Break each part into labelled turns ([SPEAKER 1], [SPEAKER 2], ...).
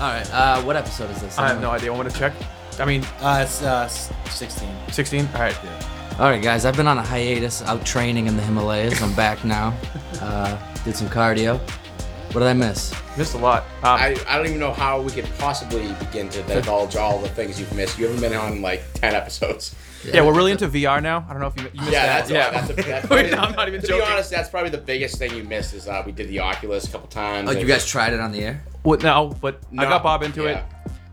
[SPEAKER 1] All right. Uh, what episode is this?
[SPEAKER 2] I have no idea. I want to check. I mean,
[SPEAKER 3] Uh, it's uh, s- 16.
[SPEAKER 2] 16. All right.
[SPEAKER 1] All right, guys. I've been on a hiatus, out training in the Himalayas. I'm back now. Uh, did some cardio. What did I miss?
[SPEAKER 2] Missed a lot. Um,
[SPEAKER 4] I, I don't even know how we could possibly begin to divulge all the things you've missed. You haven't been on like 10 episodes.
[SPEAKER 2] yeah, we're really into VR now. I don't know if you, you missed
[SPEAKER 4] Yeah,
[SPEAKER 2] that.
[SPEAKER 4] that's, that's, a, that's
[SPEAKER 2] Wait,
[SPEAKER 4] probably,
[SPEAKER 2] no, I'm not even
[SPEAKER 4] to
[SPEAKER 2] joking.
[SPEAKER 4] be honest, that's probably the biggest thing you missed is uh, we did the Oculus a couple times.
[SPEAKER 1] Oh, you guys tried it on the air?
[SPEAKER 2] Well, no, but I got Bob into it.
[SPEAKER 4] it.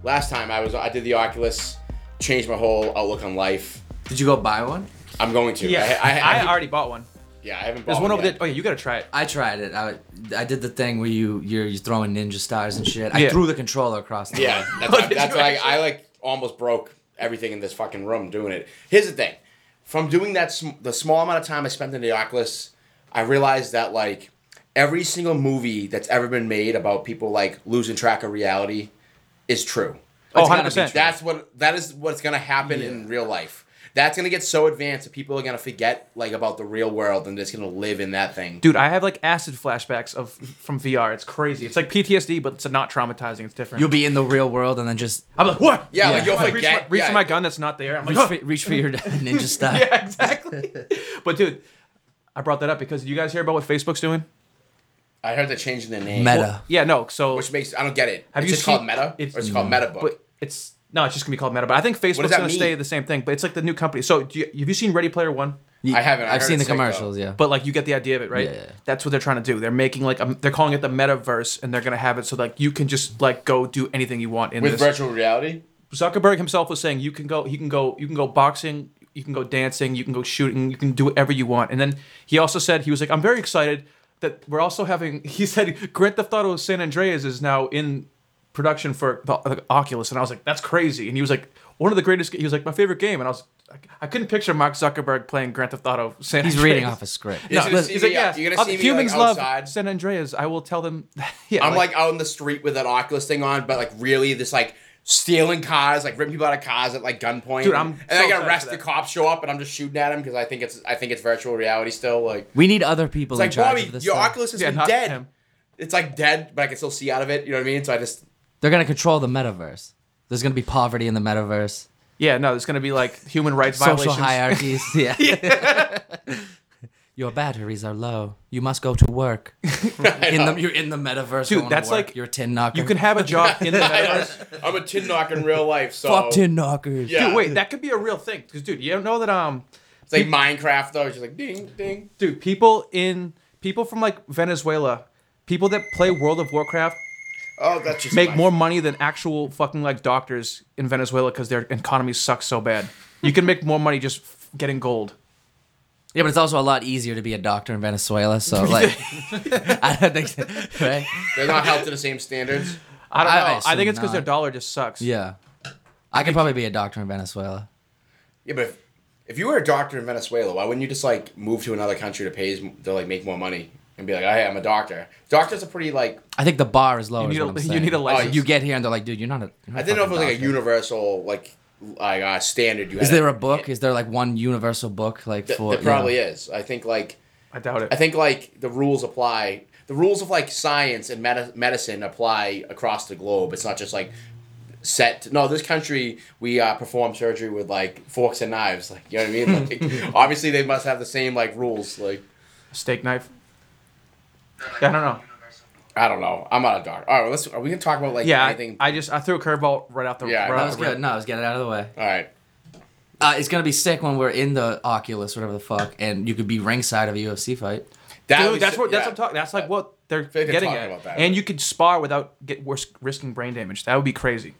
[SPEAKER 4] Last time I was I did the Oculus, changed my whole outlook on life.
[SPEAKER 1] Did you go buy one?
[SPEAKER 4] I'm going to.
[SPEAKER 2] Yeah,
[SPEAKER 4] I, I, I,
[SPEAKER 2] already bought one.
[SPEAKER 4] yeah, I haven't.
[SPEAKER 2] There's
[SPEAKER 4] bought
[SPEAKER 2] one over
[SPEAKER 4] yet.
[SPEAKER 2] there. Oh yeah, you gotta try it.
[SPEAKER 1] I tried it. I, I did the thing where you you're, you're throwing ninja stars and shit. I
[SPEAKER 2] Yeah.
[SPEAKER 1] threw the controller across the
[SPEAKER 4] Yeah,
[SPEAKER 1] room.
[SPEAKER 4] that's,
[SPEAKER 2] What did
[SPEAKER 4] that's
[SPEAKER 2] you
[SPEAKER 4] why I, I like almost broke everything in this fucking room doing it. Here's the thing: from doing that, sm- the small amount of time I spent in the Oculus, I realized that like every single movie that's ever been made about people like losing track of reality is true.
[SPEAKER 2] Oh,
[SPEAKER 1] gotta
[SPEAKER 2] 100
[SPEAKER 1] be
[SPEAKER 2] percent.
[SPEAKER 4] That's what that is what's gonna happen in real life. That's gonna get so advanced that people are gonna forget like about the real world and just gonna live in that thing.
[SPEAKER 2] Dude, I have like acid flashbacks of from VR. It's crazy. It's like PTSD, but it's not traumatizing. It's different.
[SPEAKER 1] You'll be in the real world and then just
[SPEAKER 2] I'm like, what?
[SPEAKER 4] yeah,
[SPEAKER 1] yeah.
[SPEAKER 4] like you'll
[SPEAKER 2] I'm like, reach,
[SPEAKER 4] forget.
[SPEAKER 2] for, reach
[SPEAKER 4] yeah.
[SPEAKER 2] for my gun that's not there. I'm like,
[SPEAKER 1] reach
[SPEAKER 2] "Huh."
[SPEAKER 1] for, reach for your ninja star.
[SPEAKER 2] yeah, exactly. but dude, I brought that up because you guys hear about what Facebook's doing?
[SPEAKER 4] I heard they're changing their name,
[SPEAKER 1] Meta.
[SPEAKER 2] Yeah, no. So
[SPEAKER 4] which makes I don't get it.
[SPEAKER 2] Have
[SPEAKER 4] it's
[SPEAKER 2] you
[SPEAKER 4] just called
[SPEAKER 2] seen-
[SPEAKER 4] Meta,
[SPEAKER 2] it's-
[SPEAKER 4] or it's called Meta Book.
[SPEAKER 2] but it's no, it's just gonna be called Meta. But I think Facebook's
[SPEAKER 4] that
[SPEAKER 2] gonna
[SPEAKER 4] mean?
[SPEAKER 2] stay the same thing. But it's like the new company. So do you, have you seen Ready Player One?
[SPEAKER 4] I haven't. I
[SPEAKER 1] I've
[SPEAKER 4] heard
[SPEAKER 1] seen the
[SPEAKER 4] it's sick, though.
[SPEAKER 1] commercials. Yeah.
[SPEAKER 2] But like you get the idea of it, right?
[SPEAKER 1] Yeah, yeah, yeah.
[SPEAKER 2] That's what they're trying to do. They're making like a, they're calling it the metaverse, and they're gonna have it so like you can just like go do anything you want in
[SPEAKER 4] with
[SPEAKER 2] this.
[SPEAKER 4] virtual reality.
[SPEAKER 2] Zuckerberg himself was saying you can go, he can go, you can go boxing, you can go dancing, you can go shooting, you can do whatever you want. And then he also said he was like, I'm very excited that we're also having. He said Grand Theft Auto San Andreas is now in production for the, the Oculus, and I was like, that's crazy. And he was like, one of the greatest. He was like, my favorite game, and I was. I couldn't picture Mark Zuckerberg playing Grand Theft Auto San
[SPEAKER 1] He's
[SPEAKER 2] Andreas.
[SPEAKER 1] reading off a script.
[SPEAKER 4] You're
[SPEAKER 2] No,
[SPEAKER 4] gonna
[SPEAKER 2] listen,
[SPEAKER 4] see
[SPEAKER 2] he's
[SPEAKER 4] me
[SPEAKER 2] like, yeah,
[SPEAKER 4] out- you're gonna
[SPEAKER 2] other
[SPEAKER 4] see me,
[SPEAKER 2] humans
[SPEAKER 4] like,
[SPEAKER 2] love
[SPEAKER 4] outside."
[SPEAKER 2] San Andreas. I will tell them. yeah,
[SPEAKER 4] I'm like out in the street with an Oculus thing on, but like really this like stealing cars, like ripping people out of cars at like gunpoint.
[SPEAKER 2] Dude, I'm
[SPEAKER 4] and then
[SPEAKER 2] so
[SPEAKER 4] I
[SPEAKER 2] excited
[SPEAKER 4] get
[SPEAKER 2] for
[SPEAKER 4] arrested. The
[SPEAKER 2] that.
[SPEAKER 4] cops show up, and I'm just shooting at him because I think it's I think it's virtual reality still. Like
[SPEAKER 1] We need other people
[SPEAKER 4] it's like
[SPEAKER 1] in charge
[SPEAKER 4] Bobby,
[SPEAKER 1] of
[SPEAKER 4] your
[SPEAKER 1] this. stuff.
[SPEAKER 4] Oculus is
[SPEAKER 2] Yeah, not
[SPEAKER 4] dead.
[SPEAKER 2] him.
[SPEAKER 4] It's like dead, but I can still see out of it. You know what I mean? So I just
[SPEAKER 1] They're gonna control the metaverse. There's gonna be poverty in the metaverse.
[SPEAKER 2] yeah, no, there's gonna be like human rights
[SPEAKER 1] Social
[SPEAKER 2] violations.
[SPEAKER 1] hierarchies. Yeah. Your batteries are low. You must go to work. in the you're in the metaverse.
[SPEAKER 2] Dude,
[SPEAKER 1] going to
[SPEAKER 2] that's
[SPEAKER 1] work.
[SPEAKER 2] like-
[SPEAKER 1] you're a tin knocker.
[SPEAKER 2] You can have a job in the metaverse.
[SPEAKER 4] I'm a tin knock in real life. So
[SPEAKER 1] fuck tin knockers.
[SPEAKER 4] Yeah.
[SPEAKER 2] Dude, wait, that could be a real thing. Because, dude, you don't know that, um,
[SPEAKER 4] it's like Minecraft though. It's just like ding ding.
[SPEAKER 2] dude, people in, people from like Venezuela, people that play World of Warcraft
[SPEAKER 4] Oh, that's just
[SPEAKER 2] make
[SPEAKER 4] my-
[SPEAKER 2] more money than actual fucking like doctors in Venezuela because their economy sucks so bad. You can make more money just f- getting gold.
[SPEAKER 1] Yeah, but it's also a lot easier to be a doctor in Venezuela. So like, I don't think, right?
[SPEAKER 4] They're not held to the same standards.
[SPEAKER 2] I don't
[SPEAKER 1] I-
[SPEAKER 2] know.
[SPEAKER 1] I
[SPEAKER 2] I,
[SPEAKER 1] assume
[SPEAKER 2] think it's because their
[SPEAKER 1] not.
[SPEAKER 2] dollar just sucks.
[SPEAKER 1] Yeah, I could probably be a doctor in Venezuela.
[SPEAKER 4] Yeah, but if, if you were a doctor in Venezuela, why wouldn't you just like move to another country to pay his- to like make more money and be like, hey, I'm a doctor. Doctors are pretty like
[SPEAKER 1] I think the bar is lower.
[SPEAKER 2] You
[SPEAKER 1] is
[SPEAKER 2] need,
[SPEAKER 1] what I'm
[SPEAKER 2] a, you
[SPEAKER 1] saying. Oh,
[SPEAKER 2] need a license.
[SPEAKER 1] You get here and they're like, dude, you're not a. You're not
[SPEAKER 4] I didn't know if it was like a
[SPEAKER 1] universe.
[SPEAKER 4] universal like like uh, standard. You
[SPEAKER 1] Is
[SPEAKER 4] had
[SPEAKER 1] there
[SPEAKER 4] to
[SPEAKER 1] a book?
[SPEAKER 4] hit.
[SPEAKER 1] Is there like one universal book? Like
[SPEAKER 4] Th-
[SPEAKER 1] for
[SPEAKER 4] there probably
[SPEAKER 1] yeah.
[SPEAKER 4] is. I think like
[SPEAKER 2] I doubt it.
[SPEAKER 4] I think like the rules apply. The rules of like science and medi- medicine apply across the globe. It's not just like set. no, this country we uh, perform surgery with like forks and knives. Like you know what I mean? Like, obviously they must have the same like rules. Like
[SPEAKER 2] Steak knife. Yeah, I don't know.
[SPEAKER 4] I don't know. I'm not a doctor. All right, let's. Are we gonna talk about like
[SPEAKER 2] Yeah, I,
[SPEAKER 4] anything?
[SPEAKER 2] I just I threw a curveball right out the.
[SPEAKER 4] Yeah,
[SPEAKER 2] right
[SPEAKER 4] that
[SPEAKER 1] That
[SPEAKER 2] out
[SPEAKER 1] was
[SPEAKER 2] the rim.
[SPEAKER 1] good. No, let's get it out of the way.
[SPEAKER 4] All right.
[SPEAKER 1] Uh, it's gonna be sick when we're in the Oculus, whatever the fuck, and you could be ringside of a UFC fight.
[SPEAKER 4] That
[SPEAKER 2] Dude,
[SPEAKER 4] was-
[SPEAKER 2] that's what that's
[SPEAKER 4] yeah.
[SPEAKER 2] what I'm talking. That's like what they're
[SPEAKER 4] They're
[SPEAKER 2] getting
[SPEAKER 4] talking
[SPEAKER 2] at.
[SPEAKER 4] about that.
[SPEAKER 2] And you could spar without get worse, risking brain damage. That would be crazy.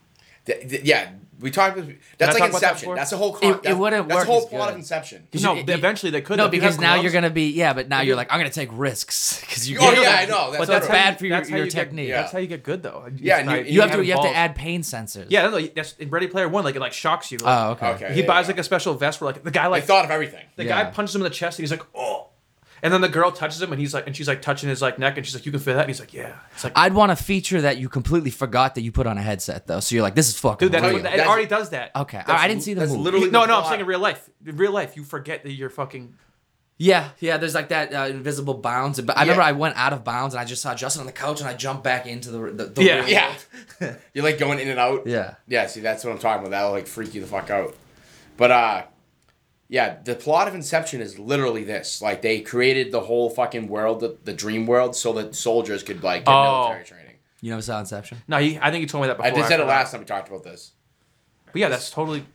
[SPEAKER 4] Th- th- yeah, we talked. That's
[SPEAKER 2] I talk about
[SPEAKER 4] like
[SPEAKER 2] that
[SPEAKER 4] Inception.
[SPEAKER 2] before?
[SPEAKER 4] that's the whole.
[SPEAKER 1] It-
[SPEAKER 4] Con-
[SPEAKER 1] it
[SPEAKER 4] that's,
[SPEAKER 1] wouldn't
[SPEAKER 4] That's
[SPEAKER 1] work
[SPEAKER 4] the whole
[SPEAKER 1] as
[SPEAKER 4] plot
[SPEAKER 1] good.
[SPEAKER 4] of Inception.
[SPEAKER 2] No,
[SPEAKER 1] you-
[SPEAKER 2] they- eventually they could.
[SPEAKER 1] No,
[SPEAKER 2] If you
[SPEAKER 1] because
[SPEAKER 2] have
[SPEAKER 1] now
[SPEAKER 2] gloves-
[SPEAKER 1] you're gonna be yeah, but now you're like I'm gonna take risks because you.
[SPEAKER 4] Oh,
[SPEAKER 1] get-
[SPEAKER 4] yeah, I know.
[SPEAKER 1] But
[SPEAKER 4] That's
[SPEAKER 1] that's
[SPEAKER 4] what
[SPEAKER 2] how
[SPEAKER 1] bad
[SPEAKER 2] you-
[SPEAKER 1] for your,
[SPEAKER 2] that's how
[SPEAKER 1] your
[SPEAKER 2] you get-
[SPEAKER 1] technique.
[SPEAKER 4] yeah.
[SPEAKER 2] That's how you get good though.
[SPEAKER 4] Yeah, and
[SPEAKER 2] By-
[SPEAKER 4] you-
[SPEAKER 1] You have to
[SPEAKER 2] having
[SPEAKER 1] you have to
[SPEAKER 2] balls.
[SPEAKER 1] add pain sensors.
[SPEAKER 2] Yeah, no, no, that's in Ready Player One. Like it like shocks you. Like,
[SPEAKER 1] Oh, okay.
[SPEAKER 4] Okay.
[SPEAKER 2] he
[SPEAKER 4] yeah,
[SPEAKER 2] buys
[SPEAKER 4] yeah.
[SPEAKER 2] like a special vest where like the guy
[SPEAKER 4] I
[SPEAKER 2] like
[SPEAKER 4] thought of everything.
[SPEAKER 2] the
[SPEAKER 1] Yeah.
[SPEAKER 2] guy punches him in the chest and he's like oh, and then the girl touches him and he's like and she's like touching his like neck and she's like you can feel that and he's like yeah. It's like
[SPEAKER 1] I'd want a feature that you completely forgot that you put on a headset though, so you're like, this is fucking
[SPEAKER 2] dude, that's
[SPEAKER 4] Oh,
[SPEAKER 1] real.
[SPEAKER 2] what,
[SPEAKER 4] yeah.
[SPEAKER 2] it
[SPEAKER 4] That's-
[SPEAKER 2] already does that.
[SPEAKER 1] okay, I I didn't see the
[SPEAKER 4] that's
[SPEAKER 1] movie.
[SPEAKER 4] literally-
[SPEAKER 2] No,
[SPEAKER 4] the
[SPEAKER 2] no, I'm
[SPEAKER 4] plot.
[SPEAKER 2] saying in real life. In real life, you forget that you're fucking.
[SPEAKER 1] Yeah, yeah. There's like that uh, invisible bounds. But I remember I went out of bounds and I just saw Justin on the couch and I jumped back into the the, the
[SPEAKER 2] Yeah,
[SPEAKER 1] real
[SPEAKER 4] Yeah.
[SPEAKER 1] world.
[SPEAKER 4] You're like going in and out.
[SPEAKER 1] yeah.
[SPEAKER 4] Yeah, see, that's what I'm talking about. That'll like freak you the fuck out. But uh yeah, the plot of Inception is literally this. Like they created the whole fucking world, the, the dream world, so that soldiers could like get
[SPEAKER 2] Oh.
[SPEAKER 4] military training.
[SPEAKER 1] You never saw Inception?
[SPEAKER 2] No, he, I think you told me that
[SPEAKER 4] I
[SPEAKER 2] before.
[SPEAKER 4] did said it
[SPEAKER 2] forgot.
[SPEAKER 4] last time we talked about this.
[SPEAKER 2] But yeah, that's totally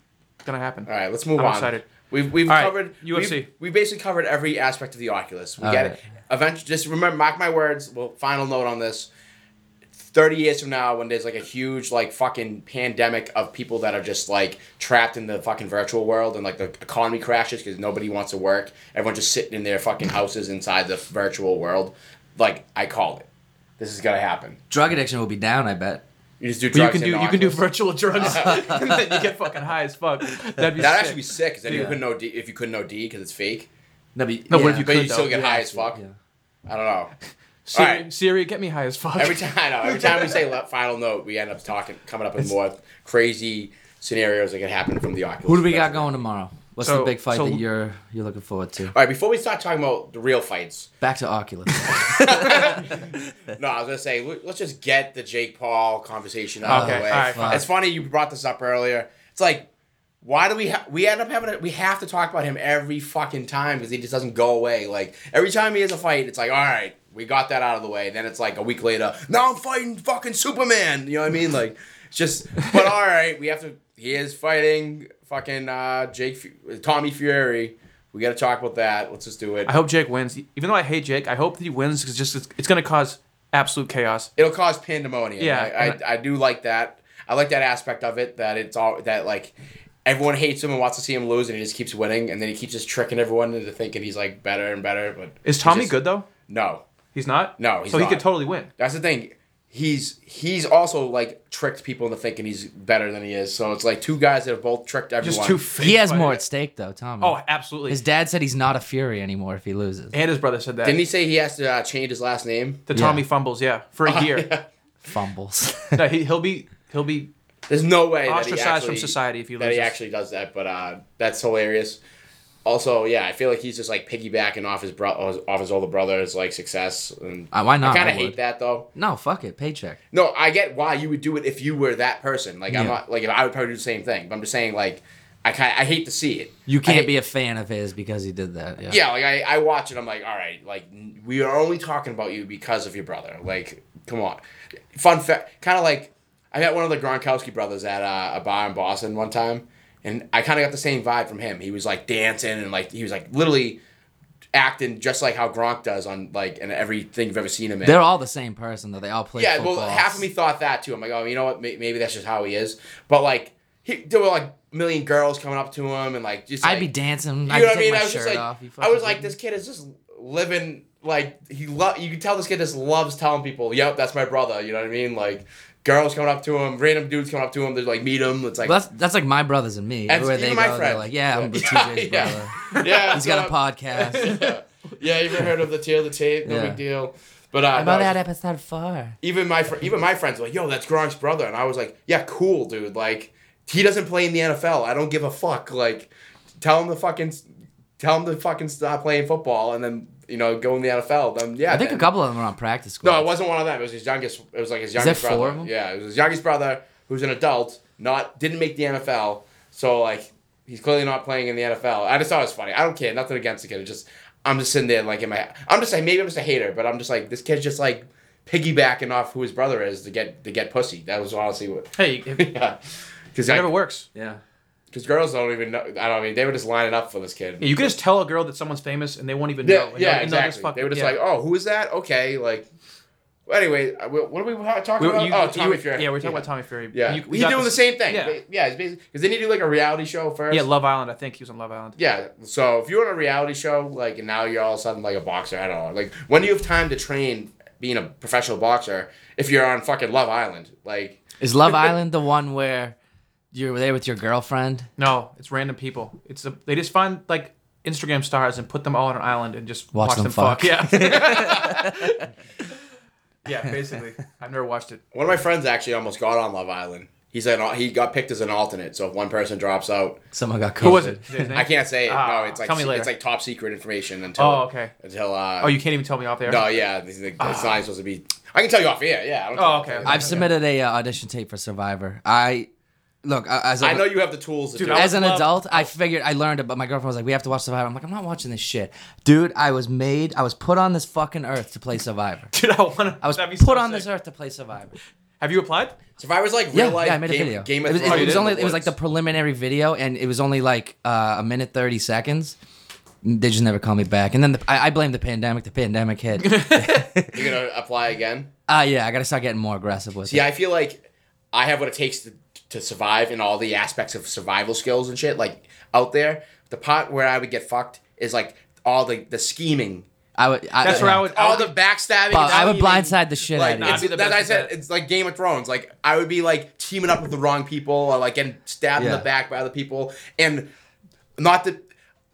[SPEAKER 2] gonna happen.
[SPEAKER 4] All right, let's move
[SPEAKER 2] I'm
[SPEAKER 4] on.
[SPEAKER 2] excited.
[SPEAKER 4] We've we've
[SPEAKER 2] All right,
[SPEAKER 4] covered
[SPEAKER 2] UFC.
[SPEAKER 4] We've, we basically covered every aspect of the Oculus. We
[SPEAKER 1] All
[SPEAKER 4] get
[SPEAKER 1] right.
[SPEAKER 4] it. Eventually, just remember, mark my words. Well, final note on this: thirty years from now, when there's like a huge like fucking pandemic of people that are just like trapped in the fucking virtual world, and like the economy crashes because nobody wants to work, everyone's just sitting in their fucking houses inside the virtual world. Like I call it. This is gonna happen.
[SPEAKER 1] Drug addiction will be down, I bet.
[SPEAKER 4] You just do
[SPEAKER 2] But you
[SPEAKER 4] drugs.
[SPEAKER 2] can do
[SPEAKER 4] and
[SPEAKER 2] you can do
[SPEAKER 4] Oculus.
[SPEAKER 2] virtual drugs, and then you get fucking high as fuck. That'd be
[SPEAKER 4] That'd
[SPEAKER 2] sick.
[SPEAKER 4] actually be sick. 'cause Then you
[SPEAKER 1] Yeah.
[SPEAKER 4] couldn't OD if you couldn't OD because it's fake.
[SPEAKER 1] No, but,
[SPEAKER 2] No, what
[SPEAKER 1] yeah.
[SPEAKER 2] if you
[SPEAKER 4] But
[SPEAKER 2] could,
[SPEAKER 4] you still
[SPEAKER 2] though.
[SPEAKER 4] get
[SPEAKER 2] Yeah,
[SPEAKER 4] high as fuck.
[SPEAKER 1] Yeah.
[SPEAKER 4] I don't know.
[SPEAKER 2] Siri,
[SPEAKER 4] All right.
[SPEAKER 2] Siri, get me high as fuck.
[SPEAKER 4] Every time I know, every time we say le- final note, we end up talking, coming up with more crazy scenarios that could happen from the Oculus.
[SPEAKER 1] Who do we got
[SPEAKER 4] That's-
[SPEAKER 1] going tomorrow? What's
[SPEAKER 2] So-
[SPEAKER 1] the big fight
[SPEAKER 2] so-
[SPEAKER 1] that you're you're looking forward to?
[SPEAKER 4] All right, before we start talking about the real fights,
[SPEAKER 1] Back to Oculus.
[SPEAKER 4] no, I was gonna say let- let's just get the Jake Paul conversation out of
[SPEAKER 2] Okay,
[SPEAKER 4] the way.
[SPEAKER 2] all right, fine.
[SPEAKER 4] It's funny you brought this up earlier. It's like, why do we ha- we end up having a- we have to talk about him every fucking time because he just doesn't go away. Like every time he has a fight, it's like, all right, we got that out of the way. Then it's like a week later, now I'm fighting fucking Superman. You know what I mean? Like, it's just, but all right, we have to. He is fighting fucking uh, Jake Fu- Tommy Fury. We got to talk about that. Let's just do it.
[SPEAKER 2] I hope Jake wins. Even though I hate Jake, I hope that he wins because just it's, it's gonna cause absolute chaos.
[SPEAKER 4] it'll cause pandemonium.
[SPEAKER 2] Yeah,
[SPEAKER 4] I,
[SPEAKER 2] and-
[SPEAKER 4] I, I do like that. I like that aspect of it that it's all that like everyone hates him and wants to see him lose, and he just keeps winning, and then he keeps just tricking everyone into thinking he's like better and better. But
[SPEAKER 2] Is
[SPEAKER 4] he's
[SPEAKER 2] Tommy
[SPEAKER 4] just-
[SPEAKER 2] good though?
[SPEAKER 4] No,
[SPEAKER 2] He's not.
[SPEAKER 4] No, he's
[SPEAKER 2] so
[SPEAKER 4] not.
[SPEAKER 2] he could totally win.
[SPEAKER 4] that's the thing. He's he's also like tricked people into thinking he's better than he is. So it's like two guys that have both tricked everyone.
[SPEAKER 2] Just too. fake
[SPEAKER 1] he has more at
[SPEAKER 2] fighters.
[SPEAKER 1] stake though, Tommy.
[SPEAKER 2] Oh, absolutely.
[SPEAKER 1] his dad said he's not a Fury anymore if he loses.
[SPEAKER 2] and his brother said that.
[SPEAKER 4] Didn't he say he has to uh, change his last name?
[SPEAKER 2] The
[SPEAKER 1] Yeah.
[SPEAKER 2] Tommy fumbles, yeah, for
[SPEAKER 4] Uh-huh.
[SPEAKER 2] a year.
[SPEAKER 1] Fumbles.
[SPEAKER 2] No, he, he'll be he'll be
[SPEAKER 4] There's no way that he
[SPEAKER 2] ostracized from
[SPEAKER 4] actually-
[SPEAKER 2] society if he
[SPEAKER 4] that
[SPEAKER 2] loses.
[SPEAKER 4] he actually does that, but uh, that's hilarious. Also, yeah, I feel like he's just like piggybacking off his bro- off his older brother's like success. And
[SPEAKER 1] Uh, why not?
[SPEAKER 4] I kind
[SPEAKER 1] I
[SPEAKER 4] of hate
[SPEAKER 1] would.
[SPEAKER 4] that though.
[SPEAKER 1] no, fuck it. Paycheck.
[SPEAKER 4] No, I get why you would do it if you were that person. Like I'm
[SPEAKER 1] Yeah.
[SPEAKER 4] not like if I would probably do the same thing. But I'm just saying like I kind I hate to see it.
[SPEAKER 1] You
[SPEAKER 4] I
[SPEAKER 1] can't
[SPEAKER 4] hate-
[SPEAKER 1] be a fan of his because he did that. Yeah.
[SPEAKER 4] yeah, like I, I watch it. I'm like, all right, like n- we are only talking about you because of your brother. Like, come on. Fun fact, kind of like I met one of the Gronkowski brothers at uh, a bar in Boston one time, and I kind of got the same vibe from him. He was like dancing and like he was like literally acting just like how Gronk does on like and everything you've ever seen him in.
[SPEAKER 1] They're all the same person though. They all play
[SPEAKER 4] yeah,
[SPEAKER 1] football.
[SPEAKER 4] well, half of me thought that too. I'm like, oh, you know what? May- Maybe that's just how he is. But like, he, there were like a million girls coming up to him and like just.
[SPEAKER 1] I'd
[SPEAKER 4] like-
[SPEAKER 1] be dancing.
[SPEAKER 4] you
[SPEAKER 1] I'd
[SPEAKER 4] know what
[SPEAKER 1] take
[SPEAKER 4] I mean?
[SPEAKER 1] my
[SPEAKER 4] I was
[SPEAKER 1] shirt
[SPEAKER 4] just like,
[SPEAKER 1] off. You
[SPEAKER 4] I
[SPEAKER 1] fucking
[SPEAKER 4] was like,
[SPEAKER 1] kidding
[SPEAKER 4] this kid is just living like he love. You can tell this kid just loves telling people, "Yep, that's my brother." You know what I mean? Like girls coming up to him, random dudes coming up to him. They're like, meet him. It's like,
[SPEAKER 1] me? Well, that's that's like my brothers and me.
[SPEAKER 4] And
[SPEAKER 1] Everywhere
[SPEAKER 4] even
[SPEAKER 1] they
[SPEAKER 4] my
[SPEAKER 1] go, they're
[SPEAKER 4] friend.
[SPEAKER 1] like, yeah, I'm
[SPEAKER 4] Yeah,
[SPEAKER 1] TJ's
[SPEAKER 4] yeah.
[SPEAKER 1] brother.
[SPEAKER 4] yeah,
[SPEAKER 1] He's got a
[SPEAKER 4] so-
[SPEAKER 1] podcast.
[SPEAKER 4] yeah, you ever heard of the tail of the tape? No
[SPEAKER 1] Yeah.
[SPEAKER 4] big deal. But uh,
[SPEAKER 1] I about
[SPEAKER 4] no,
[SPEAKER 1] that episode four.
[SPEAKER 4] even my fr- even my friends were like, "Yo, that's Gronk's brother," and I was like, "Yeah, cool, dude. Like, he doesn't play in the NFL. I don't give a fuck. Like, tell him to fucking tell him to fucking stop playing football, and then you know go in the NFL. Then yeah,
[SPEAKER 1] I think a
[SPEAKER 4] then-
[SPEAKER 1] couple of them are on practice squad.
[SPEAKER 4] No, it wasn't one of them. It was his youngest. It was like his
[SPEAKER 1] there
[SPEAKER 4] youngest
[SPEAKER 1] four
[SPEAKER 4] brother.
[SPEAKER 1] of 'em?
[SPEAKER 4] Yeah, it was his youngest brother who's an adult, not didn't make the NFL. So like, he's clearly not playing in the NFL. I just thought it was funny. I don't care. Nothing against the kid. It just I'm just sitting there like in my. I'm just like maybe I'm just a hater, but I'm just like this kid's just like piggybacking off who his brother is to get to get pussy. That was honestly what.
[SPEAKER 2] Hey, if, it
[SPEAKER 4] Yeah.
[SPEAKER 2] never
[SPEAKER 4] Because
[SPEAKER 2] works.
[SPEAKER 1] Yeah.
[SPEAKER 4] girls don't even know. I don't mean they were just lining up for this kid.
[SPEAKER 2] Yeah, you can just tell a girl that someone's famous and they won't even
[SPEAKER 4] Yeah,
[SPEAKER 2] know.
[SPEAKER 4] yeah,
[SPEAKER 2] and they'll- and they'll
[SPEAKER 4] exactly.
[SPEAKER 2] just fuck-
[SPEAKER 4] they were just
[SPEAKER 2] yeah.
[SPEAKER 4] like, "Oh, who is that? Okay, like." Well, anyway, I- what are we talking
[SPEAKER 2] We-
[SPEAKER 4] about?
[SPEAKER 2] you-
[SPEAKER 4] oh,
[SPEAKER 2] you-
[SPEAKER 4] Tommy Fury.
[SPEAKER 2] Yeah, we're talking about Tommy Fury.
[SPEAKER 4] Yeah,
[SPEAKER 2] You- we
[SPEAKER 4] he's
[SPEAKER 2] got
[SPEAKER 4] doing the
[SPEAKER 2] this-
[SPEAKER 4] same thing.
[SPEAKER 2] Yeah.
[SPEAKER 4] Yeah, yeah it's basically because they need to do like a reality show first.
[SPEAKER 2] yeah, Love Island. I think he was on Love Island.
[SPEAKER 4] yeah. So if you're on a reality show, like, and now you're all of a sudden like a boxer, I don't know. Like, when do you have time to train being a professional boxer if you're on fucking Love Island? Like,
[SPEAKER 1] Is Love Island the one where you're there with your girlfriend?
[SPEAKER 2] No, it's random people. It's a, they just find like Instagram stars and put them all on an island and just
[SPEAKER 1] Watch
[SPEAKER 2] watch,
[SPEAKER 1] them
[SPEAKER 2] them, fuck.
[SPEAKER 1] fuck.
[SPEAKER 2] Yeah. yeah, basically. I've never watched it.
[SPEAKER 4] one of my friends actually almost got on Love Island. He's an he got picked as an alternate. So if one person drops out,
[SPEAKER 1] Someone got COVID.
[SPEAKER 2] Who was it? His name?
[SPEAKER 4] I can't say it.
[SPEAKER 2] Ah,
[SPEAKER 4] no, it's like
[SPEAKER 2] tell me
[SPEAKER 4] se-
[SPEAKER 2] later.
[SPEAKER 4] it's like top secret information until.
[SPEAKER 2] Oh, okay.
[SPEAKER 4] Until uh,
[SPEAKER 2] Oh, you can't even tell me off there.
[SPEAKER 4] No, yeah, this is- it's
[SPEAKER 1] Ah.
[SPEAKER 4] not even supposed to be. I can tell you off air. Yeah. I don't
[SPEAKER 2] Oh,
[SPEAKER 4] care.
[SPEAKER 2] okay.
[SPEAKER 1] I've submitted a uh, audition tape for Survivor. I look I- as a,
[SPEAKER 4] I know you have the tools. To
[SPEAKER 2] Dude,
[SPEAKER 4] do
[SPEAKER 2] I
[SPEAKER 4] it.
[SPEAKER 1] as an
[SPEAKER 2] love-
[SPEAKER 1] adult. I figured I learned it, but my girlfriend was like, "We have to watch Survivor." I'm like, "I'm not watching this shit, dude." I was made. I was put on this fucking earth to play Survivor.
[SPEAKER 2] Dude, I want to.
[SPEAKER 1] I was put on this earth to play Survivor.
[SPEAKER 2] Have you applied?
[SPEAKER 4] Survivor's like real
[SPEAKER 1] Yeah,
[SPEAKER 4] life.
[SPEAKER 1] yeah, I made
[SPEAKER 4] game,
[SPEAKER 1] a video.
[SPEAKER 4] Game
[SPEAKER 1] it
[SPEAKER 4] of
[SPEAKER 1] was, it
[SPEAKER 4] Thrones
[SPEAKER 1] was
[SPEAKER 4] in
[SPEAKER 1] only
[SPEAKER 4] the
[SPEAKER 1] it was like the
[SPEAKER 4] woods.
[SPEAKER 1] preliminary video, and it was only like uh, a minute thirty seconds. They just never called me back, and then the, I, I blame the pandemic. The pandemic hit.
[SPEAKER 4] You're gonna apply again.
[SPEAKER 1] uh, yeah, I gotta start getting more aggressive with
[SPEAKER 4] Yeah, I feel like I have what it takes to, to survive in all the aspects of survival skills and shit. Like out there, the part where I would get fucked is like all the the scheming,
[SPEAKER 1] it. I would. I,
[SPEAKER 2] That's where I would. I
[SPEAKER 4] all
[SPEAKER 2] would
[SPEAKER 4] the backstabbing.
[SPEAKER 1] Bob, I would
[SPEAKER 4] and even-
[SPEAKER 1] blindside the shit
[SPEAKER 4] Like
[SPEAKER 1] out of
[SPEAKER 4] it's,
[SPEAKER 1] you.
[SPEAKER 2] I'd be the
[SPEAKER 4] that
[SPEAKER 2] best
[SPEAKER 4] I
[SPEAKER 2] at
[SPEAKER 4] said,
[SPEAKER 2] that.
[SPEAKER 4] it's like Game of Thrones. Like I would be like teaming up with the wrong people, or like getting stabbed in
[SPEAKER 1] Yeah.
[SPEAKER 4] the back by other people, and not that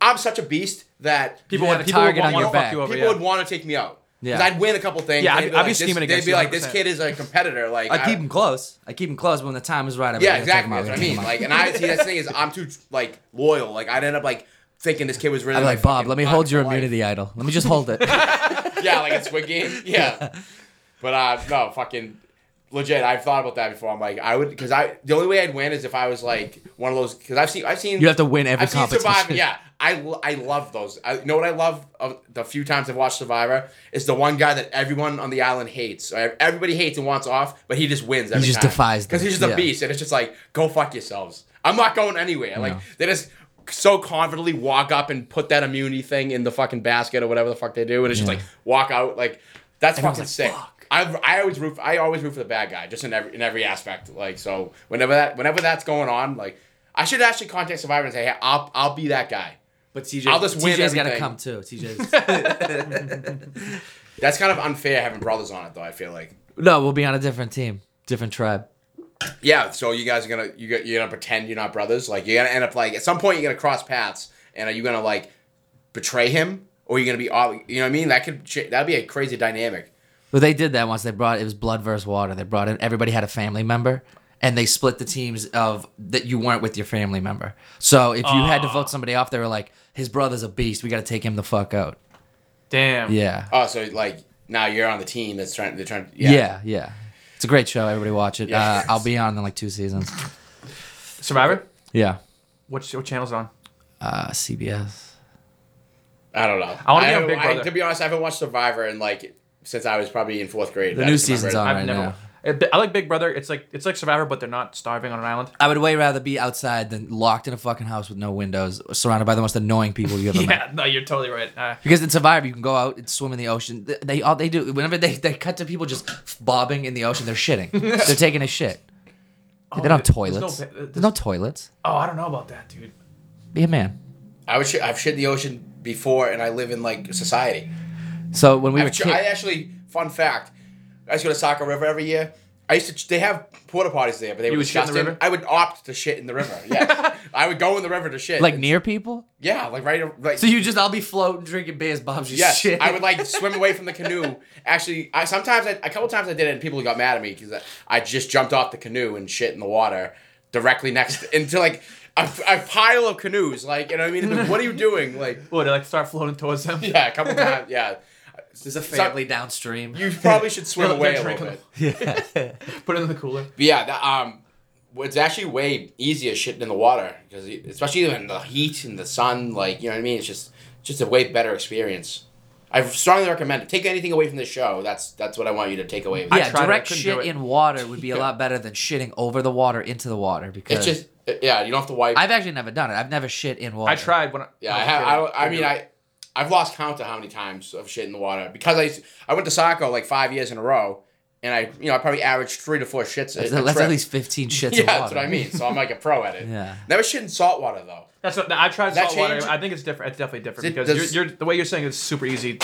[SPEAKER 4] I'm such a beast that
[SPEAKER 2] people
[SPEAKER 1] You
[SPEAKER 2] want
[SPEAKER 1] had a
[SPEAKER 2] people
[SPEAKER 1] target on
[SPEAKER 2] want
[SPEAKER 1] your
[SPEAKER 2] to fuck
[SPEAKER 1] back.
[SPEAKER 2] you over.
[SPEAKER 4] people
[SPEAKER 2] yeah.
[SPEAKER 4] would want to take me out.
[SPEAKER 1] Yeah.
[SPEAKER 4] Because I'd win a couple things.
[SPEAKER 2] Yeah,
[SPEAKER 4] and
[SPEAKER 2] I'd-
[SPEAKER 4] they'd
[SPEAKER 2] I'd be
[SPEAKER 4] this-
[SPEAKER 2] scheming against
[SPEAKER 4] They'd
[SPEAKER 2] you
[SPEAKER 4] be like, this
[SPEAKER 2] 100%.
[SPEAKER 4] kid is a competitor. Like
[SPEAKER 1] I keep him close. I keep him close, but when the time is right, I
[SPEAKER 4] Yeah, exactly. That's what I mean. Like, and I see that's the thing is, I'm too like loyal. Like, I'd end up like thinking this kid was really
[SPEAKER 1] I'm like
[SPEAKER 4] my
[SPEAKER 1] Bob.
[SPEAKER 4] fucking
[SPEAKER 1] Let me
[SPEAKER 4] bot
[SPEAKER 1] hold your
[SPEAKER 4] for life."
[SPEAKER 1] immunity idol. Let me just hold it.
[SPEAKER 4] Yeah, like a Squid Game. Yeah, but uh, no, fucking legit. I've thought about that before. I'm like, I would because I the only way I'd win is if I was like one of those because I've seen I've seen
[SPEAKER 1] You have to win every
[SPEAKER 4] I've seen
[SPEAKER 1] competition.
[SPEAKER 4] Survivor. Yeah, I, lo- I love those. I, you know what I love of the few times I've watched Survivor is the one guy that everyone on the island hates. Or Everybody hates and wants off, but he just wins. Every
[SPEAKER 1] just
[SPEAKER 4] time.
[SPEAKER 1] defies them.
[SPEAKER 4] because he's just
[SPEAKER 1] Yeah.
[SPEAKER 4] a beast, and it's just like go fuck yourselves. I'm not going anywhere. Like
[SPEAKER 1] No.
[SPEAKER 4] they just so confidently walk up and put that immunity thing in the fucking basket or whatever the fuck they do, and it's
[SPEAKER 1] Yeah.
[SPEAKER 4] just like walk out. Like that's
[SPEAKER 1] Everyone's
[SPEAKER 4] fucking
[SPEAKER 1] like,
[SPEAKER 4] sick.
[SPEAKER 1] "Fuck."
[SPEAKER 4] I, I always root for, I always root for the bad guy just in every in every aspect like so whenever that whenever that's going on like I should actually contact Survivor and say hey I'll I'll be that guy
[SPEAKER 1] But TJ,
[SPEAKER 4] I'll just win
[SPEAKER 1] TJ's gotta
[SPEAKER 4] everything.
[SPEAKER 1] come too. TJ's.
[SPEAKER 4] that's kind of unfair having brothers on it though I feel like
[SPEAKER 1] no, we'll be on a different team, different tribe.
[SPEAKER 4] yeah so you guys are gonna you got- you're gonna pretend you're not brothers like you're gonna end up like at some point you're gonna cross paths and are you gonna like betray him or you're gonna be all you know what I mean that could ch- that'd be a crazy dynamic
[SPEAKER 1] Well, they did that once. They brought it was blood versus water. They brought in everybody had a family member, and they split the teams of that you weren't with your family member. So if you had to vote somebody off, they were like, "His brother's a beast. We got to take him the fuck out."
[SPEAKER 2] Damn.
[SPEAKER 1] Yeah.
[SPEAKER 4] oh so like now you're on the team that's trying they're trying
[SPEAKER 1] yeah, yeah, It's a great show. Everybody watch it.
[SPEAKER 4] Yeah.
[SPEAKER 1] Uh, I'll be on in like two seasons.
[SPEAKER 2] Survivor.
[SPEAKER 1] Yeah.
[SPEAKER 2] What sh- what channel's it on?
[SPEAKER 1] Uh, CBS.
[SPEAKER 4] I don't know.
[SPEAKER 2] I wanna be on
[SPEAKER 4] haven't-
[SPEAKER 2] Big Brother.
[SPEAKER 4] to be honest, I haven't watched Survivor in like since I was probably in fourth grade.
[SPEAKER 1] The
[SPEAKER 4] I
[SPEAKER 1] new
[SPEAKER 4] just remember
[SPEAKER 1] season's
[SPEAKER 4] it.
[SPEAKER 1] on
[SPEAKER 2] I've
[SPEAKER 1] right
[SPEAKER 2] never.
[SPEAKER 1] now.
[SPEAKER 2] I like Big Brother. It's like it's like Survivor, but they're not starving on an island.
[SPEAKER 1] I would way rather be outside than locked in a fucking house with no windows, surrounded by the most annoying people you ever met.
[SPEAKER 2] Yeah, no, you're totally right. Uh,
[SPEAKER 1] Because in Survivor, you can go out and swim in the ocean. Th- They all they do whenever they, they cut to people just bobbing in the ocean, they're shitting. they're taking a shit. they don't have
[SPEAKER 2] there- there's no
[SPEAKER 1] toilets.
[SPEAKER 2] ba-
[SPEAKER 1] Oh, There's no,
[SPEAKER 2] there's-
[SPEAKER 1] toilets.
[SPEAKER 2] oh, I don't know about that, dude.
[SPEAKER 1] Be a man.
[SPEAKER 4] I would shit, I've shit in the ocean before, and I live in like society.
[SPEAKER 1] So when we were
[SPEAKER 4] I've sh- I
[SPEAKER 1] kids,
[SPEAKER 4] actually, fun fact, I used to go to Saco River every year. I used to. ch- They have porta potties there, but they were
[SPEAKER 2] would shit in the
[SPEAKER 4] disgusting.
[SPEAKER 2] river?
[SPEAKER 4] I would opt to shit in the river. Yeah, I would go in the river to shit.
[SPEAKER 1] like near people.
[SPEAKER 4] Yeah, like right. Like,
[SPEAKER 1] So you just I'll be floating, drinking beers, Bob's just
[SPEAKER 4] Yes,
[SPEAKER 1] shit.
[SPEAKER 4] I would like swim away from the canoe. Actually, I sometimes I, a couple times I did it, and people got mad at me because I, I just jumped off the canoe and shit in the water directly next into like a, a pile of canoes. Like, you know what I mean? Like, what are you doing? Like,
[SPEAKER 2] Would like start floating towards them?
[SPEAKER 4] yeah, a couple times, yeah.
[SPEAKER 1] There's a family downstream.
[SPEAKER 4] You probably should swim
[SPEAKER 2] They're
[SPEAKER 4] away a
[SPEAKER 2] drinking
[SPEAKER 4] little bit.
[SPEAKER 2] Put it in the cooler.
[SPEAKER 4] But yeah, that, um, it's actually way easier shitting in the water because especially in the heat and the sun. Like, you know what I mean? It's just just a way better experience. I strongly recommend it. Take anything away from this show. That's that's what I want you to take away.
[SPEAKER 1] yeah,
[SPEAKER 2] tried it, I
[SPEAKER 1] direct
[SPEAKER 2] couldn't
[SPEAKER 1] shit
[SPEAKER 2] do it.
[SPEAKER 1] in water would be a lot better than shitting over the water into the water because
[SPEAKER 4] It's just uh, yeah, you don't have to wipe.
[SPEAKER 1] I've actually never done it. I've never shit in water.
[SPEAKER 2] I tried when. I,
[SPEAKER 4] yeah,
[SPEAKER 2] was
[SPEAKER 4] I,
[SPEAKER 2] a
[SPEAKER 4] have,
[SPEAKER 2] kid.
[SPEAKER 4] I, I mean I I've lost count to how many times of shit in the water because I I went to Saco like five years in a row and I you know I probably averaged three to four shits. a-
[SPEAKER 1] That's,
[SPEAKER 4] a
[SPEAKER 1] that's
[SPEAKER 4] trip.
[SPEAKER 1] at least 15 shits
[SPEAKER 4] yeah,
[SPEAKER 1] of water.
[SPEAKER 4] that's what I mean. So I'm like a pro at it.
[SPEAKER 1] Yeah.
[SPEAKER 4] never shit in salt water though.
[SPEAKER 2] That's what I tried
[SPEAKER 4] That
[SPEAKER 2] saltwater.
[SPEAKER 4] change-
[SPEAKER 2] I think it's different. It's definitely different
[SPEAKER 4] It
[SPEAKER 2] because
[SPEAKER 4] does-
[SPEAKER 2] you're, you're the way you're saying it's super easy.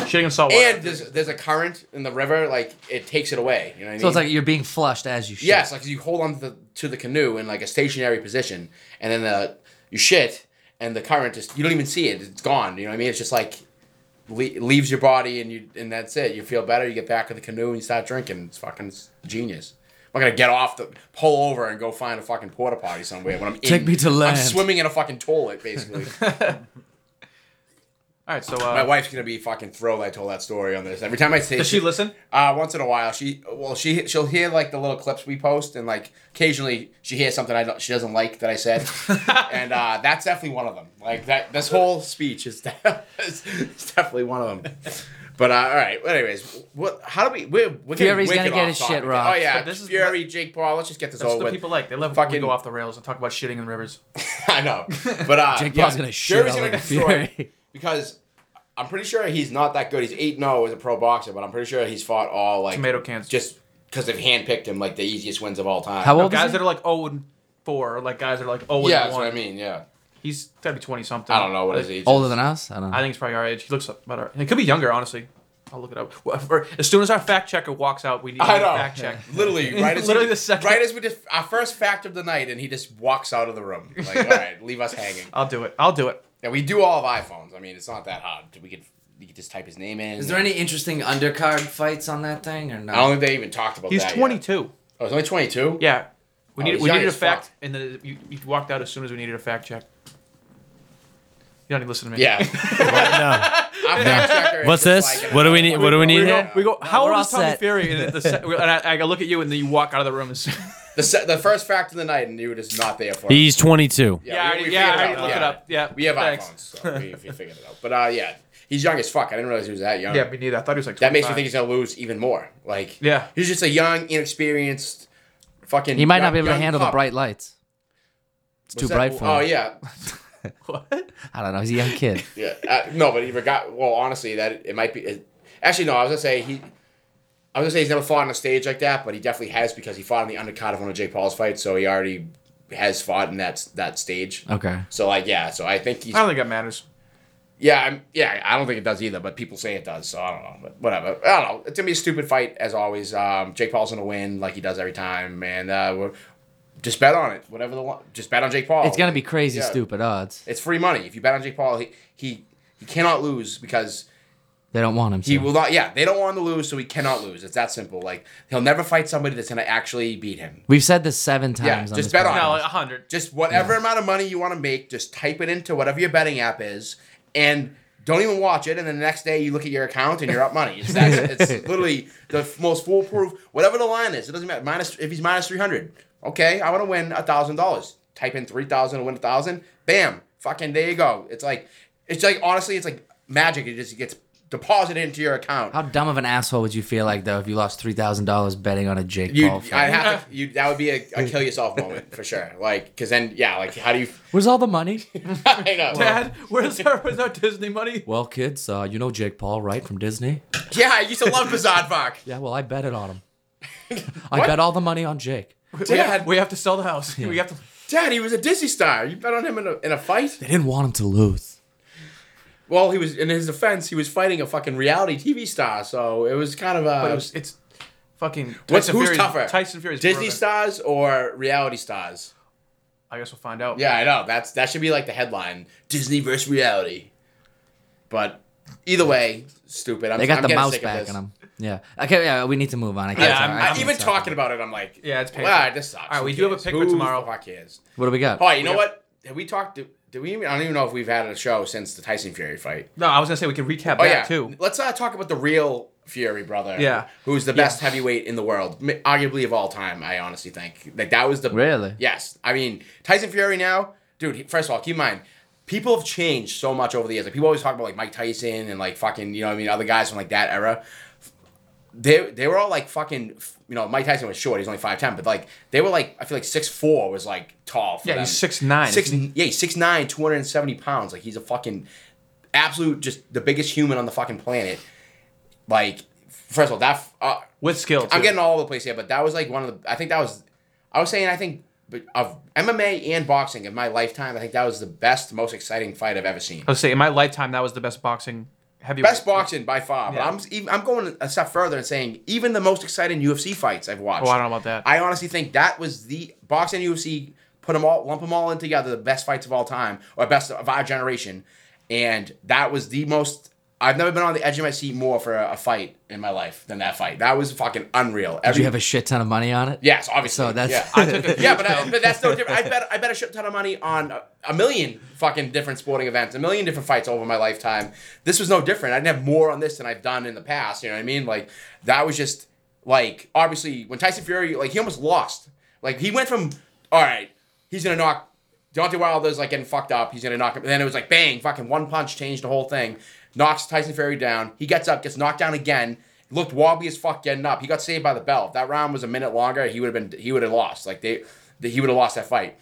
[SPEAKER 2] Shitting in saltwater.
[SPEAKER 4] And there's there's a current in the river like it takes it away. You know what I mean?
[SPEAKER 1] So it's like you're being flushed as you shit.
[SPEAKER 4] Yes, like you hold on to the, to the canoe in like a stationary position, and then uh, you shit, and the current just you don't even see it; it's gone. You know what I mean? It's just like le- leaves your body, and you and that's it. You feel better. You get back in the canoe, and you start drinking. It's fucking genius. I'm not gonna get off the pull over and go find a fucking porta potty somewhere when I'm
[SPEAKER 1] Take
[SPEAKER 4] in-
[SPEAKER 1] me to land.
[SPEAKER 4] I'm swimming in a fucking toilet basically.
[SPEAKER 2] All right, so
[SPEAKER 4] My
[SPEAKER 2] uh,
[SPEAKER 4] wife's gonna be fucking thrilled. I told that story on this. Every time I say
[SPEAKER 2] does she listen?
[SPEAKER 4] Uh, once in a while, she well she she'll hear like the little clips we post, and like occasionally she hears something I don't, she doesn't like that I said, and uh, that's definitely one of them. Like that this whole speech is, de- is, is definitely one of them. But uh, all right, well, anyways, what? How do we? We're, we're getting
[SPEAKER 1] Fury's gonna
[SPEAKER 4] wicked
[SPEAKER 1] get
[SPEAKER 4] off
[SPEAKER 1] his
[SPEAKER 4] topic.
[SPEAKER 1] shit rocked.
[SPEAKER 4] Oh yeah,
[SPEAKER 2] But this is-
[SPEAKER 4] Fury, Jake Paul. Let's just get this
[SPEAKER 2] That's
[SPEAKER 4] over
[SPEAKER 2] what
[SPEAKER 4] with.
[SPEAKER 2] people like. They love
[SPEAKER 4] Fucking-
[SPEAKER 2] when we go off the rails and talk about shitting in rivers.
[SPEAKER 4] I know, but uh,
[SPEAKER 1] Jake
[SPEAKER 4] yeah,
[SPEAKER 1] Paul's gonna shit
[SPEAKER 4] Fury's
[SPEAKER 1] all
[SPEAKER 4] gonna
[SPEAKER 1] over
[SPEAKER 4] get destroyed
[SPEAKER 1] Fury.
[SPEAKER 4] because I'm pretty sure he's not that good. He's eight zero as a pro boxer, but I'm pretty sure he's fought all like
[SPEAKER 2] Tomato cans.
[SPEAKER 4] just because they've handpicked him like the easiest wins of all time.
[SPEAKER 1] How old
[SPEAKER 2] guys
[SPEAKER 1] is he?
[SPEAKER 2] that are like 0 and 4, or like guys that are like 0 and
[SPEAKER 4] Yeah, that's
[SPEAKER 2] 1.
[SPEAKER 4] what I mean. Yeah,
[SPEAKER 2] He's got to be 20 something.
[SPEAKER 4] I don't know what
[SPEAKER 2] Like,
[SPEAKER 4] is he.
[SPEAKER 1] Older than us? I don't know.
[SPEAKER 2] I think it's probably our age. He looks about our. He could be younger, honestly. I'll look it up. Well, for- As soon as our fact checker walks out, we need to
[SPEAKER 4] I know.
[SPEAKER 2] fact check.
[SPEAKER 4] Literally, right as
[SPEAKER 2] Literally
[SPEAKER 4] we,
[SPEAKER 2] the second-
[SPEAKER 4] right as we just our first fact of the night, and he just walks out of the room. Like, all right, leave us hanging.
[SPEAKER 2] I'll do it. I'll do it.
[SPEAKER 4] Yeah, we do all of iPhones. I mean, it's not that hard. We could you could just type his name in.
[SPEAKER 1] Is there any interesting undercard fights on that thing or no?
[SPEAKER 4] I don't think they even talked about
[SPEAKER 2] He's
[SPEAKER 4] that. yet.
[SPEAKER 2] 22.
[SPEAKER 4] Oh, it's only twenty two.
[SPEAKER 2] Yeah. We,
[SPEAKER 4] Oh,
[SPEAKER 2] needed,
[SPEAKER 4] he's
[SPEAKER 2] we
[SPEAKER 4] young
[SPEAKER 2] needed a
[SPEAKER 4] as
[SPEAKER 2] fact,
[SPEAKER 4] fuck.
[SPEAKER 2] and then you, you walked out as soon as we needed a fact check. You don't even listen to me.
[SPEAKER 4] Yeah.
[SPEAKER 5] no.
[SPEAKER 4] Our fact checker is
[SPEAKER 5] What's
[SPEAKER 4] just
[SPEAKER 5] this?
[SPEAKER 4] like-
[SPEAKER 5] What do we need? What do
[SPEAKER 2] We
[SPEAKER 5] we need
[SPEAKER 2] go,
[SPEAKER 5] here?
[SPEAKER 2] we go how
[SPEAKER 1] we're
[SPEAKER 2] old
[SPEAKER 1] all
[SPEAKER 2] is Tommy
[SPEAKER 1] set.
[SPEAKER 2] Fury? And, the se- and I, I look at you, and then you walk out of the room. And,
[SPEAKER 4] The, se- the first fact of the night, and you were just not there for it.
[SPEAKER 5] He's 22.
[SPEAKER 2] yeah, I
[SPEAKER 4] we-
[SPEAKER 2] already,
[SPEAKER 4] we
[SPEAKER 2] yeah, I
[SPEAKER 4] figured
[SPEAKER 2] already
[SPEAKER 4] out.
[SPEAKER 2] looked it
[SPEAKER 4] Yeah.
[SPEAKER 2] up. Yeah,
[SPEAKER 4] We have
[SPEAKER 2] thanks.
[SPEAKER 4] iPhones, so we, we figured it out. But uh, yeah, he's young as fuck. I didn't realize he was that young.
[SPEAKER 2] Yeah, me neither. I thought he was like.
[SPEAKER 4] that makes
[SPEAKER 2] 25.
[SPEAKER 4] me think he's gonna lose even more. Like,
[SPEAKER 2] Yeah.
[SPEAKER 4] he's just a young, inexperienced, fucking.
[SPEAKER 1] he might
[SPEAKER 4] young-
[SPEAKER 1] not be able to
[SPEAKER 4] young
[SPEAKER 1] handle the
[SPEAKER 4] pup.
[SPEAKER 1] bright lights. It's too
[SPEAKER 4] What's that?
[SPEAKER 1] bright for him.
[SPEAKER 4] Oh yeah,
[SPEAKER 2] What?
[SPEAKER 1] I don't know. He's a young kid.
[SPEAKER 4] yeah. Uh, no, but he forgot. Well, honestly, that it might be. It, actually, no. I was gonna say he. I was gonna say he's never fought on a stage like that, but he definitely has because he fought on the undercard of one of Jake Paul's fights, so he already has fought in that that stage.
[SPEAKER 1] Okay.
[SPEAKER 4] So like, yeah. So I think he's.
[SPEAKER 2] I don't think that matters.
[SPEAKER 4] Yeah, I'm, yeah, I don't think it does either, but people say it does, so I don't know. But whatever, I don't know. It's gonna be a stupid fight as always. Um, Jake Paul's gonna win like he does every time, and uh, we're, just bet on it. Whatever the one, just bet on Jake Paul.
[SPEAKER 1] It's gonna be crazy
[SPEAKER 4] Yeah.
[SPEAKER 1] stupid odds.
[SPEAKER 4] It's free money if you bet on Jake Paul. He he he cannot lose because
[SPEAKER 1] They don't want him. To.
[SPEAKER 4] he will not. Yeah, they don't want him to lose, so he cannot lose. It's that simple. Like he'll never fight somebody that's gonna actually beat him.
[SPEAKER 1] We've said this seven times.
[SPEAKER 4] Yeah,
[SPEAKER 1] on
[SPEAKER 4] just
[SPEAKER 1] this
[SPEAKER 4] bet on
[SPEAKER 1] podcast.
[SPEAKER 4] it.
[SPEAKER 2] No, like 100.
[SPEAKER 4] Just whatever amount of money you want to make, just type it into whatever your betting app is, and don't even watch it. And then the next day, you look at your account and you're up money. It's, that, it's literally the f- most foolproof. Whatever the line is, it doesn't matter. Minus if he's minus three hundred, okay, I want to win thousand dollars. Type in three thousand to win a thousand. Bam, fucking there you go. It's like, it's like honestly, it's like magic. It just gets deposited into your account.
[SPEAKER 1] How dumb of an asshole would you feel like though if you lost three thousand dollars betting on a Jake
[SPEAKER 4] you,
[SPEAKER 1] Paul
[SPEAKER 4] I
[SPEAKER 1] fight?
[SPEAKER 4] have to. You, that would be a, a kill yourself moment for sure. Like, cause then, yeah, like, how do you?
[SPEAKER 1] Where's all the money?
[SPEAKER 4] I know.
[SPEAKER 2] Dad, where's our, where's our Disney money?
[SPEAKER 1] well, kids, uh, you know Jake Paul, right, from Disney?
[SPEAKER 4] Yeah, I used to love Bizarre Fox.
[SPEAKER 1] Yeah, well, I bet it on him. I bet all the money on Jake.
[SPEAKER 2] We
[SPEAKER 4] Dad.
[SPEAKER 2] have, we have to sell the house. We have to.
[SPEAKER 4] Dad, he was a Disney star. You bet on him in a, in a fight?
[SPEAKER 1] They didn't want him to lose.
[SPEAKER 4] Well, he was in his defense. He was fighting a fucking reality TV star, so it was kind of
[SPEAKER 2] But it
[SPEAKER 4] a
[SPEAKER 2] was, it's fucking.
[SPEAKER 4] what's
[SPEAKER 2] Tyson
[SPEAKER 4] who's
[SPEAKER 2] Fury's-
[SPEAKER 4] tougher?
[SPEAKER 2] Tyson Fury's
[SPEAKER 4] Disney
[SPEAKER 2] brother.
[SPEAKER 4] stars or reality stars?
[SPEAKER 2] I guess we'll find out.
[SPEAKER 4] Yeah, I know. That's that should be like the headline: Disney versus reality. But either way, stupid. I'm,
[SPEAKER 1] They got
[SPEAKER 4] I'm
[SPEAKER 1] the
[SPEAKER 4] getting
[SPEAKER 1] mouse
[SPEAKER 4] sick of
[SPEAKER 1] back
[SPEAKER 4] this.
[SPEAKER 1] in him. Yeah. Okay. Yeah. We need to move on. I can't.
[SPEAKER 2] Yeah,
[SPEAKER 1] talk-
[SPEAKER 2] I'm-
[SPEAKER 1] I
[SPEAKER 2] I'm
[SPEAKER 1] can't
[SPEAKER 4] even
[SPEAKER 1] talk.
[SPEAKER 4] talking about it, I'm like,
[SPEAKER 2] Yeah, it's painful.
[SPEAKER 4] All right, this sucks.
[SPEAKER 2] All right,
[SPEAKER 4] Who
[SPEAKER 2] we do have a
[SPEAKER 4] cares?
[SPEAKER 2] pick for
[SPEAKER 4] Who
[SPEAKER 2] tomorrow.
[SPEAKER 4] The fuck cares?
[SPEAKER 1] What do we got?
[SPEAKER 4] All right, you know what? Did we talk? Did, did we? Even, I don't even know if we've had a show since the Tyson Fury fight.
[SPEAKER 2] No, I was gonna say we could recap
[SPEAKER 4] Oh
[SPEAKER 2] that
[SPEAKER 4] yeah,
[SPEAKER 2] too.
[SPEAKER 4] Let's uh, talk about the real Fury brother.
[SPEAKER 2] Yeah.
[SPEAKER 4] who's the best heavyweight in the world, m- arguably of all time. I honestly think like that was the
[SPEAKER 1] Really?
[SPEAKER 4] Yes, I mean Tyson Fury now, dude. he- First of all, keep in mind. People have changed so much over the years. Like people always talk about like Mike Tyson and like fucking, you know what I mean, other guys from like that era they they were all like fucking you know Mike Tyson was short he's only five ten but like they were like I feel like six four was like tall for
[SPEAKER 2] Yeah,
[SPEAKER 4] them.
[SPEAKER 2] he's 6'9",
[SPEAKER 4] six
[SPEAKER 2] isn't
[SPEAKER 4] yeah he's six nine two hundred and seventy pounds like he's a fucking absolute just the biggest human on the fucking planet like first of all that uh,
[SPEAKER 2] With skill. Too.
[SPEAKER 4] I'm getting all over the place here but that was like one of the I think that was I was saying I think but of MMA and boxing in my lifetime I think that was the best most exciting fight I've ever seen
[SPEAKER 2] I was saying in my lifetime that was the best boxing heavyweight.
[SPEAKER 4] best boxing by far.
[SPEAKER 2] E.
[SPEAKER 4] But
[SPEAKER 2] Yeah.
[SPEAKER 4] I'm even, I'm going a step further and saying even the most exciting UFC fights I've watched.
[SPEAKER 2] Oh, I don't know about that.
[SPEAKER 4] I honestly think that was the boxing and UFC put them all lump them all in together the best fights of all time or best of our generation, and that was the most I've never been on the edge of my seat more for a, a fight in my life than that fight. That was fucking unreal.
[SPEAKER 1] Did you have a shit ton of money on it?
[SPEAKER 4] Yes, obviously.
[SPEAKER 1] So that's-
[SPEAKER 4] yeah, yeah but, I, but that's no different. I bet I bet a shit ton of money on a, a million fucking different sporting events, a million different fights over my lifetime. This was no different. I didn't have more on this than I've done in the past. You know what I mean? Like that was just like obviously when Tyson Fury like he almost lost. Like he went from all right, he's gonna knock Deontay Wilder's like getting fucked up. He's gonna knock him. And then it was like bang, fucking one punch changed the whole thing. Knocks Tyson Fury down. He gets up, gets knocked down again. Looked wobbly as fuck getting up. He got saved by the bell. If that round was a minute longer, he would have been he would have lost. Like they, they he would have lost that fight.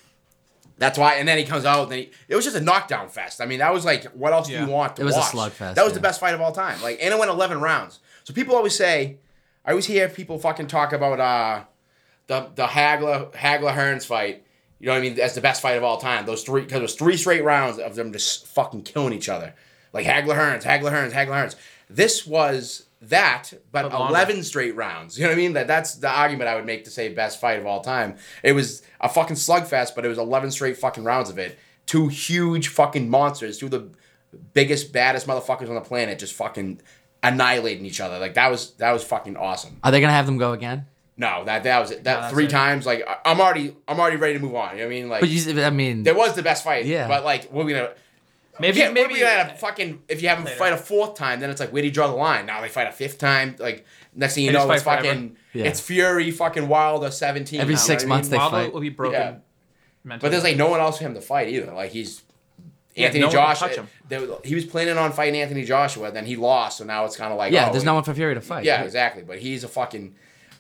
[SPEAKER 4] That's why. And then he comes out. Then he, it was just a knockdown fest. I mean, that was like, what else
[SPEAKER 2] Yeah.
[SPEAKER 4] do you want to
[SPEAKER 1] It was a
[SPEAKER 4] watch?
[SPEAKER 1] slugfest,
[SPEAKER 4] That was the
[SPEAKER 1] yeah.
[SPEAKER 4] best fight of all time. Like, and it went eleven rounds. So people always say, I always hear people fucking talk about uh, the the Hagler Hagler Hearns fight. You know what I mean? That's the best fight of all time. Those three because it was three straight rounds of them just fucking killing each other, like Hagler Hearns, Hagler Hearns, Hagler Hearns. This was that, but,
[SPEAKER 2] longer.
[SPEAKER 4] eleven straight rounds. You know what I mean? That that's the argument I would make to say best fight of all time. It was a fucking slugfest, but it was eleven straight fucking rounds of it. Two huge fucking monsters, two of the biggest, baddest motherfuckers on the planet, just fucking annihilating each other. Like that was that was fucking awesome.
[SPEAKER 1] Are they gonna have them go again?
[SPEAKER 4] No, that that was it. That three times. Like I- I'm already, I'm already ready to move on. You know what I mean? Like
[SPEAKER 1] But you, I mean,
[SPEAKER 4] that was the best fight.
[SPEAKER 1] Yeah.
[SPEAKER 4] But like, what are we gonna?
[SPEAKER 2] Maybe
[SPEAKER 4] Yeah, maybe
[SPEAKER 2] maybe
[SPEAKER 4] we gonna have a fucking. If you have them fight a fourth time, then it's like where do you draw the line? Now they fight a fifth time. Like next thing you
[SPEAKER 2] They just
[SPEAKER 4] know, it's
[SPEAKER 2] fight forever.
[SPEAKER 4] fucking.
[SPEAKER 1] Yeah.
[SPEAKER 4] It's Fury, fucking Wilder, seventeen.
[SPEAKER 1] Every
[SPEAKER 4] now, you
[SPEAKER 1] six
[SPEAKER 4] know what I
[SPEAKER 1] months
[SPEAKER 4] mean?
[SPEAKER 1] they
[SPEAKER 2] Wilder
[SPEAKER 1] fight.
[SPEAKER 2] will be broken.
[SPEAKER 4] Yeah.
[SPEAKER 2] Mentally.
[SPEAKER 4] But there's like no one else for him to fight either. Like he's Anthony
[SPEAKER 2] no one can
[SPEAKER 4] Joshua.
[SPEAKER 2] touch him.
[SPEAKER 4] there was- he was planning on fighting Anthony Joshua, then he lost, so now it's kind of like
[SPEAKER 1] yeah,
[SPEAKER 4] oh,
[SPEAKER 1] there's
[SPEAKER 4] like-
[SPEAKER 1] no one for Fury to fight.
[SPEAKER 4] yeah, exactly. But he's a fucking.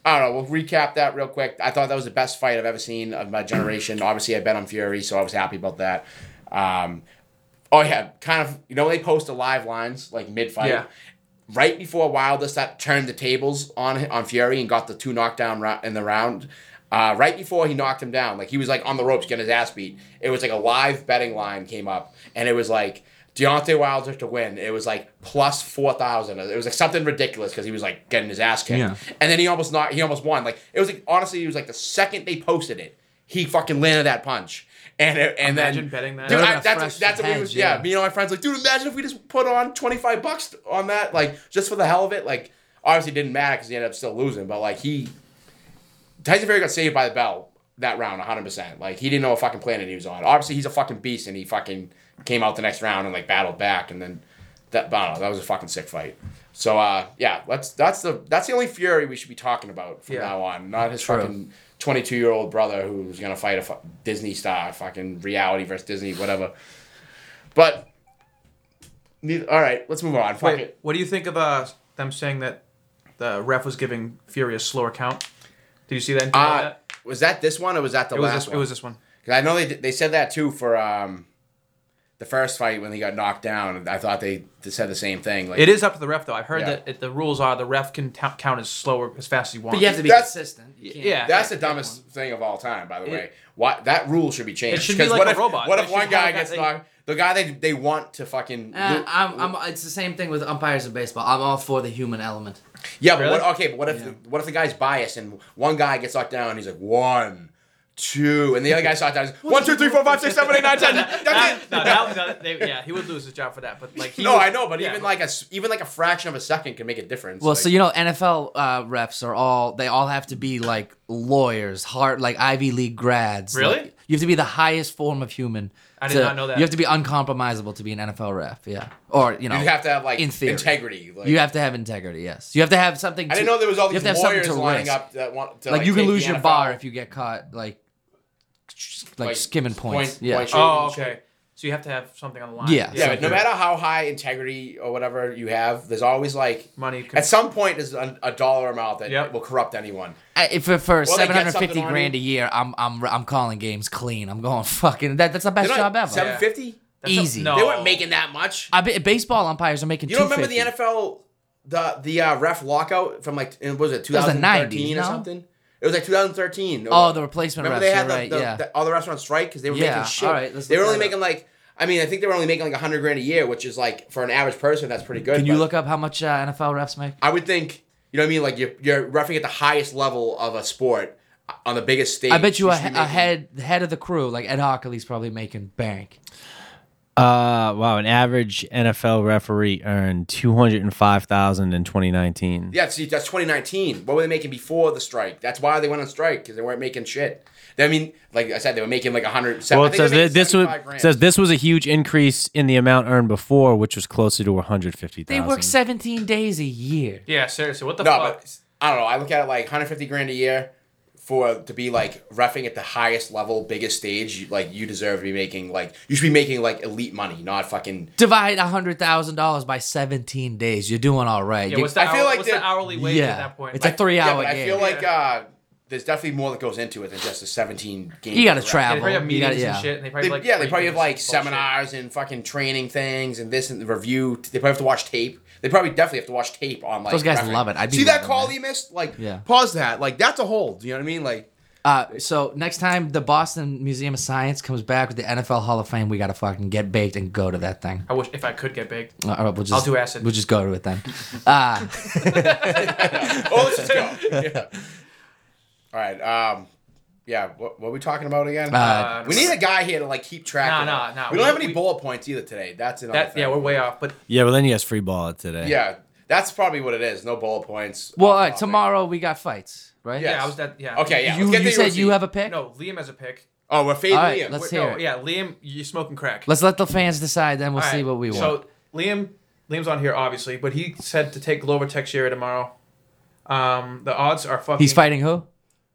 [SPEAKER 4] I don't know. We'll recap that real quick. I thought that was the best fight I've ever seen of my generation. Obviously, I bet on Fury, so I was happy about that. Um, oh yeah, kind of. You know, they post the live lines like mid fight.
[SPEAKER 2] Yeah.
[SPEAKER 4] Right before Wilder sat, turned the tables on on Fury and got the two knockdown rou- in the round. Uh, right before he knocked him down, like he was like on the ropes getting his ass beat. It was like a live betting line came up, and it was like Deontay Wilder to win. It was like plus four thousand. It was like something ridiculous because he was like getting his ass kicked.
[SPEAKER 1] Yeah.
[SPEAKER 4] And then he almost not he almost won. Like it was like honestly, it was like the second they posted it, he fucking landed that punch. And it, and
[SPEAKER 2] Imagine
[SPEAKER 4] then
[SPEAKER 2] betting that.
[SPEAKER 4] Dude,
[SPEAKER 1] That
[SPEAKER 4] I,
[SPEAKER 1] would've been a
[SPEAKER 4] that's
[SPEAKER 1] fresh
[SPEAKER 4] that's what we
[SPEAKER 1] hedge,
[SPEAKER 4] was yeah.
[SPEAKER 1] yeah.
[SPEAKER 4] Me and all my friends like, dude, imagine if we just put on twenty five bucks on that, like just for the hell of it. Like obviously it didn't matter because he ended up still losing, but like he Tyson Fury got saved by the bell that round, 100. percent Like he didn't know what fucking planet he was on. Obviously, he's a fucking beast, and he fucking came out the next round and like battled back, and then that. I don't know. That was a fucking sick fight. So uh, yeah, that's that's the that's the only Fury we should be talking about from
[SPEAKER 2] Yeah.
[SPEAKER 4] now on. Not his
[SPEAKER 1] True.
[SPEAKER 4] fucking 22 year old brother who's gonna fight a fu- Disney star, fucking reality versus Disney, whatever. But neith- all right, let's move on. Fuck
[SPEAKER 2] Wait,
[SPEAKER 4] it.
[SPEAKER 2] what do you think of uh, them saying that the ref was giving Fury a slower count? Did you see that? anything about
[SPEAKER 4] Uh,
[SPEAKER 2] that?
[SPEAKER 4] was that this one or was that the
[SPEAKER 2] It was
[SPEAKER 4] last
[SPEAKER 2] this.
[SPEAKER 4] one?
[SPEAKER 2] It was this one.
[SPEAKER 4] Because I know they they said that too for um, the first fight when he got knocked down. I thought they, they said the same thing. Like
[SPEAKER 2] It is up to the ref though. I've heard
[SPEAKER 4] Yeah.
[SPEAKER 2] that it, the rules are the ref can t- count as slow or as fast as he wants.
[SPEAKER 1] but you have to be
[SPEAKER 4] That's-
[SPEAKER 1] consistent. You can't-
[SPEAKER 2] yeah.
[SPEAKER 4] That's the dumbest thing of all time, by the way. Why that rule should be changed?
[SPEAKER 2] It should be
[SPEAKER 4] 'Cause
[SPEAKER 2] like
[SPEAKER 4] what
[SPEAKER 2] a
[SPEAKER 4] if,
[SPEAKER 2] robot.
[SPEAKER 4] What
[SPEAKER 2] They
[SPEAKER 4] if
[SPEAKER 2] should
[SPEAKER 4] one
[SPEAKER 2] have
[SPEAKER 4] guy
[SPEAKER 2] that
[SPEAKER 4] gets
[SPEAKER 2] thing.
[SPEAKER 4] knocked? The guy they they want to fucking.
[SPEAKER 1] Uh, I'm, I'm, it's the same thing with umpires in baseball. I'm all for the human element.
[SPEAKER 4] yeah,
[SPEAKER 2] Really?
[SPEAKER 4] but what, okay, but what if the, what if the guy's biased and one guy gets knocked down and he's like one, two, and the other guy's knocked down. He's, one, two, three, four, five, six, seven, eight, nine, ten. That's it.
[SPEAKER 2] no, that, that, they, yeah, he would lose his job for that. But like, he
[SPEAKER 4] No,
[SPEAKER 2] was-
[SPEAKER 4] I know, but
[SPEAKER 2] yeah,
[SPEAKER 4] even like a s- even like a fraction of a second can make a difference.
[SPEAKER 1] Well,
[SPEAKER 4] like-
[SPEAKER 1] so you know, NFL uh, refs are all they all have to be like lawyers, hard like Ivy League grads.
[SPEAKER 2] Really?
[SPEAKER 1] Like, you have to be the highest form of human.
[SPEAKER 2] I did
[SPEAKER 1] to-
[SPEAKER 2] not know that.
[SPEAKER 1] You have to be uncompromisable to be an NFL ref. Yeah, or you know,
[SPEAKER 4] you have to have like
[SPEAKER 1] in theory.
[SPEAKER 4] integrity. Like,
[SPEAKER 1] You have to have integrity. Yes, you have to have something.
[SPEAKER 4] I didn't know there was all
[SPEAKER 1] you have
[SPEAKER 4] these
[SPEAKER 1] to have something to
[SPEAKER 4] lawyers lining
[SPEAKER 1] risk.
[SPEAKER 4] up that want to
[SPEAKER 1] Like, you can
[SPEAKER 4] take
[SPEAKER 1] lose
[SPEAKER 4] the
[SPEAKER 1] your
[SPEAKER 4] NFL.
[SPEAKER 1] bar if you get caught like like, skimming points. yeah.
[SPEAKER 4] point shooting
[SPEAKER 2] Oh,
[SPEAKER 4] and shit.
[SPEAKER 2] okay. So you have to have something on the line.
[SPEAKER 1] Yeah.
[SPEAKER 4] Yeah, but no
[SPEAKER 1] Something.
[SPEAKER 4] matter how high integrity or whatever you have, there's always like
[SPEAKER 2] Money can-
[SPEAKER 4] At some point, there's a, a dollar amount that
[SPEAKER 2] Yep.
[SPEAKER 4] will corrupt anyone.
[SPEAKER 1] I, if for, for
[SPEAKER 4] Well, they
[SPEAKER 1] seven
[SPEAKER 4] get
[SPEAKER 1] hundred
[SPEAKER 4] something
[SPEAKER 1] fifty
[SPEAKER 4] on
[SPEAKER 1] grand
[SPEAKER 4] you.
[SPEAKER 1] a year, I'm I'm I'm calling games clean. I'm going fucking that. That's the best job ever.
[SPEAKER 4] Seven fifty.
[SPEAKER 2] not-
[SPEAKER 1] Easy.
[SPEAKER 2] no.
[SPEAKER 4] They weren't making that much.
[SPEAKER 1] Oh. I bet baseball umpires are making.
[SPEAKER 4] You don't remember the
[SPEAKER 1] 250.
[SPEAKER 4] NFL, the the uh, ref lockout from like in- what was it
[SPEAKER 1] was the
[SPEAKER 4] 2013 or
[SPEAKER 1] 90s, no?
[SPEAKER 4] something? It was like 2013.
[SPEAKER 1] Oh, the replacement
[SPEAKER 4] Remember
[SPEAKER 1] refs,
[SPEAKER 4] they had
[SPEAKER 1] you're
[SPEAKER 4] the,
[SPEAKER 1] right,
[SPEAKER 4] the,
[SPEAKER 1] yeah.
[SPEAKER 4] the, all the restaurants on strike because they were
[SPEAKER 1] Yeah,
[SPEAKER 4] making shit.
[SPEAKER 1] all right, let's
[SPEAKER 4] they were
[SPEAKER 1] look
[SPEAKER 4] only
[SPEAKER 1] that
[SPEAKER 4] making like, I mean, I think they were only making like 100 grand a year, which is like for an average person, that's pretty good.
[SPEAKER 1] Can you
[SPEAKER 4] but
[SPEAKER 1] look up how much uh, NFL refs make?
[SPEAKER 4] I would think, you know what I mean? Like you're, you're roughing at the highest level of a sport on the biggest stage.
[SPEAKER 1] I bet you a,
[SPEAKER 4] should
[SPEAKER 1] he-
[SPEAKER 4] be
[SPEAKER 1] a
[SPEAKER 4] making-
[SPEAKER 1] head head of the crew like Ed Hockley's probably making bank.
[SPEAKER 5] Uh, wow, an average NFL referee earned two hundred and five thousand in twenty nineteen.
[SPEAKER 4] Yeah, see, that's 2019. What were they making before the strike? That's why they went on strike because they weren't making shit. They- I mean, like I said, they were making like 100.
[SPEAKER 5] Well, it says that this was says this was a huge increase in the amount earned before, which was closer to one hundred fifty
[SPEAKER 1] They
[SPEAKER 5] thousand.
[SPEAKER 1] work 17 days a year.
[SPEAKER 2] Yeah, seriously, what the
[SPEAKER 4] No,
[SPEAKER 2] fuck?
[SPEAKER 4] but I don't know. I look at it like 150 grand a year for to be like refing at the highest level, biggest stage. you- Like you deserve to be making like you should be making like elite money, not fucking.
[SPEAKER 1] Divide $100,000 by 17 days. You're doing all right.
[SPEAKER 2] yeah,
[SPEAKER 1] You-
[SPEAKER 2] what's the,
[SPEAKER 4] I feel
[SPEAKER 2] hour-
[SPEAKER 4] like
[SPEAKER 2] what's the
[SPEAKER 4] that-
[SPEAKER 2] hourly wage
[SPEAKER 1] yeah.
[SPEAKER 2] at that point?
[SPEAKER 1] It's a three
[SPEAKER 4] Yeah,
[SPEAKER 1] hour
[SPEAKER 4] but I
[SPEAKER 1] game.
[SPEAKER 4] feel like uh, there's definitely more that goes into it than just the 17 game.
[SPEAKER 1] You gotta
[SPEAKER 4] program.
[SPEAKER 1] travel.
[SPEAKER 2] they probably have
[SPEAKER 1] You gotta-
[SPEAKER 2] meetings
[SPEAKER 1] yeah.
[SPEAKER 2] and shit. And they probably
[SPEAKER 4] They,
[SPEAKER 2] like
[SPEAKER 4] yeah, they probably have
[SPEAKER 2] briefings
[SPEAKER 4] like
[SPEAKER 2] and bullshit.
[SPEAKER 4] seminars and fucking training things and this and the review. They probably have to watch tape. They probably definitely have to watch tape on like.
[SPEAKER 1] Those guys
[SPEAKER 4] referee.
[SPEAKER 1] love it. I'd be
[SPEAKER 4] see that
[SPEAKER 1] loving
[SPEAKER 4] call
[SPEAKER 1] that.
[SPEAKER 4] you missed. Like,
[SPEAKER 1] Yeah.
[SPEAKER 4] pause that. Like that's a hold. You know what I mean? Like,
[SPEAKER 1] Uh, so next time the Boston Museum of Science comes back with the NFL Hall of Fame, we gotta fucking get baked and go to that thing.
[SPEAKER 2] I wish if I could get big.
[SPEAKER 1] Uh, all right, we'll just,
[SPEAKER 2] I'll do acid.
[SPEAKER 1] We'll just go to it then. Uh,
[SPEAKER 4] oh, let's just go. Yeah. All right. Um. Yeah. What, what are we talking about again?
[SPEAKER 1] Uh,
[SPEAKER 4] we need a guy here to like keep track.
[SPEAKER 2] Nah,
[SPEAKER 4] of
[SPEAKER 2] nah,
[SPEAKER 4] it.
[SPEAKER 2] nah,
[SPEAKER 4] We don't
[SPEAKER 2] we-
[SPEAKER 4] have any
[SPEAKER 2] we-
[SPEAKER 4] bullet points either today. That's another
[SPEAKER 2] That
[SPEAKER 4] thing.
[SPEAKER 2] yeah, we're way off. But
[SPEAKER 5] yeah, well then you guys free ball it today.
[SPEAKER 4] yeah. That's probably what it is. No bullet points.
[SPEAKER 1] well,
[SPEAKER 4] Off
[SPEAKER 1] all right,
[SPEAKER 4] topic.
[SPEAKER 1] tomorrow we got fights, right?
[SPEAKER 4] Oh, Yeah.
[SPEAKER 2] yeah, I was that yeah.
[SPEAKER 4] Okay. Yeah.
[SPEAKER 1] You,
[SPEAKER 4] let's get
[SPEAKER 1] you
[SPEAKER 4] the
[SPEAKER 1] said you
[SPEAKER 4] UFC.
[SPEAKER 1] have a pick.
[SPEAKER 2] No, Liam has a pick.
[SPEAKER 4] Oh, we're fading
[SPEAKER 1] All right,
[SPEAKER 4] Liam.
[SPEAKER 1] let's-
[SPEAKER 4] Let's,
[SPEAKER 1] hear
[SPEAKER 2] no,
[SPEAKER 1] it.
[SPEAKER 2] yeah, Liam, you're smoking crack.
[SPEAKER 1] Let's let the fans decide. Then we'll
[SPEAKER 2] All
[SPEAKER 1] see
[SPEAKER 2] right,
[SPEAKER 1] what we want.
[SPEAKER 2] So Liam, Liam's on here obviously, but he said to take Glover Teixeira tomorrow. Um, the odds are fucking.
[SPEAKER 1] He's fighting who?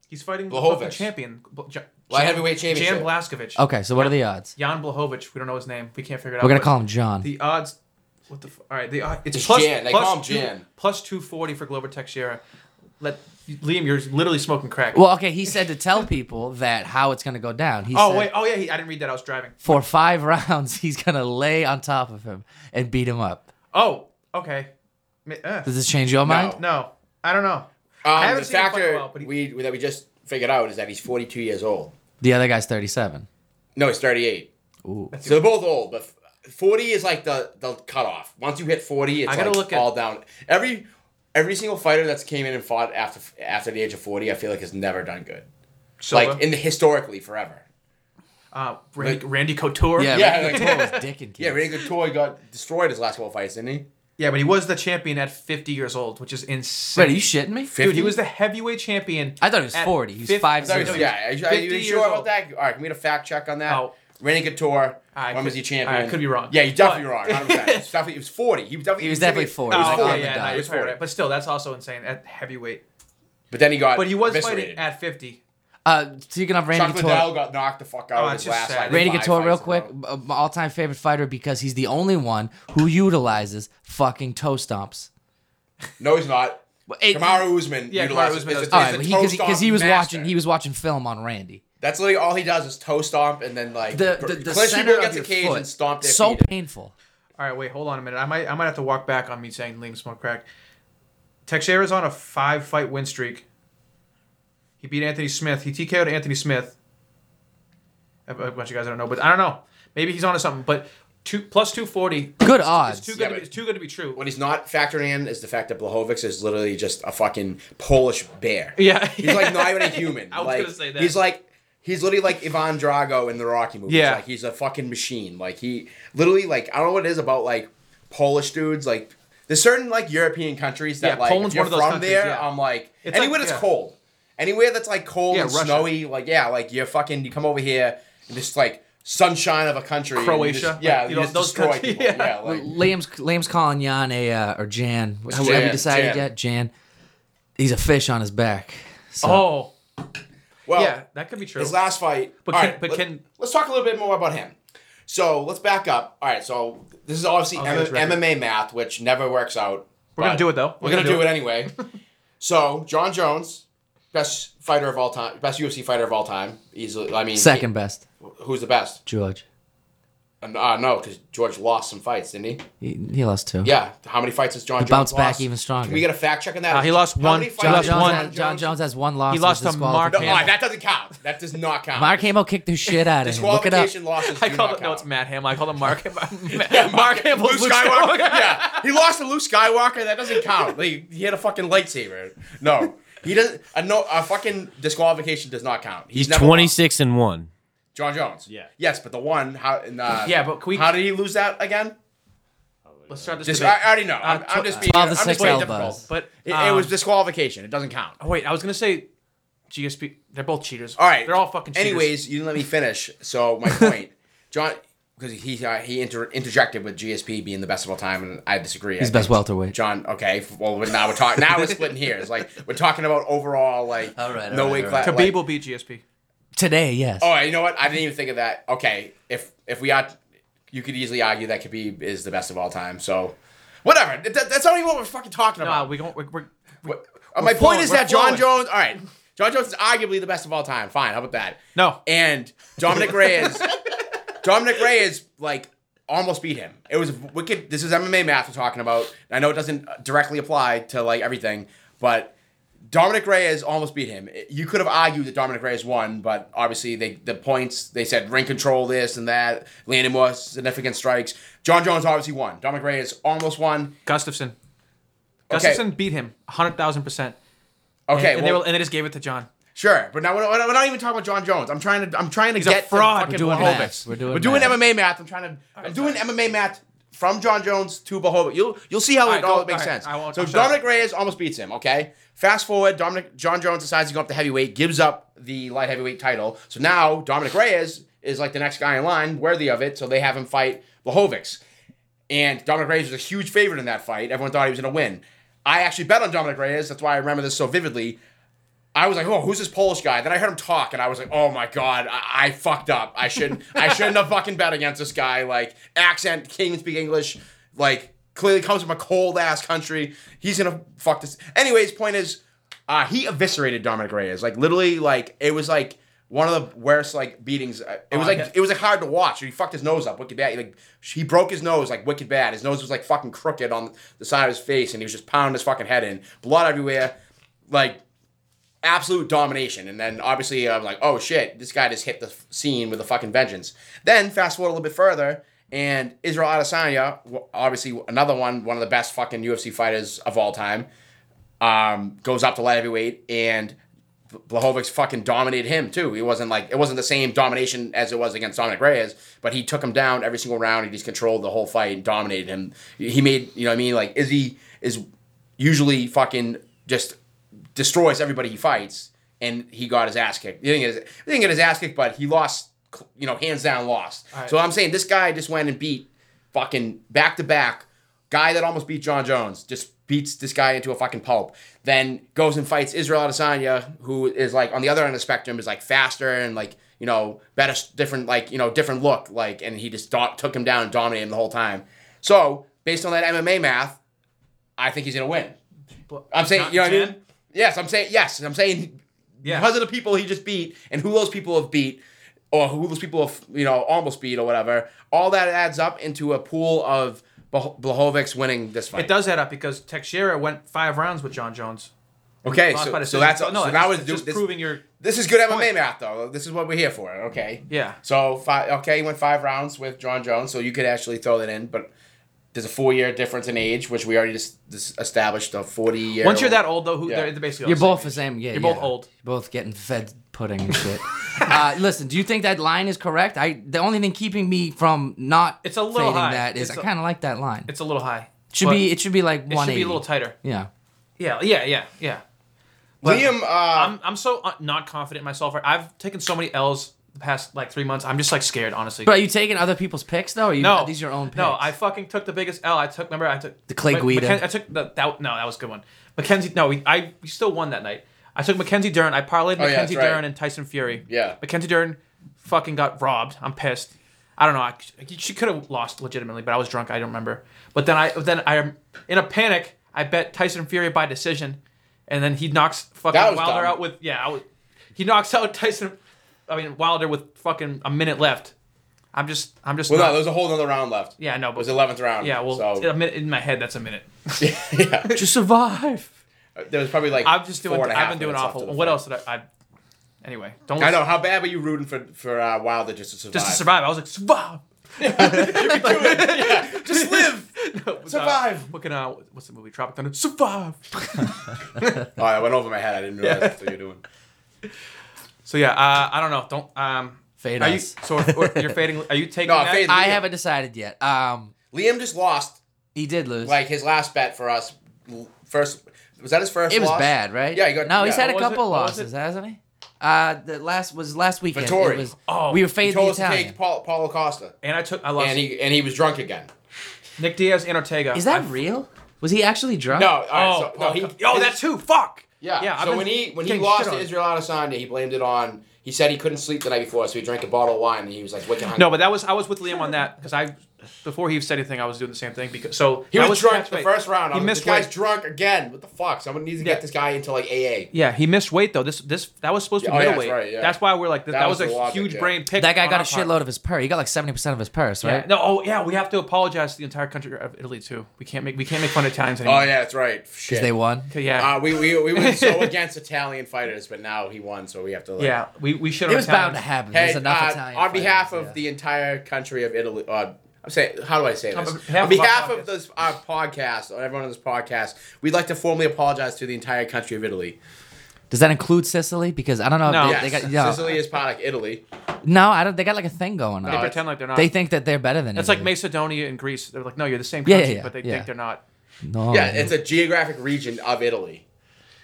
[SPEAKER 2] He's fighting
[SPEAKER 4] Blahovic.
[SPEAKER 2] the fucking champion. Bl- J-
[SPEAKER 4] Light
[SPEAKER 2] Jan-
[SPEAKER 4] heavyweight championship.
[SPEAKER 2] Jan Blaskovic.
[SPEAKER 1] Okay, so what are the odds?
[SPEAKER 2] Jan Blahovic. We don't know his name. We can't figure it out.
[SPEAKER 1] Oh. We're gonna
[SPEAKER 2] but
[SPEAKER 1] call him John.
[SPEAKER 2] The odds. What the? F- all right. The odd, it's,
[SPEAKER 4] It's
[SPEAKER 2] plus-
[SPEAKER 4] Jan, they
[SPEAKER 2] plus
[SPEAKER 4] call him
[SPEAKER 2] two-
[SPEAKER 4] Jan.
[SPEAKER 2] plus two forty for Glover Teixeira. Let Liam, you're literally smoking crack.
[SPEAKER 1] well, okay, he said to tell people that how it's gonna go down. He
[SPEAKER 2] oh
[SPEAKER 1] said
[SPEAKER 2] wait. Oh yeah. He, I didn't read that. I was driving.
[SPEAKER 1] for five rounds he's gonna lay on top of him and beat him up.
[SPEAKER 2] Oh. Okay. Ma- eh.
[SPEAKER 1] Does this change your mind?
[SPEAKER 2] No. I don't know. I
[SPEAKER 4] um,
[SPEAKER 2] haven't
[SPEAKER 4] the
[SPEAKER 2] seen him fight in a
[SPEAKER 4] factor
[SPEAKER 2] while, but he-
[SPEAKER 4] we that we just figured out is that he's 42 years old.
[SPEAKER 1] The other guy's thirty-seven.
[SPEAKER 4] No, he's 38.
[SPEAKER 1] Ooh.
[SPEAKER 4] So they're both old, but f- 40 is like the the cutoff. Once you hit 40, it's
[SPEAKER 2] I gotta
[SPEAKER 4] like
[SPEAKER 2] look at-
[SPEAKER 4] all down. Every every single fighter that's came in and fought after after the age of 40, I feel like has never done good.
[SPEAKER 2] Silva.
[SPEAKER 4] Like in the, historically forever.
[SPEAKER 2] uh, Randy, Randy Couture.
[SPEAKER 1] Yeah,
[SPEAKER 4] Yeah,
[SPEAKER 1] yeah
[SPEAKER 4] like-
[SPEAKER 1] was dick and
[SPEAKER 4] Yeah,
[SPEAKER 1] kids.
[SPEAKER 4] Randy Couture got destroyed his last couple fights, didn't he?
[SPEAKER 2] Yeah, but he was the champion at 50 years old, which is insane.
[SPEAKER 1] Wait, are you shitting me?
[SPEAKER 2] Dude,
[SPEAKER 4] 50?
[SPEAKER 2] he was the heavyweight champion.
[SPEAKER 1] I thought he was
[SPEAKER 2] at
[SPEAKER 1] 40. He was
[SPEAKER 2] 50
[SPEAKER 1] five
[SPEAKER 4] I thought he
[SPEAKER 1] No,
[SPEAKER 4] was-
[SPEAKER 1] no,
[SPEAKER 4] yeah, are you, are
[SPEAKER 2] 50
[SPEAKER 4] you
[SPEAKER 2] years
[SPEAKER 4] sure about
[SPEAKER 2] old.
[SPEAKER 4] that? All right, can we get a fact check on that?
[SPEAKER 2] Oh.
[SPEAKER 4] Randy Couture,
[SPEAKER 2] I
[SPEAKER 4] when was
[SPEAKER 2] could-
[SPEAKER 4] he champion?
[SPEAKER 2] I could be wrong.
[SPEAKER 4] Yeah, you definitely
[SPEAKER 2] But-
[SPEAKER 4] wrong. 100%. It's definitely, it was 40. He was definitely,
[SPEAKER 1] He was definitely 40.
[SPEAKER 4] He was
[SPEAKER 2] Oh,
[SPEAKER 1] He's
[SPEAKER 4] 40.
[SPEAKER 1] like
[SPEAKER 2] okay, yeah,
[SPEAKER 1] the
[SPEAKER 2] no,
[SPEAKER 1] dot.
[SPEAKER 2] you're
[SPEAKER 4] He was
[SPEAKER 2] probably
[SPEAKER 4] 40.
[SPEAKER 2] right. But still, that's also insane at heavyweight.
[SPEAKER 4] But then he got
[SPEAKER 2] But he was
[SPEAKER 4] eviscerated.
[SPEAKER 2] fighting at 50.
[SPEAKER 1] Uh, speaking of Randy
[SPEAKER 4] Chuck Liddell
[SPEAKER 1] Couture,
[SPEAKER 4] got knocked the fuck out
[SPEAKER 2] Oh,
[SPEAKER 4] of
[SPEAKER 2] it's
[SPEAKER 4] his
[SPEAKER 2] just
[SPEAKER 4] last
[SPEAKER 2] sad.
[SPEAKER 4] fight.
[SPEAKER 1] Randy
[SPEAKER 4] Five
[SPEAKER 1] Couture, real
[SPEAKER 4] fights in a
[SPEAKER 1] quick,
[SPEAKER 4] row.
[SPEAKER 1] uh, my all-time favorite fighter because he's the only one who utilizes fucking toe stomps.
[SPEAKER 4] No, he's not.
[SPEAKER 1] it-
[SPEAKER 4] Kamaru Usman.
[SPEAKER 2] Yeah,
[SPEAKER 4] utilizes-
[SPEAKER 2] Kamaru Usman
[SPEAKER 4] is a-
[SPEAKER 2] does.
[SPEAKER 4] is
[SPEAKER 1] All
[SPEAKER 4] a
[SPEAKER 1] right,
[SPEAKER 4] toe
[SPEAKER 1] because he,
[SPEAKER 4] stomp
[SPEAKER 1] 'cause he was
[SPEAKER 4] master.
[SPEAKER 1] watching he was watching film on Randy.
[SPEAKER 4] That's literally all he does is toe stomp and then like
[SPEAKER 1] The
[SPEAKER 4] pr-
[SPEAKER 1] the, the
[SPEAKER 4] clinch
[SPEAKER 1] center
[SPEAKER 4] people
[SPEAKER 1] of
[SPEAKER 4] against
[SPEAKER 1] your
[SPEAKER 4] the cage
[SPEAKER 1] foot,
[SPEAKER 4] and stomp their
[SPEAKER 1] so
[SPEAKER 4] feet.
[SPEAKER 1] painful.
[SPEAKER 2] All right, wait, hold on a minute. I might I might have to walk back on me saying Liam Smoke Crack. Teixeira's on a five fight win streak. He beat Anthony Smith. He TKO'd Anthony Smith. A a bunch of guys I don't know, but I don't know. Maybe he's onto something. But two plus two forty.
[SPEAKER 1] Good
[SPEAKER 2] It's
[SPEAKER 1] odds.
[SPEAKER 2] too good.
[SPEAKER 4] Yeah,
[SPEAKER 2] to be,
[SPEAKER 4] but-
[SPEAKER 2] it's too good to be true.
[SPEAKER 4] What he's not factoring in is the fact that Blahovic is literally just a fucking Polish bear.
[SPEAKER 2] Yeah.
[SPEAKER 4] he's like not even a human.
[SPEAKER 2] I was
[SPEAKER 4] like,
[SPEAKER 2] gonna say that.
[SPEAKER 4] He's like. He's literally like Ivan Drago in the Rocky movies.
[SPEAKER 2] Yeah.
[SPEAKER 4] like he's a fucking machine. Like he literally like I don't know what it is about like Polish dudes. Like there's certain like European countries that
[SPEAKER 2] Yeah,
[SPEAKER 4] like
[SPEAKER 2] Poland's
[SPEAKER 4] if you're
[SPEAKER 2] one of those
[SPEAKER 4] from
[SPEAKER 2] countries,
[SPEAKER 4] there.
[SPEAKER 2] yeah.
[SPEAKER 4] I'm like
[SPEAKER 2] It's
[SPEAKER 4] anywhere
[SPEAKER 2] like-
[SPEAKER 4] that's
[SPEAKER 2] yeah.
[SPEAKER 4] cold, anywhere that's like cold
[SPEAKER 2] Yeah,
[SPEAKER 4] and
[SPEAKER 2] Russia.
[SPEAKER 4] snowy. Like yeah, like you're fucking. You come over here and this like sunshine of a country. and you
[SPEAKER 2] Croatia,
[SPEAKER 4] just- yeah,
[SPEAKER 2] like, you
[SPEAKER 4] you
[SPEAKER 2] know,
[SPEAKER 4] just
[SPEAKER 2] those
[SPEAKER 4] destroy
[SPEAKER 2] countries,
[SPEAKER 4] people.
[SPEAKER 2] yeah.
[SPEAKER 4] Yeah, like,
[SPEAKER 1] Liam's Liam's calling Jan a uh, or Jan, however
[SPEAKER 4] Jan,
[SPEAKER 1] you decided
[SPEAKER 4] Jan.
[SPEAKER 1] yet. Jan, he's a fish on his back. So.
[SPEAKER 2] Oh,
[SPEAKER 4] well,
[SPEAKER 2] yeah, Oh, that could be true.
[SPEAKER 4] His last fight.
[SPEAKER 2] But
[SPEAKER 4] all
[SPEAKER 2] can-
[SPEAKER 4] right,
[SPEAKER 2] but
[SPEAKER 4] let,
[SPEAKER 2] can-
[SPEAKER 4] us talk a little bit more about him. So let's back up. All right, so this is obviously
[SPEAKER 2] get his
[SPEAKER 4] M-
[SPEAKER 2] record.
[SPEAKER 4] MMA math, which never works out.
[SPEAKER 2] We're gonna
[SPEAKER 4] but
[SPEAKER 2] do it, though.
[SPEAKER 4] We're, gonna, do it, anyway. so John Jones, best fighter of all time, best UFC fighter of all time, easily. I mean,
[SPEAKER 1] Second best,
[SPEAKER 4] Who's the best?
[SPEAKER 1] George.
[SPEAKER 4] And, Uh, no, because George lost some fights, didn't he?
[SPEAKER 1] He, he lost two.
[SPEAKER 4] Yeah. How many fights has John Jones
[SPEAKER 1] bounced back
[SPEAKER 4] lost?
[SPEAKER 1] even stronger.
[SPEAKER 4] Can we get a fact check on that?
[SPEAKER 2] Uh, he lost
[SPEAKER 4] How
[SPEAKER 2] one-
[SPEAKER 4] many
[SPEAKER 2] John
[SPEAKER 1] John
[SPEAKER 4] fights has
[SPEAKER 1] Jones,
[SPEAKER 2] One.
[SPEAKER 1] has, John Jones has one loss.
[SPEAKER 2] He lost
[SPEAKER 1] which is
[SPEAKER 2] to Mark
[SPEAKER 1] disqualified.
[SPEAKER 4] No, all right, that doesn't count. That does not count.
[SPEAKER 1] Mark Hamill kicked the shit out of him. Look it up.
[SPEAKER 4] Disqualification losses.
[SPEAKER 2] I
[SPEAKER 4] do
[SPEAKER 2] call
[SPEAKER 4] not
[SPEAKER 2] it. No,
[SPEAKER 4] count.
[SPEAKER 2] it's Matt Hamill. I call him Mark. Mark, Hamill.
[SPEAKER 4] Luke Skywalker. yeah, he lost to Luke Skywalker. That doesn't count. Like, he had a fucking lightsaber. No, he doesn't. A no, a fucking disqualification does not count. He's,
[SPEAKER 5] he's
[SPEAKER 4] never
[SPEAKER 5] twenty
[SPEAKER 4] lost.
[SPEAKER 5] six and one.
[SPEAKER 4] John Jones.
[SPEAKER 5] Yeah.
[SPEAKER 4] Yes, but the one how in uh,
[SPEAKER 2] Yeah, but can we-
[SPEAKER 4] how did he lose that again?
[SPEAKER 2] Let's start this.
[SPEAKER 4] Just,
[SPEAKER 2] debate.
[SPEAKER 4] I, I already know. I'm,
[SPEAKER 2] Uh,
[SPEAKER 4] I'm
[SPEAKER 2] tw-
[SPEAKER 4] just being.
[SPEAKER 1] Twelve
[SPEAKER 4] I'm
[SPEAKER 1] to
[SPEAKER 4] just
[SPEAKER 1] six
[SPEAKER 4] being
[SPEAKER 1] elbows.
[SPEAKER 4] difficult.
[SPEAKER 2] But
[SPEAKER 4] It, it
[SPEAKER 2] um,
[SPEAKER 4] was disqualification. It doesn't count.
[SPEAKER 2] Oh, wait, I was gonna say GSP. They're both cheaters.
[SPEAKER 4] All right.
[SPEAKER 2] they're all fucking cheaters.
[SPEAKER 4] Anyways, you didn't let me finish. So my point, John, because he uh, he inter- interjected with GSP being the best of all time, and I disagree.
[SPEAKER 1] He's
[SPEAKER 4] I
[SPEAKER 1] best
[SPEAKER 4] think-
[SPEAKER 1] welterweight.
[SPEAKER 4] John, okay. f- Well, we're- now we're talking. Now we're splitting hairs. Like we're talking about overall, like
[SPEAKER 1] All right, all
[SPEAKER 4] no
[SPEAKER 1] right,
[SPEAKER 4] weight
[SPEAKER 1] all
[SPEAKER 4] class.
[SPEAKER 1] right.
[SPEAKER 2] Khabib
[SPEAKER 4] like-
[SPEAKER 2] will beat GSP.
[SPEAKER 1] Today, yes.
[SPEAKER 4] Oh, you know what? I didn't even think of that. Okay, if if we are, you could easily argue that Khabib is the best of all time. So, whatever. That, that's not even what we're fucking talking
[SPEAKER 2] No,
[SPEAKER 4] about.
[SPEAKER 2] Uh, we don't. We're, we're,
[SPEAKER 4] What- uh, my
[SPEAKER 2] flowing,
[SPEAKER 4] point is
[SPEAKER 2] we're
[SPEAKER 4] that John
[SPEAKER 2] flowing.
[SPEAKER 4] Jones. All right, John Jones is arguably the best of all time. Fine, how about that?
[SPEAKER 2] No.
[SPEAKER 4] And Dominic Reyes. Dominic Reyes like almost beat him. It was wicked. This is MMA math we're talking about. And I know it doesn't directly apply to like everything, but Dominic Reyes almost beat him. It- You could have argued that Dominic Reyes won, but obviously they the points they said ring control this and that, landed more significant strikes. John Jones obviously won. Dominic Reyes almost won.
[SPEAKER 2] Gustafson. Gustafson beat him hundred thousand percent.
[SPEAKER 4] Okay,
[SPEAKER 2] and,
[SPEAKER 4] well-
[SPEAKER 2] they were, and they just gave it to John.
[SPEAKER 4] Sure, but now we're, we're not even talking about John Jones. I'm trying to I'm trying to
[SPEAKER 2] a
[SPEAKER 4] get
[SPEAKER 2] fraud.
[SPEAKER 4] To
[SPEAKER 2] We're
[SPEAKER 4] fucking
[SPEAKER 1] doing
[SPEAKER 4] Blahovic.
[SPEAKER 1] math. We're doing math.
[SPEAKER 4] MMA math. I'm trying to I'm doing MMA math from John Jones to Bohovic. You'll you'll see how
[SPEAKER 2] All
[SPEAKER 4] it
[SPEAKER 2] right,
[SPEAKER 4] all
[SPEAKER 2] go-
[SPEAKER 4] makes
[SPEAKER 2] all right,
[SPEAKER 4] sense.
[SPEAKER 2] I won't-
[SPEAKER 4] so
[SPEAKER 2] I'll shut up.
[SPEAKER 4] Dominic Reyes almost beats him. Okay, fast forward. Dominic John Jones decides to go up to heavyweight, gives up the light heavyweight title. So now Dominic Reyes is like the next guy in line, worthy of it. So they have him fight Blahovic. And Dominic Reyes was a huge favorite in that fight. Everyone thought he was going to win. I actually bet on Dominic Reyes. That's why I remember this so vividly. I was like, "Oh, who's this Polish guy?" Then I heard him talk, and I was like, "Oh my god, I, I fucked up. I shouldn't. I shouldn't have fucking bet against this guy. Like, accent, can't even speak English. Like, clearly comes from a cold ass country. He's gonna fuck this." Anyways, point is, uh, he eviscerated Dominic Reyes. Like, literally, like it was like one of the worst like beatings. Uh, It was
[SPEAKER 2] Oh, I
[SPEAKER 4] like
[SPEAKER 2] get-
[SPEAKER 4] it was like hard to watch. He fucked his nose up wicked bad. He, like he broke his nose like wicked bad. His nose was like fucking crooked on the side of his face, and he was just pounding his fucking head in, blood everywhere, like absolute domination. And then obviously I'm like, oh shit, this guy just hit the f- scene with a fucking vengeance. Then fast forward a little bit further, and Israel Adesanya, w- obviously another one, one of the best fucking UFC fighters of all time, um, goes up to light heavyweight and. Blahovic's fucking dominated him too. He wasn't like it wasn't the same domination as it was against Dominic Reyes, but he took him down every single round. He just controlled the whole fight and dominated him. He made you know what I mean like Izzy is usually fucking just destroys everybody he fights, and he got his ass kicked. He didn't get his, he didn't get his ass kicked, but he lost, you know, hands down lost. So I'm saying this guy just went and beat fucking back to back guy that almost beat John Jones, just beats this guy into a fucking pulp. Then goes and fights Israel Adesanya, who is like on the other end of the spectrum, is like faster and like you know better, different like you know different look, like and he just do- took him down and dominated him the whole time. So based on that MMA math, I think he's gonna win. I'm saying,
[SPEAKER 2] John-
[SPEAKER 4] you know what I
[SPEAKER 2] Jan?
[SPEAKER 4] mean? Yes, I'm saying yes. I'm saying
[SPEAKER 2] Yeah.
[SPEAKER 4] because of the people he just beat and who those people have beat, or who those people have you know almost beat or whatever. All that adds up into a pool of Blah- Blahovic's winning this fight.
[SPEAKER 2] It does add up because Teixeira went five rounds with John Jones.
[SPEAKER 4] Okay,
[SPEAKER 2] Lost by
[SPEAKER 4] so, so
[SPEAKER 2] decision.
[SPEAKER 4] that's
[SPEAKER 2] So, no,
[SPEAKER 4] so now
[SPEAKER 2] it's
[SPEAKER 4] it's
[SPEAKER 2] just
[SPEAKER 4] this,
[SPEAKER 2] proving your
[SPEAKER 4] This is good MMA
[SPEAKER 2] point.
[SPEAKER 4] math, though. This is what we're here for. Okay.
[SPEAKER 2] Yeah.
[SPEAKER 4] So five. Okay, he went five rounds with John Jones, so you could actually throw that in, but. There's a four-year difference in age, which we already just, just established. A forty-year.
[SPEAKER 2] Once you're that old, though, who
[SPEAKER 4] Yeah.
[SPEAKER 2] they're, they're basically
[SPEAKER 1] You're
[SPEAKER 2] all the
[SPEAKER 1] both
[SPEAKER 2] same.
[SPEAKER 1] the same. Yeah,
[SPEAKER 2] You're
[SPEAKER 1] yeah.
[SPEAKER 2] both old.
[SPEAKER 1] You're both getting fed pudding and shit. uh, listen, do you think that line is correct? I the only thing keeping me from not
[SPEAKER 2] It's a little
[SPEAKER 1] fading
[SPEAKER 2] high.
[SPEAKER 1] that is
[SPEAKER 2] It's
[SPEAKER 1] I
[SPEAKER 2] a-
[SPEAKER 1] kind of like that line. It
[SPEAKER 2] It's a little high.
[SPEAKER 1] should
[SPEAKER 2] But
[SPEAKER 1] be it should be like
[SPEAKER 2] It
[SPEAKER 1] one
[SPEAKER 2] should
[SPEAKER 1] eighty.
[SPEAKER 2] be a little tighter.
[SPEAKER 1] Yeah.
[SPEAKER 2] Yeah, yeah, yeah, yeah.
[SPEAKER 4] Liam, uh,
[SPEAKER 2] I'm I'm so uh, not confident in myself. right? I've taken so many L's the past like three months. I'm just like scared, honestly.
[SPEAKER 1] But are you taking other people's picks though? Or you,
[SPEAKER 2] no,
[SPEAKER 1] are these your own picks?
[SPEAKER 2] No, I fucking took the biggest L. I took. Remember, I took
[SPEAKER 1] The Clay
[SPEAKER 2] Ma-
[SPEAKER 1] Guida.
[SPEAKER 2] Macken- I took the, that. No, that was a good one. Mackenzie. No, we I we still won that night. I took Mackenzie Dern. I parlayed
[SPEAKER 4] Oh, yeah,
[SPEAKER 2] Mackenzie
[SPEAKER 4] that's right.
[SPEAKER 2] Dern and Tyson Fury.
[SPEAKER 4] Yeah.
[SPEAKER 2] Mackenzie Dern fucking got robbed. I'm pissed. I don't know. I, she could have lost legitimately, but I was drunk. I don't remember. But then I then I in a panic. I bet Tyson Fury by decision, and then he knocks
[SPEAKER 4] That
[SPEAKER 2] fucking
[SPEAKER 4] was
[SPEAKER 2] Wilder
[SPEAKER 4] dumb.
[SPEAKER 2] out with yeah. I was, he knocks out Tyson. I mean Wilder with fucking a minute left. I'm just I'm just
[SPEAKER 4] well,
[SPEAKER 2] not-
[SPEAKER 4] no, there's a whole other round left.
[SPEAKER 2] yeah, no, but
[SPEAKER 4] it was eleventh round.
[SPEAKER 2] Yeah, well,
[SPEAKER 4] so
[SPEAKER 2] a minute, in my head, that's a minute.
[SPEAKER 1] just survive.
[SPEAKER 4] there was probably like
[SPEAKER 2] I'm just doing.
[SPEAKER 4] Four and a half
[SPEAKER 2] I've been doing
[SPEAKER 4] minutes left
[SPEAKER 2] awful.
[SPEAKER 4] of the
[SPEAKER 2] What
[SPEAKER 4] fight.
[SPEAKER 2] else did I? I anyway, don't.
[SPEAKER 4] I know. How bad were you rooting for for uh, Wilder just to survive?
[SPEAKER 2] Just to survive, I was like survive.
[SPEAKER 4] Just live.
[SPEAKER 2] No,
[SPEAKER 4] Survive.
[SPEAKER 2] Uh, looking uh, what's the movie? Tropic Thunder. Survive.
[SPEAKER 4] oh, I went over my head. I didn't realize that's what you were doing.
[SPEAKER 2] So yeah, uh, I don't know. Don't um.
[SPEAKER 1] Fade
[SPEAKER 2] Are you
[SPEAKER 1] us.
[SPEAKER 2] so or- you're fading? Are you taking?
[SPEAKER 4] No, I'm
[SPEAKER 2] that?
[SPEAKER 4] fading-
[SPEAKER 1] I haven't decided yet. Um,
[SPEAKER 4] Liam just lost
[SPEAKER 1] he did lose.
[SPEAKER 4] like his last bet for us. First was that his first?
[SPEAKER 1] it was
[SPEAKER 4] loss?
[SPEAKER 1] bad, right?
[SPEAKER 4] Yeah, he got-
[SPEAKER 1] no. He's
[SPEAKER 4] yeah.
[SPEAKER 1] had a
[SPEAKER 2] What was it?
[SPEAKER 1] couple
[SPEAKER 2] What was
[SPEAKER 1] losses, hasn't he? Uh, the last was last weekend.
[SPEAKER 4] Vittori.
[SPEAKER 1] It was,
[SPEAKER 2] Oh,
[SPEAKER 1] we were
[SPEAKER 4] He
[SPEAKER 1] fading the
[SPEAKER 4] told us to
[SPEAKER 1] Italian.
[SPEAKER 4] take Paul, Paulo Costa,
[SPEAKER 2] And I took. I lost.
[SPEAKER 4] and he and he was drunk again.
[SPEAKER 2] Nick Diaz and Ortega.
[SPEAKER 1] Is that
[SPEAKER 2] I-
[SPEAKER 1] real? Was he actually drunk?
[SPEAKER 4] No, all right,
[SPEAKER 2] Oh,
[SPEAKER 4] so, no, he,
[SPEAKER 2] oh, that's who. Fuck.
[SPEAKER 4] Yeah.
[SPEAKER 2] Yeah. I've
[SPEAKER 4] so
[SPEAKER 2] been
[SPEAKER 4] when he when he
[SPEAKER 2] getting
[SPEAKER 4] lost
[SPEAKER 2] shit
[SPEAKER 4] to
[SPEAKER 2] on.
[SPEAKER 4] Israel Adesanya, he blamed it on. He said he couldn't sleep the night before, so he drank a bottle of wine and he was like wicked hungry.
[SPEAKER 2] No, but that was I was with Liam on that because I before he said anything I was doing the same thing because so
[SPEAKER 4] he
[SPEAKER 2] I
[SPEAKER 4] was, drunk
[SPEAKER 2] that's
[SPEAKER 4] the
[SPEAKER 2] right.
[SPEAKER 4] first round.
[SPEAKER 2] He
[SPEAKER 4] He
[SPEAKER 2] missed
[SPEAKER 4] this guy's
[SPEAKER 2] weight.
[SPEAKER 4] drunk again. What the fuck? Someone needs to
[SPEAKER 2] Yeah.
[SPEAKER 4] get this guy into like AA.
[SPEAKER 2] Yeah, he missed weight though. This this that was supposed to be
[SPEAKER 4] Oh, yeah, that's
[SPEAKER 2] middleweight.
[SPEAKER 4] right, yeah.
[SPEAKER 2] That's why we're like that,
[SPEAKER 4] That
[SPEAKER 2] that was,
[SPEAKER 4] was
[SPEAKER 2] a
[SPEAKER 4] the logic,
[SPEAKER 2] huge
[SPEAKER 4] yeah.
[SPEAKER 2] brain pick.
[SPEAKER 1] That guy
[SPEAKER 2] on
[SPEAKER 1] got a
[SPEAKER 2] our part.
[SPEAKER 1] shitload of his purse. He got like seventy percent of his purse,
[SPEAKER 2] Yeah.
[SPEAKER 1] right?
[SPEAKER 2] No, oh yeah, we have to apologize to the entire country of Italy too. We can't make we can't make fun of Italians
[SPEAKER 4] Oh
[SPEAKER 2] anymore.
[SPEAKER 4] yeah, that's right. Shit.
[SPEAKER 1] They won.
[SPEAKER 2] yeah.
[SPEAKER 4] Uh, we, we, we were so against Italian fighters, but now he won, so we have to. Like,
[SPEAKER 2] yeah, we we should
[SPEAKER 1] It
[SPEAKER 2] have
[SPEAKER 1] was bound to happen.
[SPEAKER 4] Hey,
[SPEAKER 1] There's enough
[SPEAKER 4] uh,
[SPEAKER 1] Italian.
[SPEAKER 4] on behalf
[SPEAKER 1] fighters,
[SPEAKER 4] of
[SPEAKER 1] yeah.
[SPEAKER 4] the entire country of Italy, uh, I'm saying, how do I say
[SPEAKER 2] On
[SPEAKER 4] this?
[SPEAKER 2] behalf of
[SPEAKER 4] on
[SPEAKER 2] our
[SPEAKER 4] behalf of,
[SPEAKER 2] podcast.
[SPEAKER 4] this our podcast, on everyone on this podcast, we'd like to formally apologize to the entire country of Italy.
[SPEAKER 1] Does that include Sicily? Because I don't know. if
[SPEAKER 2] No.
[SPEAKER 4] Yes,
[SPEAKER 1] Oh, They, they got, no.
[SPEAKER 4] Sicily is part of Italy.
[SPEAKER 1] no, I don't. They got like a thing going on.
[SPEAKER 4] Uh,
[SPEAKER 2] They pretend like they're not.
[SPEAKER 1] They think that they're better than.
[SPEAKER 2] It's like
[SPEAKER 1] Italy.
[SPEAKER 2] Macedonia and Greece. They're like, no, you're the same
[SPEAKER 1] Yeah, yeah,
[SPEAKER 2] country,
[SPEAKER 1] yeah,
[SPEAKER 2] but they
[SPEAKER 1] yeah.
[SPEAKER 2] think they're not.
[SPEAKER 1] No.
[SPEAKER 4] Yeah, it's a geographic region of Italy.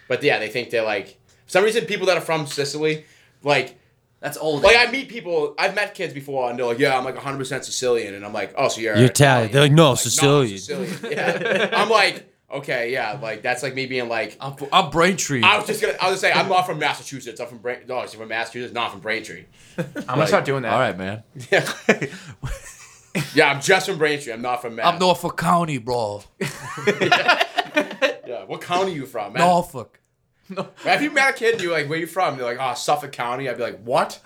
[SPEAKER 4] But yeah, they think they're like for some reason people that are from Sicily, like
[SPEAKER 1] that's old.
[SPEAKER 4] like I meet people I've met kids before and they're like, Yeah, I'm like hundred percent Sicilian and I'm like, Oh, so you're
[SPEAKER 5] You're Italian. They're like, no,
[SPEAKER 4] Like,
[SPEAKER 5] Sicilian.
[SPEAKER 4] non-Sicilian. Yeah. I'm like, okay, yeah, like that's like me being like
[SPEAKER 1] I'm, I'm Braintree.
[SPEAKER 4] I was just gonna I was just saying I'm not from Massachusetts, I'm from Brain no, she's from Massachusetts, not from Braintree.
[SPEAKER 2] I'm gonna start doing that.
[SPEAKER 1] All right, man.
[SPEAKER 4] Yeah. yeah, I'm just from Braintree, I'm not from Mass.
[SPEAKER 1] I'm Norfolk County, bro.
[SPEAKER 4] yeah. uh, What county are you from? Mass-
[SPEAKER 1] Norfolk.
[SPEAKER 4] If you met a kid and you're like, where you from? They're like, oh, Suffolk County. I'd be like, what?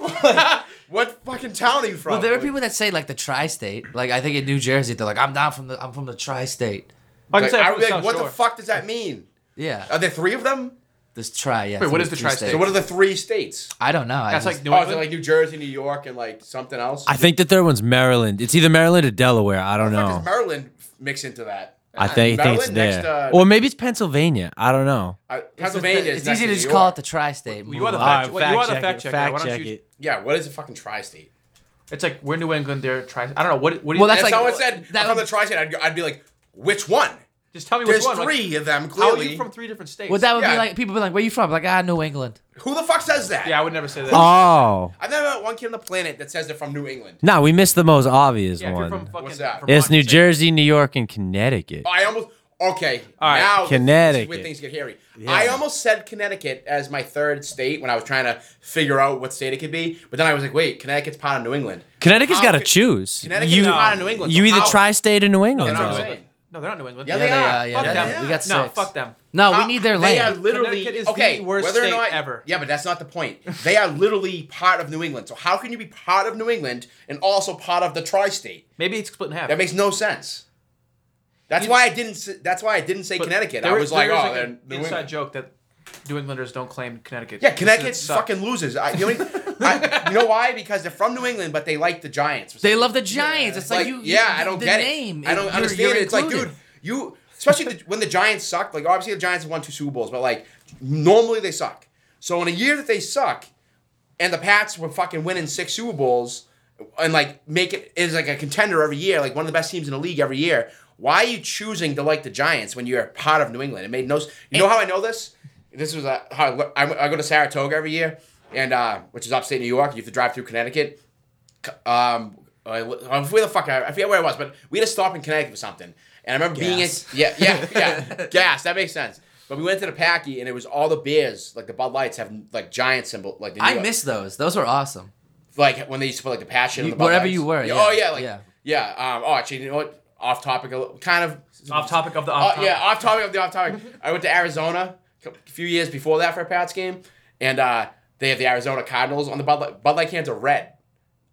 [SPEAKER 4] what fucking town are you from?
[SPEAKER 1] Well, there are
[SPEAKER 4] Like,
[SPEAKER 1] people that say like the tri-state. Like I think in New Jersey, they're like, "I'm not from the. I'm from the tri-state."
[SPEAKER 2] I can
[SPEAKER 4] like,
[SPEAKER 2] say
[SPEAKER 4] I
[SPEAKER 2] I'm
[SPEAKER 4] would be
[SPEAKER 2] from
[SPEAKER 4] like, what
[SPEAKER 2] South
[SPEAKER 4] the
[SPEAKER 2] Shore.
[SPEAKER 4] fuck does that mean? Are
[SPEAKER 1] Yeah,
[SPEAKER 4] there three of them?
[SPEAKER 1] this tri. Yeah.
[SPEAKER 2] Uh, Wait, what
[SPEAKER 1] so
[SPEAKER 2] is the
[SPEAKER 1] two
[SPEAKER 2] tri-state?
[SPEAKER 1] states.
[SPEAKER 4] So what are the three states?
[SPEAKER 1] I don't know. I
[SPEAKER 2] That's
[SPEAKER 1] just-
[SPEAKER 2] like New
[SPEAKER 4] Oh, is it
[SPEAKER 2] England.
[SPEAKER 4] like New Jersey, New York, and like something else?
[SPEAKER 5] I think the third one's Maryland. It's either Maryland or Delaware. I don't
[SPEAKER 4] What
[SPEAKER 5] know.
[SPEAKER 4] does Maryland f- mix into that?
[SPEAKER 5] I think, think it's
[SPEAKER 4] Maryland
[SPEAKER 5] there.
[SPEAKER 4] next, uh,
[SPEAKER 5] or maybe it's Pennsylvania. I don't know.
[SPEAKER 4] Uh, Pennsylvania is
[SPEAKER 1] It's
[SPEAKER 4] next
[SPEAKER 1] easy to
[SPEAKER 4] New
[SPEAKER 1] just
[SPEAKER 4] York.
[SPEAKER 1] call it the tri-state.
[SPEAKER 2] You are the
[SPEAKER 1] Move on.
[SPEAKER 5] Uh,
[SPEAKER 2] fact, well, you are the fact checker. Why don't you-
[SPEAKER 4] Yeah, what is a fucking tri-state?
[SPEAKER 2] It's like we're New England. They're tri. I don't know. What? What do you?
[SPEAKER 1] Well,
[SPEAKER 4] if
[SPEAKER 1] that's like-
[SPEAKER 4] someone said
[SPEAKER 1] that
[SPEAKER 4] I'm from
[SPEAKER 1] would-
[SPEAKER 4] the tri-state, I'd, I'd be like, which one?
[SPEAKER 2] just tell me which
[SPEAKER 4] There's
[SPEAKER 2] one. like,
[SPEAKER 4] three of them.
[SPEAKER 2] how are
[SPEAKER 4] Clearly,
[SPEAKER 2] you from three different states?
[SPEAKER 1] Well, that would be
[SPEAKER 4] Yeah.
[SPEAKER 1] like people be like, "Where you from?" Like, ah, New England.
[SPEAKER 4] who the fuck says that?
[SPEAKER 2] yeah, I would never say that.
[SPEAKER 5] Oh.
[SPEAKER 4] I've never met one kid on the planet that says they're from New England.
[SPEAKER 5] No, we missed the most obvious
[SPEAKER 2] yeah, if you're from
[SPEAKER 5] one.
[SPEAKER 2] fucking
[SPEAKER 4] What's that?
[SPEAKER 2] Vermont,
[SPEAKER 5] It's New
[SPEAKER 2] you'd say-
[SPEAKER 5] Jersey, New York, and Connecticut.
[SPEAKER 4] I almost okay.
[SPEAKER 2] All right,
[SPEAKER 4] now this is where
[SPEAKER 5] Connecticut.
[SPEAKER 4] things get hairy. I almost said Connecticut as my third state when I was trying to figure out what state it could be, but then I was like, wait, Connecticut's part of New England.
[SPEAKER 5] Connecticut's
[SPEAKER 4] How
[SPEAKER 5] got to
[SPEAKER 4] could-
[SPEAKER 5] choose.
[SPEAKER 4] Connecticut's
[SPEAKER 5] you,
[SPEAKER 4] not in New England,
[SPEAKER 5] You
[SPEAKER 4] so
[SPEAKER 5] either
[SPEAKER 4] how-
[SPEAKER 5] tri-state or New England.
[SPEAKER 4] You know what I'm
[SPEAKER 5] though.
[SPEAKER 4] saying?
[SPEAKER 2] No, they're not New England.
[SPEAKER 4] Yeah, they are.
[SPEAKER 1] Yeah,
[SPEAKER 2] Fuck
[SPEAKER 1] yeah,
[SPEAKER 2] them.
[SPEAKER 1] yeah. We got
[SPEAKER 2] no,
[SPEAKER 1] six.
[SPEAKER 2] fuck them.
[SPEAKER 1] No, Oh,
[SPEAKER 4] How-
[SPEAKER 1] we need their
[SPEAKER 4] They are
[SPEAKER 1] land.
[SPEAKER 4] literally
[SPEAKER 2] Connecticut is
[SPEAKER 4] okay.
[SPEAKER 2] the worst
[SPEAKER 4] whether or
[SPEAKER 2] state
[SPEAKER 4] not,
[SPEAKER 2] ever.
[SPEAKER 4] Yeah, but that's not the point. They are literally part of New England. So how can you be part of New England and also part of the tri-state?
[SPEAKER 2] Maybe it's split in half.
[SPEAKER 4] That makes no sense. That's why I didn't. s- That's why I didn't say Connecticut.
[SPEAKER 2] There
[SPEAKER 4] I
[SPEAKER 2] is-
[SPEAKER 4] was like,
[SPEAKER 2] there
[SPEAKER 4] oh,
[SPEAKER 2] is
[SPEAKER 4] they're
[SPEAKER 2] an
[SPEAKER 4] New
[SPEAKER 2] inside
[SPEAKER 4] England.
[SPEAKER 2] joke that New Englanders don't claim Connecticut.
[SPEAKER 4] Yeah,
[SPEAKER 2] They
[SPEAKER 4] Connecticut
[SPEAKER 2] said it sucked.
[SPEAKER 4] fucking loses. I, you, know, what I mean? I- you know why? Because they're from New England, but they like the Giants.
[SPEAKER 1] They love the Giants. It's like,
[SPEAKER 4] like,
[SPEAKER 1] you.
[SPEAKER 4] yeah,
[SPEAKER 1] you-
[SPEAKER 4] I don't
[SPEAKER 1] the
[SPEAKER 4] get
[SPEAKER 1] name.
[SPEAKER 4] it. I don't
[SPEAKER 1] You're-
[SPEAKER 4] understand.
[SPEAKER 1] you're
[SPEAKER 4] it. It's like,
[SPEAKER 1] included.
[SPEAKER 4] dude, you especially the, when the Giants suck. Like, obviously the Giants have won two Super Bowls, but like normally they suck. So in a year that they suck, and the Pats were fucking winning six Super Bowls and like make it is like a contender every year, like one of the best teams in the league every year. Why are you choosing to like the Giants when you're part of New England? It made no. s- You know how I know this? This was uh, how I, le- I, I go to Saratoga every year, and uh, which is upstate New York. You have to drive through Connecticut um, I, I- where the fuck I, I forget where I was, but we had to stop in Connecticut for something, and I remember being in
[SPEAKER 1] Gas.
[SPEAKER 4] yeah yeah yeah gas that makes sense. But we went to the Packy, and it was all the beers like the Bud Lights have like giant symbol like the New
[SPEAKER 1] I
[SPEAKER 4] York-
[SPEAKER 1] miss those. Those were awesome.
[SPEAKER 4] like when they used to put like the passion
[SPEAKER 1] You-
[SPEAKER 4] on the Bud
[SPEAKER 1] wherever
[SPEAKER 4] Lights.
[SPEAKER 1] you were, yeah,
[SPEAKER 4] Oh yeah, like
[SPEAKER 1] yeah.
[SPEAKER 4] yeah. Um, oh, actually, you know what? Off topic, a little, kind of
[SPEAKER 2] Off topic of the
[SPEAKER 4] uh,
[SPEAKER 2] off.
[SPEAKER 4] yeah, off topic of the off topic. I went to Arizona a few years before that for a Pats game, and uh, they have the Arizona Cardinals on the Bud Light. Bud Light cans are red.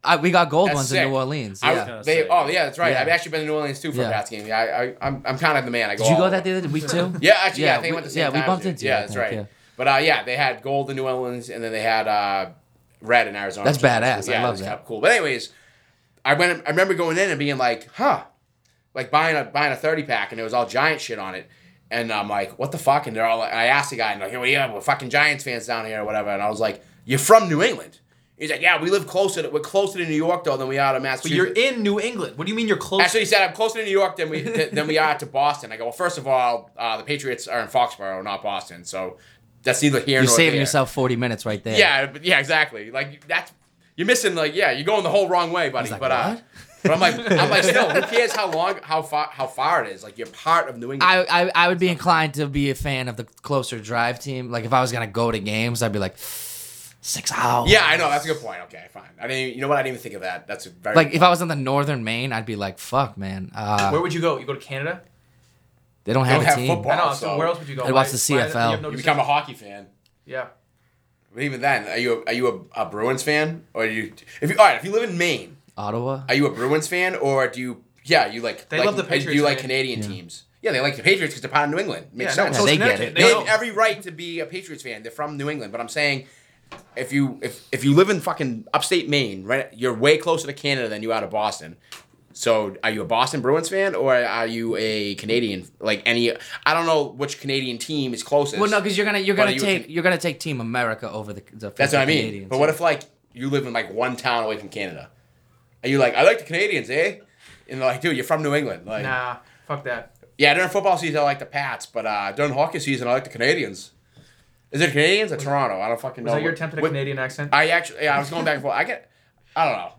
[SPEAKER 1] I, we got gold
[SPEAKER 4] That's
[SPEAKER 1] ones
[SPEAKER 4] sick.
[SPEAKER 1] in New Orleans.
[SPEAKER 4] I
[SPEAKER 1] yeah.
[SPEAKER 4] was, they, oh yeah, that's right.
[SPEAKER 1] Yeah.
[SPEAKER 4] I've actually been to New Orleans too for
[SPEAKER 1] Yeah.
[SPEAKER 4] a Pats game. Yeah, I, I, I'm, I'm kind of the man. I go.
[SPEAKER 1] Did you
[SPEAKER 4] all
[SPEAKER 1] go
[SPEAKER 4] over.
[SPEAKER 1] that the other week too?
[SPEAKER 4] Yeah, actually, yeah,
[SPEAKER 1] Yeah,
[SPEAKER 4] I think
[SPEAKER 1] we-
[SPEAKER 4] I went the same
[SPEAKER 1] yeah, we
[SPEAKER 4] times,
[SPEAKER 1] bumped
[SPEAKER 4] dude.
[SPEAKER 1] into you,
[SPEAKER 4] Yeah,
[SPEAKER 1] I
[SPEAKER 4] that's
[SPEAKER 1] think,
[SPEAKER 4] right.
[SPEAKER 1] yeah.
[SPEAKER 4] But uh, yeah, they had gold in New Orleans, and then they had uh, red in Arizona.
[SPEAKER 1] That's
[SPEAKER 4] which was
[SPEAKER 1] badass.
[SPEAKER 4] cool.
[SPEAKER 1] I
[SPEAKER 4] Yeah, it
[SPEAKER 1] love
[SPEAKER 4] was
[SPEAKER 1] that.
[SPEAKER 4] kinda Cool. But anyways, I went. I remember going in and being like, huh, like buying a buying a thirty pack, and it was all giant shit on it. And I'm like, what the fuck? And they're all like, I asked the guy, and like, oh yeah, we're fucking Giants fans down here or whatever. And I was like, you're from New England. He's like, yeah, we live closer. To, we're closer to New York though than we are to
[SPEAKER 2] But
[SPEAKER 4] Massachusetts.
[SPEAKER 2] you're in New England. What do you mean you're close?
[SPEAKER 4] That's what he said. I'm closer to New York than we than we are to Boston. I go. Well, first of all, uh, the Patriots are in Foxborough, not Boston. So that's neither here
[SPEAKER 1] You're
[SPEAKER 4] nor
[SPEAKER 1] saving
[SPEAKER 4] there.
[SPEAKER 1] yourself 40 minutes right there.
[SPEAKER 4] Yeah, but- yeah, exactly. Like that's you're missing. Like yeah, you're going the whole wrong way, buddy.
[SPEAKER 1] like,
[SPEAKER 4] but uh,
[SPEAKER 1] "What?"
[SPEAKER 4] but I'm like I'm like still. Who cares how long how far how far it is? Like you're part of New England.
[SPEAKER 1] I, I, I would be inclined to be a fan of the closer drive team. Like if I was gonna go to games, I'd be like six hours.
[SPEAKER 4] yeah, I know. That's a good point. Okay, fine. I mean, you know what? I didn't even think of that. That's a very
[SPEAKER 1] Like if I was in the northern Maine, I'd be like, fuck man. Uh,
[SPEAKER 2] Where would you go? You go to Canada?
[SPEAKER 1] they don't
[SPEAKER 4] you
[SPEAKER 1] have
[SPEAKER 4] don't
[SPEAKER 1] a
[SPEAKER 4] have
[SPEAKER 1] team.
[SPEAKER 4] football,
[SPEAKER 2] I know.
[SPEAKER 4] so
[SPEAKER 2] So where else would you go?
[SPEAKER 1] I'd watch
[SPEAKER 2] Why-
[SPEAKER 1] the
[SPEAKER 2] why- you have
[SPEAKER 1] CFL.
[SPEAKER 2] no
[SPEAKER 4] you
[SPEAKER 2] decision-
[SPEAKER 4] become a hockey fan.
[SPEAKER 2] yeah.
[SPEAKER 4] But even then, are you a, are you a, a Bruins fan or are you if you all right if you live in Maine,
[SPEAKER 1] Ottawa.
[SPEAKER 4] are you a Bruins fan or do you yeah you like
[SPEAKER 2] They
[SPEAKER 4] like-
[SPEAKER 2] love the
[SPEAKER 4] Do you
[SPEAKER 2] Patriots,
[SPEAKER 4] like
[SPEAKER 2] right?
[SPEAKER 4] Canadian teams? Yeah, they like the Patriots because they're part of New England. Makes
[SPEAKER 2] no,
[SPEAKER 4] sense.
[SPEAKER 1] Yeah,
[SPEAKER 2] so
[SPEAKER 1] they
[SPEAKER 2] it's
[SPEAKER 1] get it.
[SPEAKER 2] Connecticut.
[SPEAKER 4] They
[SPEAKER 2] know.
[SPEAKER 4] have every right to be a Patriots fan. They're from New England, but I'm saying if you if if you live in fucking upstate Maine, right, you're way closer to Canada than you are to Boston. So are you a Boston Bruins fan or are you a Canadian like any I don't know which Canadian team is closest.
[SPEAKER 1] Well, no, because you're gonna you're
[SPEAKER 4] But
[SPEAKER 1] gonna
[SPEAKER 4] you
[SPEAKER 1] take
[SPEAKER 4] can-
[SPEAKER 1] you're gonna take Team America over the. the
[SPEAKER 4] That's what I mean.
[SPEAKER 1] Canadians.
[SPEAKER 4] but what if like you live in like one town away from Canada? Are you like I like the Canadians, eh? And they're like, dude, you're from New England. Like,
[SPEAKER 2] Nah. Fuck that.
[SPEAKER 4] yeah, during football season I like the Pats, but uh, during hockey season I like the Canadians. Is it Canadians or Toronto? I don't fucking know.
[SPEAKER 2] Is that your
[SPEAKER 4] What-
[SPEAKER 2] attempt at a
[SPEAKER 4] what-
[SPEAKER 2] Canadian accent?
[SPEAKER 4] I actually, yeah, I was going back and forth. I get, I don't know.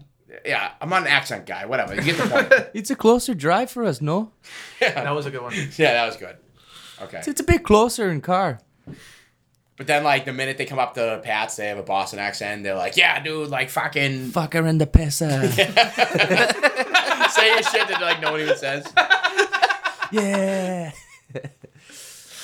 [SPEAKER 4] Yeah, I'm not an accent guy. Whatever. You get the point.
[SPEAKER 1] it's a closer drive for us? No,
[SPEAKER 2] that was a good one.
[SPEAKER 4] yeah, that was good. Okay.
[SPEAKER 1] it's a bit closer in car.
[SPEAKER 4] But then, like, the minute they come up to the Pats, they have a Boston accent. They're like, yeah, dude, like, fucking
[SPEAKER 1] Fucker in the pisser.
[SPEAKER 4] say your shit that, like, no one even says.
[SPEAKER 1] yeah.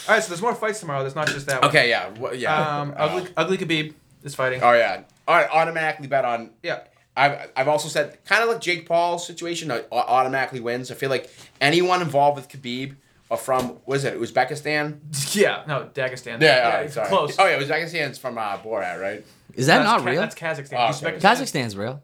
[SPEAKER 2] All right, so there's more fights tomorrow. There's not just that one.
[SPEAKER 4] Okay, yeah. wha- yeah.
[SPEAKER 2] Um,
[SPEAKER 4] Uh,
[SPEAKER 2] ugly, ugly Khabib is fighting.
[SPEAKER 4] Oh, yeah. All right, automatically bet on.
[SPEAKER 2] Yeah.
[SPEAKER 4] I've, I've also said, kind of like Jake Paul's situation, uh, au- automatically wins. I feel like anyone involved with Khabib or from, what is it, Uzbekistan?
[SPEAKER 2] Yeah. No, Dagestan.
[SPEAKER 4] Yeah, all right,
[SPEAKER 2] it's
[SPEAKER 4] sorry.
[SPEAKER 2] close.
[SPEAKER 4] Oh, yeah, Uzbekistan's from uh, Borat, right?
[SPEAKER 1] Is that
[SPEAKER 2] That's
[SPEAKER 1] not
[SPEAKER 2] Ka-
[SPEAKER 1] real?
[SPEAKER 2] That's Kazakhstan.
[SPEAKER 4] Oh, okay.
[SPEAKER 2] Uzbekistan.
[SPEAKER 1] Kazakhstan's real.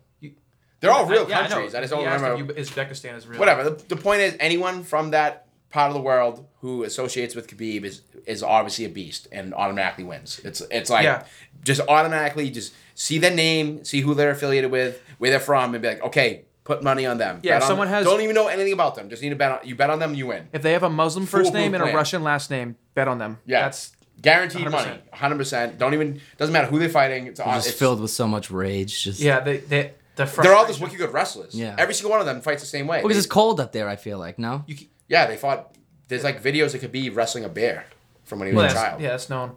[SPEAKER 4] They're all real
[SPEAKER 2] Yeah, I know.
[SPEAKER 4] countries. I, just don't
[SPEAKER 2] He asked
[SPEAKER 4] remember.
[SPEAKER 2] if you- Uzbekistan is real.
[SPEAKER 4] Whatever. The, the point is, anyone from that part of the world who associates with Khabib is is obviously a beast and automatically wins. It's it's like
[SPEAKER 2] Yeah.
[SPEAKER 4] just automatically just see their name, see who they're affiliated with, where they're from, and be like, okay, put money on them.
[SPEAKER 2] Yeah,
[SPEAKER 4] Bet on
[SPEAKER 2] someone
[SPEAKER 4] them.
[SPEAKER 2] has-
[SPEAKER 4] don't even know anything about them. Just need to bet on you. Bet on them, you win.
[SPEAKER 2] If they have a Muslim first
[SPEAKER 4] Foolproof
[SPEAKER 2] name and a
[SPEAKER 4] plan.
[SPEAKER 2] Russian last name, bet on them.
[SPEAKER 4] Yeah,
[SPEAKER 2] That's
[SPEAKER 4] guaranteed
[SPEAKER 2] 100%.
[SPEAKER 4] money, hundred percent. Don't even doesn't matter who they're fighting. It's,
[SPEAKER 1] Just
[SPEAKER 4] Uh, it's
[SPEAKER 1] filled with so much rage. Just
[SPEAKER 2] yeah. They they the
[SPEAKER 4] They're all just wicked good wrestlers.
[SPEAKER 1] Yeah.
[SPEAKER 4] Every single one of them fights the same way.
[SPEAKER 1] Because it's
[SPEAKER 4] They-
[SPEAKER 1] cold up there. I feel like no.
[SPEAKER 2] You, c-
[SPEAKER 4] yeah, they fought. There's like videos of Khabib wrestling a bear from when he was
[SPEAKER 2] well,
[SPEAKER 4] a
[SPEAKER 2] that's,
[SPEAKER 4] child.
[SPEAKER 2] yeah, that's known.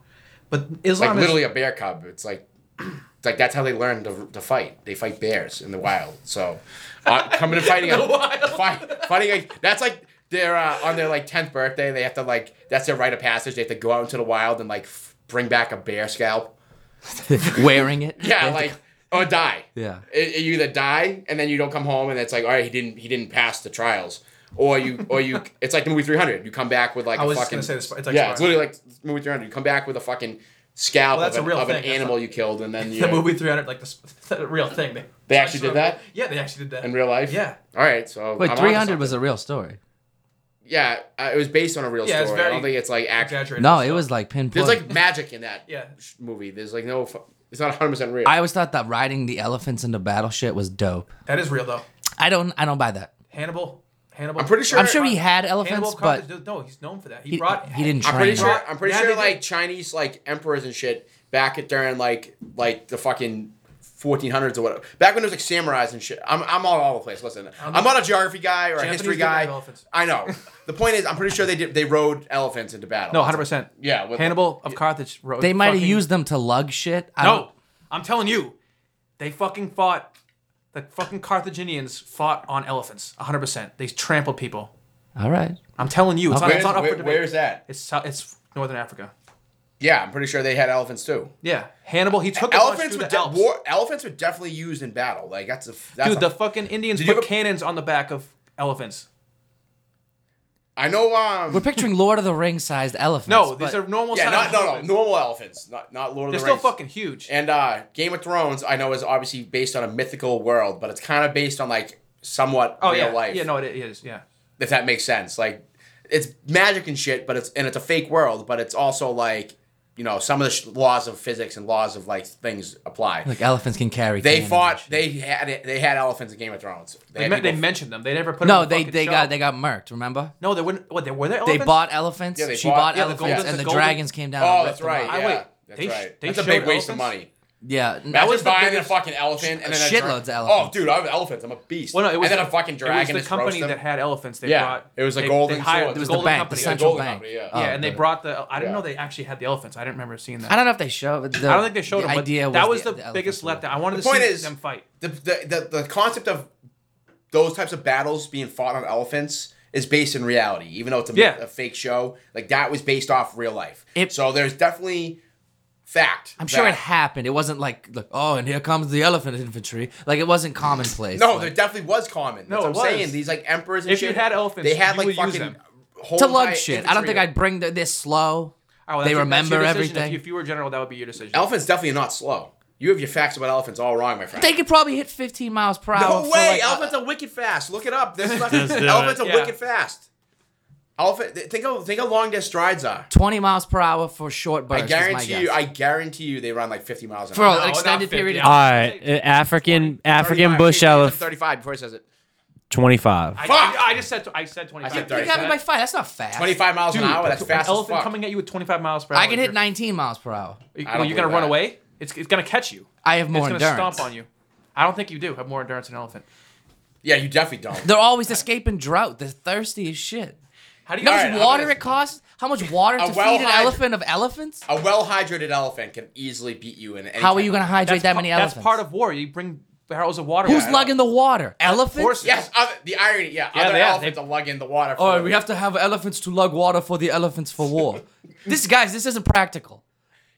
[SPEAKER 2] But
[SPEAKER 4] like
[SPEAKER 2] Islam is
[SPEAKER 4] literally a bear cub. It's like, it's like that's how they learn to, to fight. They fight bears in the wild. So, uh, coming and fighting, a,
[SPEAKER 2] wild.
[SPEAKER 4] fight, fighting like that's like they're uh, on their like tenth birthday. They have to like that's their rite of passage. They have to go out into the wild and like f- bring back a bear scalp.
[SPEAKER 1] Wearing it. They
[SPEAKER 4] Yeah,
[SPEAKER 1] have to
[SPEAKER 4] like
[SPEAKER 1] co-
[SPEAKER 4] or die.
[SPEAKER 1] Yeah.
[SPEAKER 4] It- it- you either die and then you don't come home, and it's like all right, he didn't he didn't pass the trials. Or you, or you. It's like the movie Three Hundred. You come back with like
[SPEAKER 2] I
[SPEAKER 4] a
[SPEAKER 2] was just
[SPEAKER 4] fucking.
[SPEAKER 2] gonna say this. It's like
[SPEAKER 4] yeah, it's
[SPEAKER 2] Survivor.
[SPEAKER 4] literally like movie 300. You come back with a fucking scalp
[SPEAKER 2] Well,
[SPEAKER 4] of,
[SPEAKER 2] that's
[SPEAKER 4] an,
[SPEAKER 2] a real
[SPEAKER 4] of an
[SPEAKER 2] thing. That's
[SPEAKER 4] animal
[SPEAKER 2] not-
[SPEAKER 4] you killed, and then you
[SPEAKER 2] the movie 300, like the, s- the real thing. They,
[SPEAKER 4] They actually did that?
[SPEAKER 2] Yeah, they actually did that
[SPEAKER 4] in real life.
[SPEAKER 2] Yeah.
[SPEAKER 4] All right, so I'm
[SPEAKER 1] Wait,
[SPEAKER 4] onto
[SPEAKER 1] three hundred
[SPEAKER 4] something.
[SPEAKER 1] was a real story.
[SPEAKER 4] yeah, uh, it was based on a real
[SPEAKER 2] Yeah, it's
[SPEAKER 4] story. I
[SPEAKER 2] very
[SPEAKER 4] don't think it's like act.
[SPEAKER 2] Exaggerated.
[SPEAKER 1] No,
[SPEAKER 2] stuff.
[SPEAKER 1] it was like pinpoint.
[SPEAKER 4] There's like magic in that
[SPEAKER 2] Yeah.
[SPEAKER 4] sh- movie. There's like no, fu- it's not 100 percent real.
[SPEAKER 1] I always thought that riding the elephants into battle shit was dope.
[SPEAKER 2] That is real though.
[SPEAKER 1] I don't. I don't buy that.
[SPEAKER 2] Hannibal. Hannibal.
[SPEAKER 4] I'm pretty sure.
[SPEAKER 1] I'm sure he had elephants,
[SPEAKER 2] Hannibal
[SPEAKER 1] but
[SPEAKER 2] Conquered- no, he's known for that. He,
[SPEAKER 1] he,
[SPEAKER 2] brought.
[SPEAKER 1] he didn't.
[SPEAKER 4] I'm
[SPEAKER 1] train
[SPEAKER 4] pretty
[SPEAKER 1] them.
[SPEAKER 4] sure. I'm pretty
[SPEAKER 2] Yeah,
[SPEAKER 4] sure
[SPEAKER 2] they did.
[SPEAKER 4] like Chinese like emperors and shit back at during like like the fucking 1400s or whatever. Back when there was like samurais and shit. I'm I'm all, all over the place. Listen, I'm, not a geography guy or a
[SPEAKER 2] Japanese
[SPEAKER 4] history
[SPEAKER 2] didn't have
[SPEAKER 4] guy.
[SPEAKER 2] elephants.
[SPEAKER 4] I know. the point is, I'm pretty sure they did. They rode elephants into battle.
[SPEAKER 2] No, 100. percent
[SPEAKER 4] Yeah, with-
[SPEAKER 2] Hannibal of Carthage. Wrote
[SPEAKER 1] They might have
[SPEAKER 2] fucking-
[SPEAKER 1] used them to lug shit. I
[SPEAKER 2] No, I'm telling you, they fucking fought. The fucking Carthaginians fought on elephants. 100. percent They trampled people.
[SPEAKER 1] don't- All right.
[SPEAKER 2] I'm telling you, it's, not,
[SPEAKER 4] Where's,
[SPEAKER 2] it's not up
[SPEAKER 4] where-
[SPEAKER 2] for debate.
[SPEAKER 4] where's that?
[SPEAKER 2] It's sou- it's northern Africa.
[SPEAKER 4] Yeah, I'm pretty sure they had elephants too.
[SPEAKER 2] Yeah, Hannibal. He took a bunch
[SPEAKER 4] elephants
[SPEAKER 2] through the
[SPEAKER 4] were de-
[SPEAKER 2] Alps.
[SPEAKER 4] war, elephants were definitely used in battle. Like that's a that's
[SPEAKER 2] Dude, the
[SPEAKER 4] a-
[SPEAKER 2] fucking Indians
[SPEAKER 4] Did you
[SPEAKER 2] put
[SPEAKER 4] ever-
[SPEAKER 2] cannons on the back of elephants.
[SPEAKER 4] I know. Um,
[SPEAKER 1] We're picturing Lord of the Ring sized elephants.
[SPEAKER 2] No,
[SPEAKER 1] but
[SPEAKER 2] these are normal
[SPEAKER 4] yeah,
[SPEAKER 2] sized
[SPEAKER 4] not no no
[SPEAKER 2] elephants.
[SPEAKER 4] normal elephants, not not
[SPEAKER 2] They're
[SPEAKER 4] Lord of the
[SPEAKER 2] still
[SPEAKER 4] Rings.
[SPEAKER 2] fucking huge.
[SPEAKER 4] And uh, Game of Thrones, I know, is obviously based on a mythical world, but it's kind of based on like somewhat
[SPEAKER 2] oh
[SPEAKER 4] real
[SPEAKER 2] yeah,
[SPEAKER 4] life.
[SPEAKER 2] yeah, no, it is. Yeah,
[SPEAKER 4] if that makes sense. Like it's magic and shit, but it's and it's a fake world, but it's also like you know some of the sh- laws of physics and laws of like things apply.
[SPEAKER 1] Like elephants can carry.
[SPEAKER 4] they
[SPEAKER 1] cannons
[SPEAKER 4] fought.
[SPEAKER 1] and shit.
[SPEAKER 4] They had it, they had elephants in Game of Thrones.
[SPEAKER 2] They,
[SPEAKER 4] had
[SPEAKER 2] men- they
[SPEAKER 4] people-
[SPEAKER 2] mentioned them. They never put.
[SPEAKER 1] No,
[SPEAKER 2] them
[SPEAKER 1] they they got they got murked. Remember?
[SPEAKER 2] No, they wouldn't. What they were there?
[SPEAKER 1] They bought elephants.
[SPEAKER 4] Yeah, they
[SPEAKER 1] she bought
[SPEAKER 4] bought- yeah,
[SPEAKER 2] the
[SPEAKER 1] elephants,
[SPEAKER 2] golden-
[SPEAKER 1] and
[SPEAKER 2] the
[SPEAKER 1] the,
[SPEAKER 2] golden-
[SPEAKER 1] dragons came down. and
[SPEAKER 4] Oh,
[SPEAKER 1] ripped
[SPEAKER 4] that's
[SPEAKER 1] them
[SPEAKER 4] right.
[SPEAKER 1] out.
[SPEAKER 2] I
[SPEAKER 4] Yeah,
[SPEAKER 2] wait,
[SPEAKER 4] that's
[SPEAKER 2] they sh-
[SPEAKER 4] right.
[SPEAKER 2] they
[SPEAKER 4] that's a
[SPEAKER 2] showed
[SPEAKER 4] big waste of
[SPEAKER 2] elephants?
[SPEAKER 4] money.
[SPEAKER 1] Yeah, n-
[SPEAKER 4] That
[SPEAKER 2] was
[SPEAKER 4] was
[SPEAKER 2] the
[SPEAKER 4] buying
[SPEAKER 2] biggest-
[SPEAKER 4] a fucking elephant and then a
[SPEAKER 1] shitloads
[SPEAKER 4] dra-
[SPEAKER 1] of elephants.
[SPEAKER 4] Oh, dude, I have elephants. I'm a beast.
[SPEAKER 2] Well, no, it was
[SPEAKER 4] and then a fucking dragon.
[SPEAKER 2] It was
[SPEAKER 4] just
[SPEAKER 2] the company
[SPEAKER 4] roast them.
[SPEAKER 2] that had elephants. They
[SPEAKER 4] Yeah,
[SPEAKER 2] brought.
[SPEAKER 4] it was a
[SPEAKER 2] they-
[SPEAKER 4] golden
[SPEAKER 2] They hired
[SPEAKER 4] sword.
[SPEAKER 2] the
[SPEAKER 4] It was
[SPEAKER 1] the
[SPEAKER 2] golden
[SPEAKER 1] bank, the
[SPEAKER 2] company.
[SPEAKER 1] the
[SPEAKER 4] Yeah,
[SPEAKER 1] central
[SPEAKER 4] Golden
[SPEAKER 1] bank.
[SPEAKER 4] Company, yeah.
[SPEAKER 1] Oh,
[SPEAKER 2] yeah, and they
[SPEAKER 1] the-
[SPEAKER 2] brought the. I didn't
[SPEAKER 4] Yeah.
[SPEAKER 2] know they actually had the elephants. I didn't remember seeing that.
[SPEAKER 1] I don't know if they show. but The,
[SPEAKER 2] I don't think they showed
[SPEAKER 1] the
[SPEAKER 2] them.
[SPEAKER 1] Idea
[SPEAKER 2] but that was
[SPEAKER 1] was
[SPEAKER 2] the, biggest
[SPEAKER 1] elephants were-
[SPEAKER 2] letdown. I wanted
[SPEAKER 4] The
[SPEAKER 2] to
[SPEAKER 4] point
[SPEAKER 2] see
[SPEAKER 4] is-
[SPEAKER 2] them fight.
[SPEAKER 4] the, the, the, the concept of those types of battles being fought on elephants is based in reality, even though it's a,
[SPEAKER 2] Yeah.
[SPEAKER 4] a fake show. Like that was based off real life.
[SPEAKER 1] It-
[SPEAKER 4] so there's definitely fact.
[SPEAKER 1] I'm sure
[SPEAKER 4] that-
[SPEAKER 1] it happened. It wasn't like, like, oh, and here comes the elephant infantry. Like it wasn't commonplace.
[SPEAKER 4] No,
[SPEAKER 1] Like,
[SPEAKER 4] there definitely was common. That's
[SPEAKER 2] No,
[SPEAKER 4] what
[SPEAKER 2] it
[SPEAKER 4] I'm
[SPEAKER 2] was.
[SPEAKER 4] saying. These like emperors and
[SPEAKER 2] If you
[SPEAKER 4] shit,
[SPEAKER 2] had elephants,
[SPEAKER 4] they had
[SPEAKER 2] you
[SPEAKER 4] like
[SPEAKER 2] would use
[SPEAKER 4] fucking
[SPEAKER 2] them.
[SPEAKER 4] whole
[SPEAKER 1] to lug
[SPEAKER 4] entire
[SPEAKER 1] shit. I don't think
[SPEAKER 4] infantry.
[SPEAKER 1] I'd bring. The, they're slow.
[SPEAKER 2] Oh, that's
[SPEAKER 1] they
[SPEAKER 2] your- that's your
[SPEAKER 1] remember
[SPEAKER 2] decision. If
[SPEAKER 1] everything.
[SPEAKER 2] you, if you were general, that would be your decision.
[SPEAKER 4] Elephants definitely are not slow. You have your facts about elephants all wrong, my friend.
[SPEAKER 1] They could probably hit 15 miles per hour.
[SPEAKER 4] no
[SPEAKER 1] for,
[SPEAKER 4] way!
[SPEAKER 1] like, uh, a-
[SPEAKER 4] elephants are wicked fast. Look it up. This is not-
[SPEAKER 5] do it.
[SPEAKER 4] elephants are
[SPEAKER 2] Yeah.
[SPEAKER 4] wicked fast. Elephant. Think how think how long their strides are.
[SPEAKER 1] 20 miles per hour for short bursts.
[SPEAKER 4] I
[SPEAKER 1] is my
[SPEAKER 4] guarantee you.
[SPEAKER 1] guess.
[SPEAKER 4] I guarantee you. They run like 50 miles an
[SPEAKER 1] for
[SPEAKER 4] hour.
[SPEAKER 2] not
[SPEAKER 1] an extended
[SPEAKER 2] 50.
[SPEAKER 1] period. of
[SPEAKER 5] All right, uh, African African
[SPEAKER 4] 35.
[SPEAKER 5] bush
[SPEAKER 4] He said
[SPEAKER 5] elephant,
[SPEAKER 4] 35 before he says it.
[SPEAKER 5] twenty five.
[SPEAKER 2] I,
[SPEAKER 4] Fuck!
[SPEAKER 2] I, I just said tw- I said twenty
[SPEAKER 4] I
[SPEAKER 2] five.
[SPEAKER 4] said
[SPEAKER 1] You
[SPEAKER 4] 30.
[SPEAKER 1] got me by five. That's not fast.
[SPEAKER 4] 25 miles
[SPEAKER 2] Dude,
[SPEAKER 4] an hour. That's
[SPEAKER 2] an
[SPEAKER 4] fast as
[SPEAKER 2] elephant
[SPEAKER 4] fuck.
[SPEAKER 2] coming at you with 25 miles per hour.
[SPEAKER 1] I can hit
[SPEAKER 2] you're-
[SPEAKER 1] 19 miles per hour.
[SPEAKER 2] you-
[SPEAKER 4] I don't
[SPEAKER 2] well, you're gonna
[SPEAKER 4] believe
[SPEAKER 2] run
[SPEAKER 4] that.
[SPEAKER 2] away. It's it's gonna catch you.
[SPEAKER 1] I have more
[SPEAKER 2] it's gonna
[SPEAKER 1] endurance.
[SPEAKER 2] stomp on you. I don't think you do have more endurance than an elephant.
[SPEAKER 4] Yeah, you definitely don't.
[SPEAKER 1] They're always escaping drought. They're thirsty as shit.
[SPEAKER 2] How do
[SPEAKER 1] You know
[SPEAKER 2] you?
[SPEAKER 1] how
[SPEAKER 4] All
[SPEAKER 1] much
[SPEAKER 4] right, I'm
[SPEAKER 1] water
[SPEAKER 4] gonna-
[SPEAKER 1] it costs? How much water
[SPEAKER 4] A
[SPEAKER 1] to feed an
[SPEAKER 4] well-hyd-
[SPEAKER 1] elephant of elephants?
[SPEAKER 4] A well hydrated elephant can easily beat you in any.
[SPEAKER 1] How are
[SPEAKER 4] kind
[SPEAKER 1] you
[SPEAKER 4] of-
[SPEAKER 1] going to hydrate
[SPEAKER 2] that's
[SPEAKER 1] that
[SPEAKER 2] pa-
[SPEAKER 1] many
[SPEAKER 2] That's
[SPEAKER 1] elephants?
[SPEAKER 2] part of war. You bring barrels of water.
[SPEAKER 1] Who's
[SPEAKER 2] out.
[SPEAKER 1] lugging the water? Elephants?
[SPEAKER 2] Horses.
[SPEAKER 4] Yes, other, the irony. Yeah,
[SPEAKER 2] Yeah,
[SPEAKER 4] other
[SPEAKER 2] they are.
[SPEAKER 4] elephants
[SPEAKER 2] They-
[SPEAKER 4] are lugging the water.
[SPEAKER 1] All
[SPEAKER 4] for
[SPEAKER 1] right, we
[SPEAKER 4] you.
[SPEAKER 1] have to have elephants to lug water for the elephants for war. this guys, this isn't practical.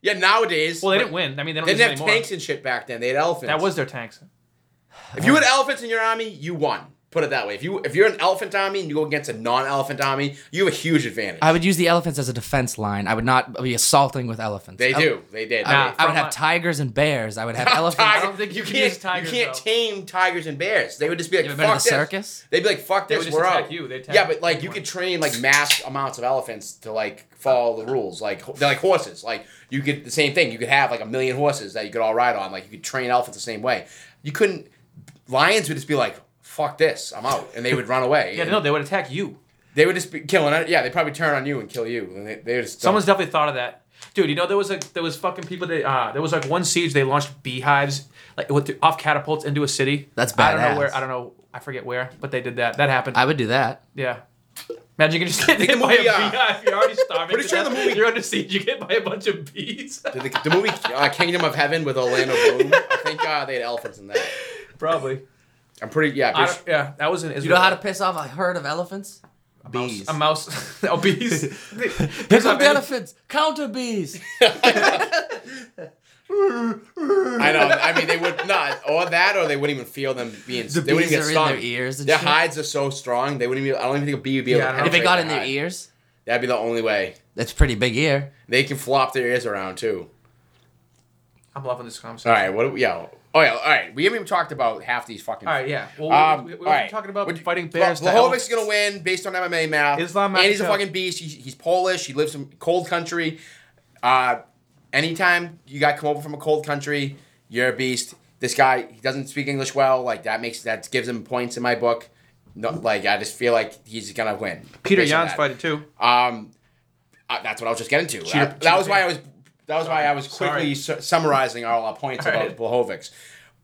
[SPEAKER 4] Yeah, nowadays.
[SPEAKER 2] Well, they didn't win. I mean, they don't
[SPEAKER 4] They
[SPEAKER 2] use
[SPEAKER 4] didn't
[SPEAKER 2] it
[SPEAKER 4] have
[SPEAKER 2] anymore.
[SPEAKER 4] tanks and shit back then. They had elephants.
[SPEAKER 2] That was their tanks.
[SPEAKER 4] If you had elephants in your army, you won. Put it that way. If you if you're an elephant army and you go against a non-elephant army, you have a huge advantage.
[SPEAKER 1] I would use the elephants as a defense line. I would not be assaulting with elephants.
[SPEAKER 4] they
[SPEAKER 1] I-
[SPEAKER 4] do. They did.
[SPEAKER 2] Nah,
[SPEAKER 4] They-
[SPEAKER 1] I would
[SPEAKER 2] From
[SPEAKER 1] have
[SPEAKER 2] a-
[SPEAKER 1] tigers and bears. I would have elephants.
[SPEAKER 4] Tiger-
[SPEAKER 2] I don't think
[SPEAKER 4] you
[SPEAKER 2] you can
[SPEAKER 4] can't
[SPEAKER 2] use tigers,
[SPEAKER 4] you can't
[SPEAKER 2] though.
[SPEAKER 4] tame tigers and bears. They would just be like
[SPEAKER 1] You ever been
[SPEAKER 4] fuck
[SPEAKER 1] to the
[SPEAKER 4] this.
[SPEAKER 1] circus?
[SPEAKER 4] They'd be like fuck this.
[SPEAKER 2] would just
[SPEAKER 4] we're
[SPEAKER 2] attack
[SPEAKER 4] out.
[SPEAKER 2] you. They'd attack
[SPEAKER 4] yeah, but like you
[SPEAKER 2] anyone.
[SPEAKER 4] could train like mass amounts of elephants to like follow the rules. Like ho- they're like horses. Like you could the same thing. You could have like a million horses that you could all ride on. Like you could train elephants the same way. You couldn't. Lions would just be like fuck this. I'm out, and they would run away.
[SPEAKER 2] Yeah,
[SPEAKER 4] And
[SPEAKER 2] no, they would attack you.
[SPEAKER 4] They would just be killing. Yeah, they probably turn on you and kill you. And they, they would just
[SPEAKER 2] Someone's definitely thought of that. Dude, you know there was like there was fucking people that uh there was like one siege they launched beehives like with off catapults into a city.
[SPEAKER 1] That's
[SPEAKER 2] I don't
[SPEAKER 1] badass.
[SPEAKER 2] know where I don't know I forget where, but they did that. That happened.
[SPEAKER 1] I would do that.
[SPEAKER 2] yeah. Imagine you can just get hit by a
[SPEAKER 4] movie, uh,
[SPEAKER 2] beehive. You're already starving.
[SPEAKER 4] Pretty
[SPEAKER 2] to
[SPEAKER 4] sure the
[SPEAKER 2] death.
[SPEAKER 4] movie-
[SPEAKER 2] You're under siege. You get hit by a bunch of bees.
[SPEAKER 4] the, the movie uh, Kingdom of Heaven with Orlando Bloom. I think uh, they had elephants in that.
[SPEAKER 2] Probably.
[SPEAKER 4] I'm pretty yeah.
[SPEAKER 2] I
[SPEAKER 4] Pretty
[SPEAKER 2] don't- yeah, that was an Israel.
[SPEAKER 1] You know how to piss off a herd of elephants? Bees.
[SPEAKER 2] a mouse. oh, bees. Piss
[SPEAKER 1] Piss
[SPEAKER 2] off
[SPEAKER 1] off the
[SPEAKER 2] any-
[SPEAKER 1] elephants. Counter bees.
[SPEAKER 4] I know. I mean, they would not, or that, or they wouldn't even feel them being.
[SPEAKER 1] The
[SPEAKER 4] they wouldn't
[SPEAKER 1] bees
[SPEAKER 4] even get
[SPEAKER 1] are in
[SPEAKER 4] stung.
[SPEAKER 1] their ears and
[SPEAKER 4] their
[SPEAKER 1] shit.
[SPEAKER 4] hides are so strong. They wouldn't even. I don't even think a bee would be able
[SPEAKER 2] Yeah, I
[SPEAKER 4] to.
[SPEAKER 2] don't
[SPEAKER 1] if it
[SPEAKER 4] penetrate
[SPEAKER 1] got in their
[SPEAKER 4] hide.
[SPEAKER 1] ears,
[SPEAKER 4] that'd be the only way.
[SPEAKER 1] that's pretty big ear.
[SPEAKER 4] They can flop their ears around too.
[SPEAKER 2] I'm loving this
[SPEAKER 4] All
[SPEAKER 2] conversation.
[SPEAKER 4] right. What? do we- Yeah. Oh yeah. All right. We haven't even talked about half these fucking.
[SPEAKER 2] All right, yeah. Well, we,
[SPEAKER 4] Um,
[SPEAKER 2] we, we
[SPEAKER 4] all
[SPEAKER 2] were
[SPEAKER 4] right.
[SPEAKER 2] talking about
[SPEAKER 4] Would you-
[SPEAKER 2] fighting bears. to
[SPEAKER 4] Bla- Blahovic's
[SPEAKER 2] elephants.
[SPEAKER 4] gonna win based on MMA math.
[SPEAKER 2] Islam
[SPEAKER 4] and he's a
[SPEAKER 2] Makhachev.
[SPEAKER 4] fucking beast. He's, he's Polish. He lives in cold country. Uh, anytime you got come over from a cold country, you're a beast. This guy, he doesn't speak English well. Like that makes that gives him points in my book. No, like I just feel like he's gonna win.
[SPEAKER 2] Peter
[SPEAKER 4] based on
[SPEAKER 2] Yan's
[SPEAKER 4] that.
[SPEAKER 2] fighting too.
[SPEAKER 4] Um, uh, that's what I was just getting to.
[SPEAKER 2] Cheater-
[SPEAKER 4] I- that was
[SPEAKER 2] cheater
[SPEAKER 4] why
[SPEAKER 2] pig.
[SPEAKER 4] I was. That was why I was quickly
[SPEAKER 2] Sorry.
[SPEAKER 4] su- summarizing all our points
[SPEAKER 2] All
[SPEAKER 4] about
[SPEAKER 2] right.
[SPEAKER 4] Blahovic's.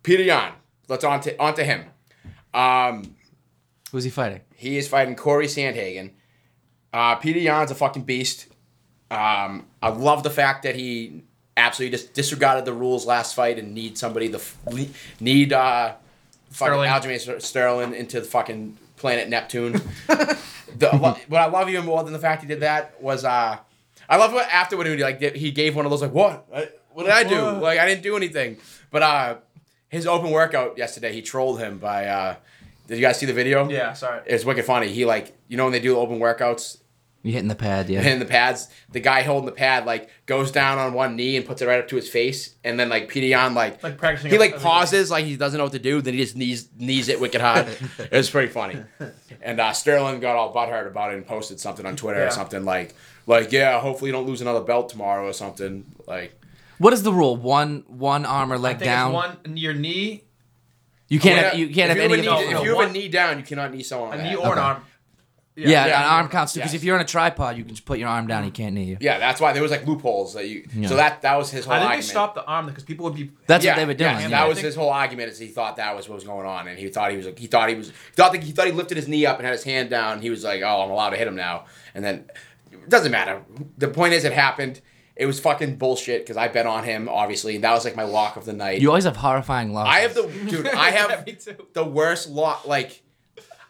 [SPEAKER 4] Peter Yan. Let's on to on to him. Um,
[SPEAKER 1] Who's he fighting?
[SPEAKER 4] he is fighting Corey Sandhagen. Uh, Peter Yan's a fucking beast. Um, I love the fact that he absolutely just disregarded the rules last fight and need somebody to f- le- need uh, fucking
[SPEAKER 2] Sterling.
[SPEAKER 4] Aljamain Ster- Sterling into the fucking planet Neptune. the, what, what I love even more than the fact he did that was uh, I love what afterward he like did- he gave one of those like what I- what did I do like I didn't do anything but uh his open workout yesterday he trolled him by uh did you guys see the video
[SPEAKER 2] Yeah, sorry.
[SPEAKER 4] it's wicked funny. He like you know when they do open workouts
[SPEAKER 1] You hitting the pad, yeah.
[SPEAKER 4] and the pads, the guy holding the pad like goes down on one knee and puts it right up to his face, and then like Pedion like
[SPEAKER 2] Like practicing
[SPEAKER 4] he
[SPEAKER 2] a-
[SPEAKER 4] like
[SPEAKER 2] as a-
[SPEAKER 4] pauses like he doesn't know what to do, then he just knees knees it wicked hard. it was pretty funny. And uh, Sterling got all butthurt about it and posted something on Twitter
[SPEAKER 2] Yeah.
[SPEAKER 4] or something like like, yeah, hopefully you don't lose another belt tomorrow or something. Like,
[SPEAKER 1] What is the rule? One one arm or leg
[SPEAKER 2] I think
[SPEAKER 1] down.
[SPEAKER 2] it's one your knee,
[SPEAKER 1] you can't have,
[SPEAKER 4] Yeah,
[SPEAKER 1] you can't
[SPEAKER 4] if
[SPEAKER 1] have
[SPEAKER 4] have
[SPEAKER 1] any
[SPEAKER 4] a
[SPEAKER 1] of
[SPEAKER 4] knee,
[SPEAKER 1] those.
[SPEAKER 2] those.
[SPEAKER 4] If
[SPEAKER 2] No,
[SPEAKER 4] you have
[SPEAKER 2] one-
[SPEAKER 4] a knee down, you cannot knee someone.
[SPEAKER 2] a
[SPEAKER 4] on the
[SPEAKER 2] knee
[SPEAKER 4] head.
[SPEAKER 2] or an arm.
[SPEAKER 1] Yeah,
[SPEAKER 4] yeah,
[SPEAKER 1] an
[SPEAKER 4] no,
[SPEAKER 1] arm
[SPEAKER 4] no,
[SPEAKER 1] counts because
[SPEAKER 4] yes.
[SPEAKER 1] if you're on a tripod, you can just put your arm down. He can't knee you.
[SPEAKER 4] Yeah, that's why there was like loopholes that you. So that that was his whole.
[SPEAKER 2] I think they
[SPEAKER 4] argument.
[SPEAKER 2] stopped the arm because people would be.
[SPEAKER 1] That's what they were doing.
[SPEAKER 4] yes,
[SPEAKER 1] yeah.
[SPEAKER 4] that
[SPEAKER 2] I
[SPEAKER 4] was
[SPEAKER 2] think-
[SPEAKER 4] his whole argument. Is he thought that was what was going on, and he thought he was he thought he was he thought that- he thought he lifted his knee up and had his hand down. He was like, "Oh, I'm allowed to hit him now," and then it doesn't matter. The point is, it happened. It was fucking bullshit because I bet on him, obviously, and that was like my lock of the night.
[SPEAKER 1] You always have horrifying losses.
[SPEAKER 4] I have the dude. I have
[SPEAKER 2] Me too.
[SPEAKER 4] the worst lot. Like,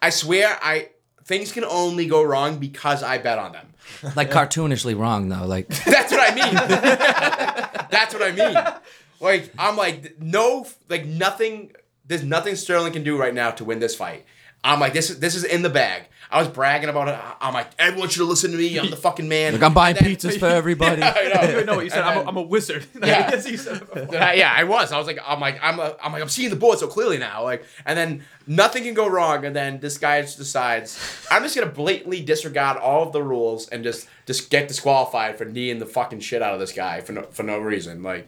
[SPEAKER 4] I swear, I things can only go wrong because I bet on them.
[SPEAKER 1] like cartoonishly wrong though. Like
[SPEAKER 4] That's what I mean. That's what I mean. Like I'm like no, like nothing. There's nothing Sterling can do right now to win this fight. I'm like this. is This is in the bag. I was bragging about it. I'm like everyone should listen to me. I'm the fucking man.
[SPEAKER 1] like I'm buying
[SPEAKER 4] And then-
[SPEAKER 1] pizzas for everybody.
[SPEAKER 4] I know.
[SPEAKER 2] You don't know what you said.
[SPEAKER 4] And
[SPEAKER 2] I'm a,
[SPEAKER 4] then-
[SPEAKER 2] I'm a wizard.
[SPEAKER 4] Yeah.
[SPEAKER 2] Yes, you said it before.
[SPEAKER 4] Then I- yeah, I was. I was like, I'm like, I'm, a, I'm like, I'm seeing the board so clearly now. Like, and then nothing can go wrong. And then this guy just decides, I'm just gonna blatantly disregard all of the rules and just, just get disqualified for kneeing the fucking shit out of this guy for no, for no reason. Like,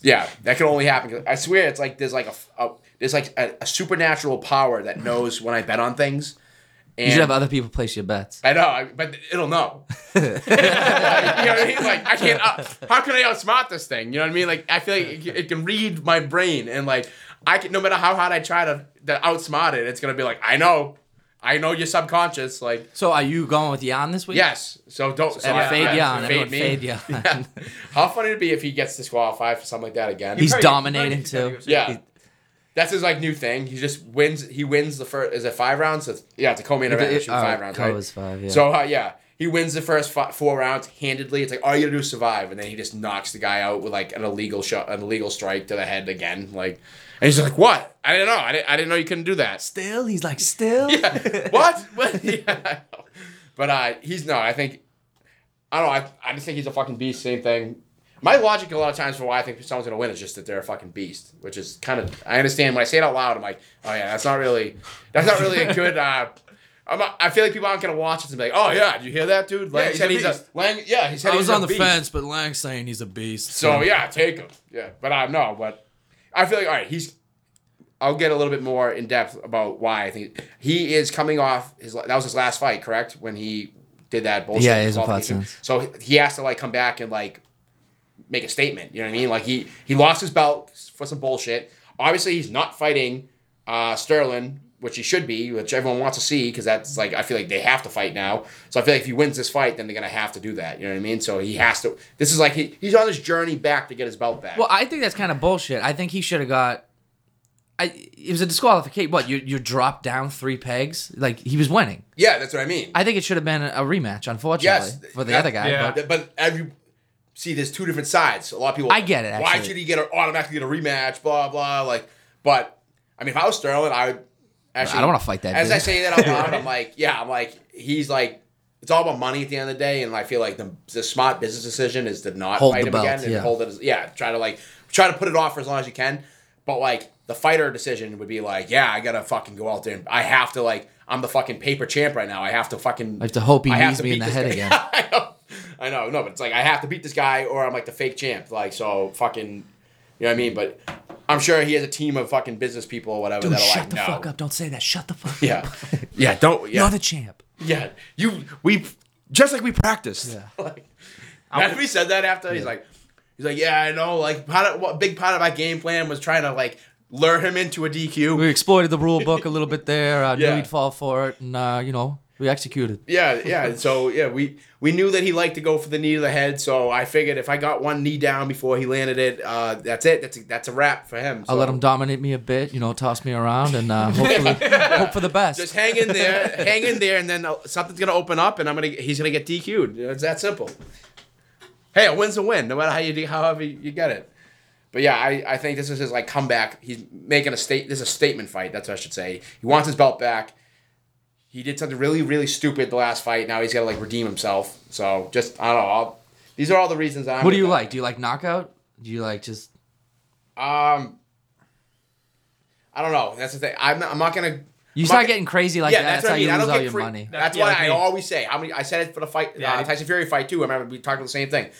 [SPEAKER 4] yeah, that can only happen. I swear, it's like there's like a, a there's like a, a supernatural power that knows when I bet on things. And
[SPEAKER 1] You should have other people place your bets.
[SPEAKER 4] I know, I- but it'll know. you know what I mean? Like I can't. Out, how can I outsmart this thing? You know what I mean? Like I feel like it, can- it can read my brain, and like I can. No matter how hard I try to, to outsmart it, it's gonna be like I know, I know your subconscious. Like
[SPEAKER 1] So are you going with Jan this week?
[SPEAKER 4] yes, so don't. So
[SPEAKER 1] And
[SPEAKER 4] I-
[SPEAKER 1] fade
[SPEAKER 4] yeah,
[SPEAKER 1] Jan. Everyone
[SPEAKER 4] me.
[SPEAKER 1] fade Jan.
[SPEAKER 4] Yeah. How funny it'd be if he gets disqualified for something like that again.
[SPEAKER 1] He's
[SPEAKER 2] Probably-
[SPEAKER 1] dominating
[SPEAKER 2] probably-
[SPEAKER 1] too.
[SPEAKER 4] yeah.
[SPEAKER 1] He-
[SPEAKER 4] That's his like new thing. He just wins. He wins the first. Is it five rounds? It's- yeah, it's a co-main event. It,
[SPEAKER 1] It-
[SPEAKER 4] should be
[SPEAKER 1] oh,
[SPEAKER 4] five rounds.
[SPEAKER 1] Co
[SPEAKER 4] right?
[SPEAKER 1] is five, yeah.
[SPEAKER 4] So uh, yeah, he wins the first fi- four rounds handedly. It's like all you gotta do is survive, and then he just knocks the guy out with like an illegal shot, an illegal strike to the head again. Like, and he's like, "What? I didn't know. I didn't, I didn't know you couldn't do that."
[SPEAKER 1] Still, he's like still.
[SPEAKER 4] what? What? Yeah, I know. but uh, he's no. I think I don't. know. I, I just think he's a fucking beast. Same thing. My logic a lot of times for why I think someone's gonna win is just that they're a fucking beast, which is kind of I understand when I say it out loud. I'm like, oh yeah, that's not really, that's not really a good. Uh, I'm not, I feel like people aren't gonna watch it and be like, oh yeah, did you hear that dude? Lang
[SPEAKER 2] he's
[SPEAKER 4] said
[SPEAKER 2] a
[SPEAKER 4] he's a
[SPEAKER 2] beast.
[SPEAKER 4] Lang. Yeah, he said
[SPEAKER 1] I
[SPEAKER 4] he's
[SPEAKER 1] was
[SPEAKER 4] a
[SPEAKER 1] on the
[SPEAKER 4] beast.
[SPEAKER 1] fence, but Lang's saying he's a beast.
[SPEAKER 4] So yeah, take him. Yeah, but I no, but I feel like all right. He's. I'll get a little bit more in depth about why I think he is coming off his. That was his last fight, correct? When he did that bullshit.
[SPEAKER 1] Yeah, it is a
[SPEAKER 4] qualification.
[SPEAKER 1] plot sense.
[SPEAKER 4] So he has to like come back and like make a statement. You know what I mean? Like he he lost his belt for some bullshit. Obviously, he's not fighting uh, Sterling, which he should be, which everyone wants to see because that's like I feel like they have to fight now. So I feel like if he wins this fight, then they're gonna have to do that. You know what I mean? So he has to. This is like he, he's on this journey back to get his belt back.
[SPEAKER 1] Well, I think that's kind of bullshit. I think he should have got. I, it was a disqualification. What you you dropped down three pegs? Like he was winning.
[SPEAKER 4] yeah, that's what I mean.
[SPEAKER 1] I think it should have been a rematch. Unfortunately,
[SPEAKER 4] Yes,
[SPEAKER 1] for the
[SPEAKER 4] that-
[SPEAKER 1] other guy.
[SPEAKER 2] yeah.
[SPEAKER 1] but-
[SPEAKER 4] Th- but every see, there's two different sides. A lot of people.
[SPEAKER 1] I get it,
[SPEAKER 4] Why
[SPEAKER 1] actually.
[SPEAKER 4] should he get a, automatically get a rematch? Blah blah. Like, but I mean, if I was Sterling, I would actually.
[SPEAKER 1] I don't wanna fight that
[SPEAKER 4] As
[SPEAKER 1] dude.
[SPEAKER 4] I say that out loud, I'm like, yeah, I'm like, he's like, it's all about money at the end of the day, and I feel like the, the smart business decision is to not
[SPEAKER 1] Hold
[SPEAKER 4] fight
[SPEAKER 1] the
[SPEAKER 4] him
[SPEAKER 1] belt,
[SPEAKER 4] again and
[SPEAKER 1] yeah.
[SPEAKER 4] hold it. As, yeah, try to like try to put it off for as long as you can. But like the fighter decision would be like, yeah, I gotta fucking go out there. and I have to like, I'm the fucking paper champ right now. I have to fucking.
[SPEAKER 1] I have to hope he
[SPEAKER 4] I have
[SPEAKER 1] knees
[SPEAKER 4] to
[SPEAKER 1] me in the
[SPEAKER 4] beat this
[SPEAKER 1] head
[SPEAKER 4] guy.
[SPEAKER 1] again.
[SPEAKER 4] I know. I know, no, but it's like I have to beat this guy or I'm like the fake champ. Like so fucking you know what I mean? But I'm sure he has a team of fucking business people or whatever
[SPEAKER 1] Dude,
[SPEAKER 4] that are
[SPEAKER 1] Oh, shut
[SPEAKER 4] like,
[SPEAKER 1] the
[SPEAKER 4] no.
[SPEAKER 1] fuck up! Don't say that. Shut the fuck up.
[SPEAKER 4] Yeah. Yeah, don't yeah.
[SPEAKER 1] You're the champ.
[SPEAKER 4] yeah. You we just like we practiced. Yeah. like after we said that after he's like he's like, Yeah, I know, like part of what big part of my game plan was trying to like lure him into a DQ.
[SPEAKER 1] We exploited the rule book a little bit there. I
[SPEAKER 4] Yeah.
[SPEAKER 1] knew he'd fall for it, and uh, you know we executed.
[SPEAKER 4] Yeah, yeah. and So yeah, we we knew that he liked to go for the knee to the head. So I figured if I got one knee down before he landed it, uh, that's it. That's a, that's a wrap for him.
[SPEAKER 1] I'll
[SPEAKER 4] So
[SPEAKER 1] let him dominate me a bit, you know, toss me around, and uh, hopefully hope for the best.
[SPEAKER 4] Just hang in there, hang in there, and then uh, something's gonna open up, and I'm gonna he's gonna get DQ'd. It's that simple. Hey, a win's a win, no matter how you do, however you get it. But yeah, I, I think this is his like comeback. He's making a state. This is a statement fight. That's what I should say. He wants his belt back. He did something really really stupid the last fight. Now he's got to like redeem himself. So just I don't know. I'll, these are all the reasons. I'm
[SPEAKER 1] what do you
[SPEAKER 4] gonna-
[SPEAKER 1] like? Do you like knockout? Do you like just
[SPEAKER 4] Um, I don't know. That's the thing. I'm not, I'm not gonna.
[SPEAKER 1] You
[SPEAKER 4] I'm not
[SPEAKER 1] start
[SPEAKER 4] get-
[SPEAKER 1] getting crazy like
[SPEAKER 4] yeah,
[SPEAKER 1] that.
[SPEAKER 4] that's,
[SPEAKER 1] That's,
[SPEAKER 4] what
[SPEAKER 1] how
[SPEAKER 4] I mean.
[SPEAKER 1] you
[SPEAKER 4] I
[SPEAKER 1] lose
[SPEAKER 4] don't
[SPEAKER 1] all
[SPEAKER 4] get
[SPEAKER 1] your
[SPEAKER 4] free-
[SPEAKER 1] money.
[SPEAKER 4] That's
[SPEAKER 2] Yeah,
[SPEAKER 4] why
[SPEAKER 2] I
[SPEAKER 4] I
[SPEAKER 2] agree.
[SPEAKER 4] always say. How many? I said it for the fight,
[SPEAKER 2] Yeah, I-
[SPEAKER 4] uh, Tyson Fury fight too. I remember we talked about the same thing.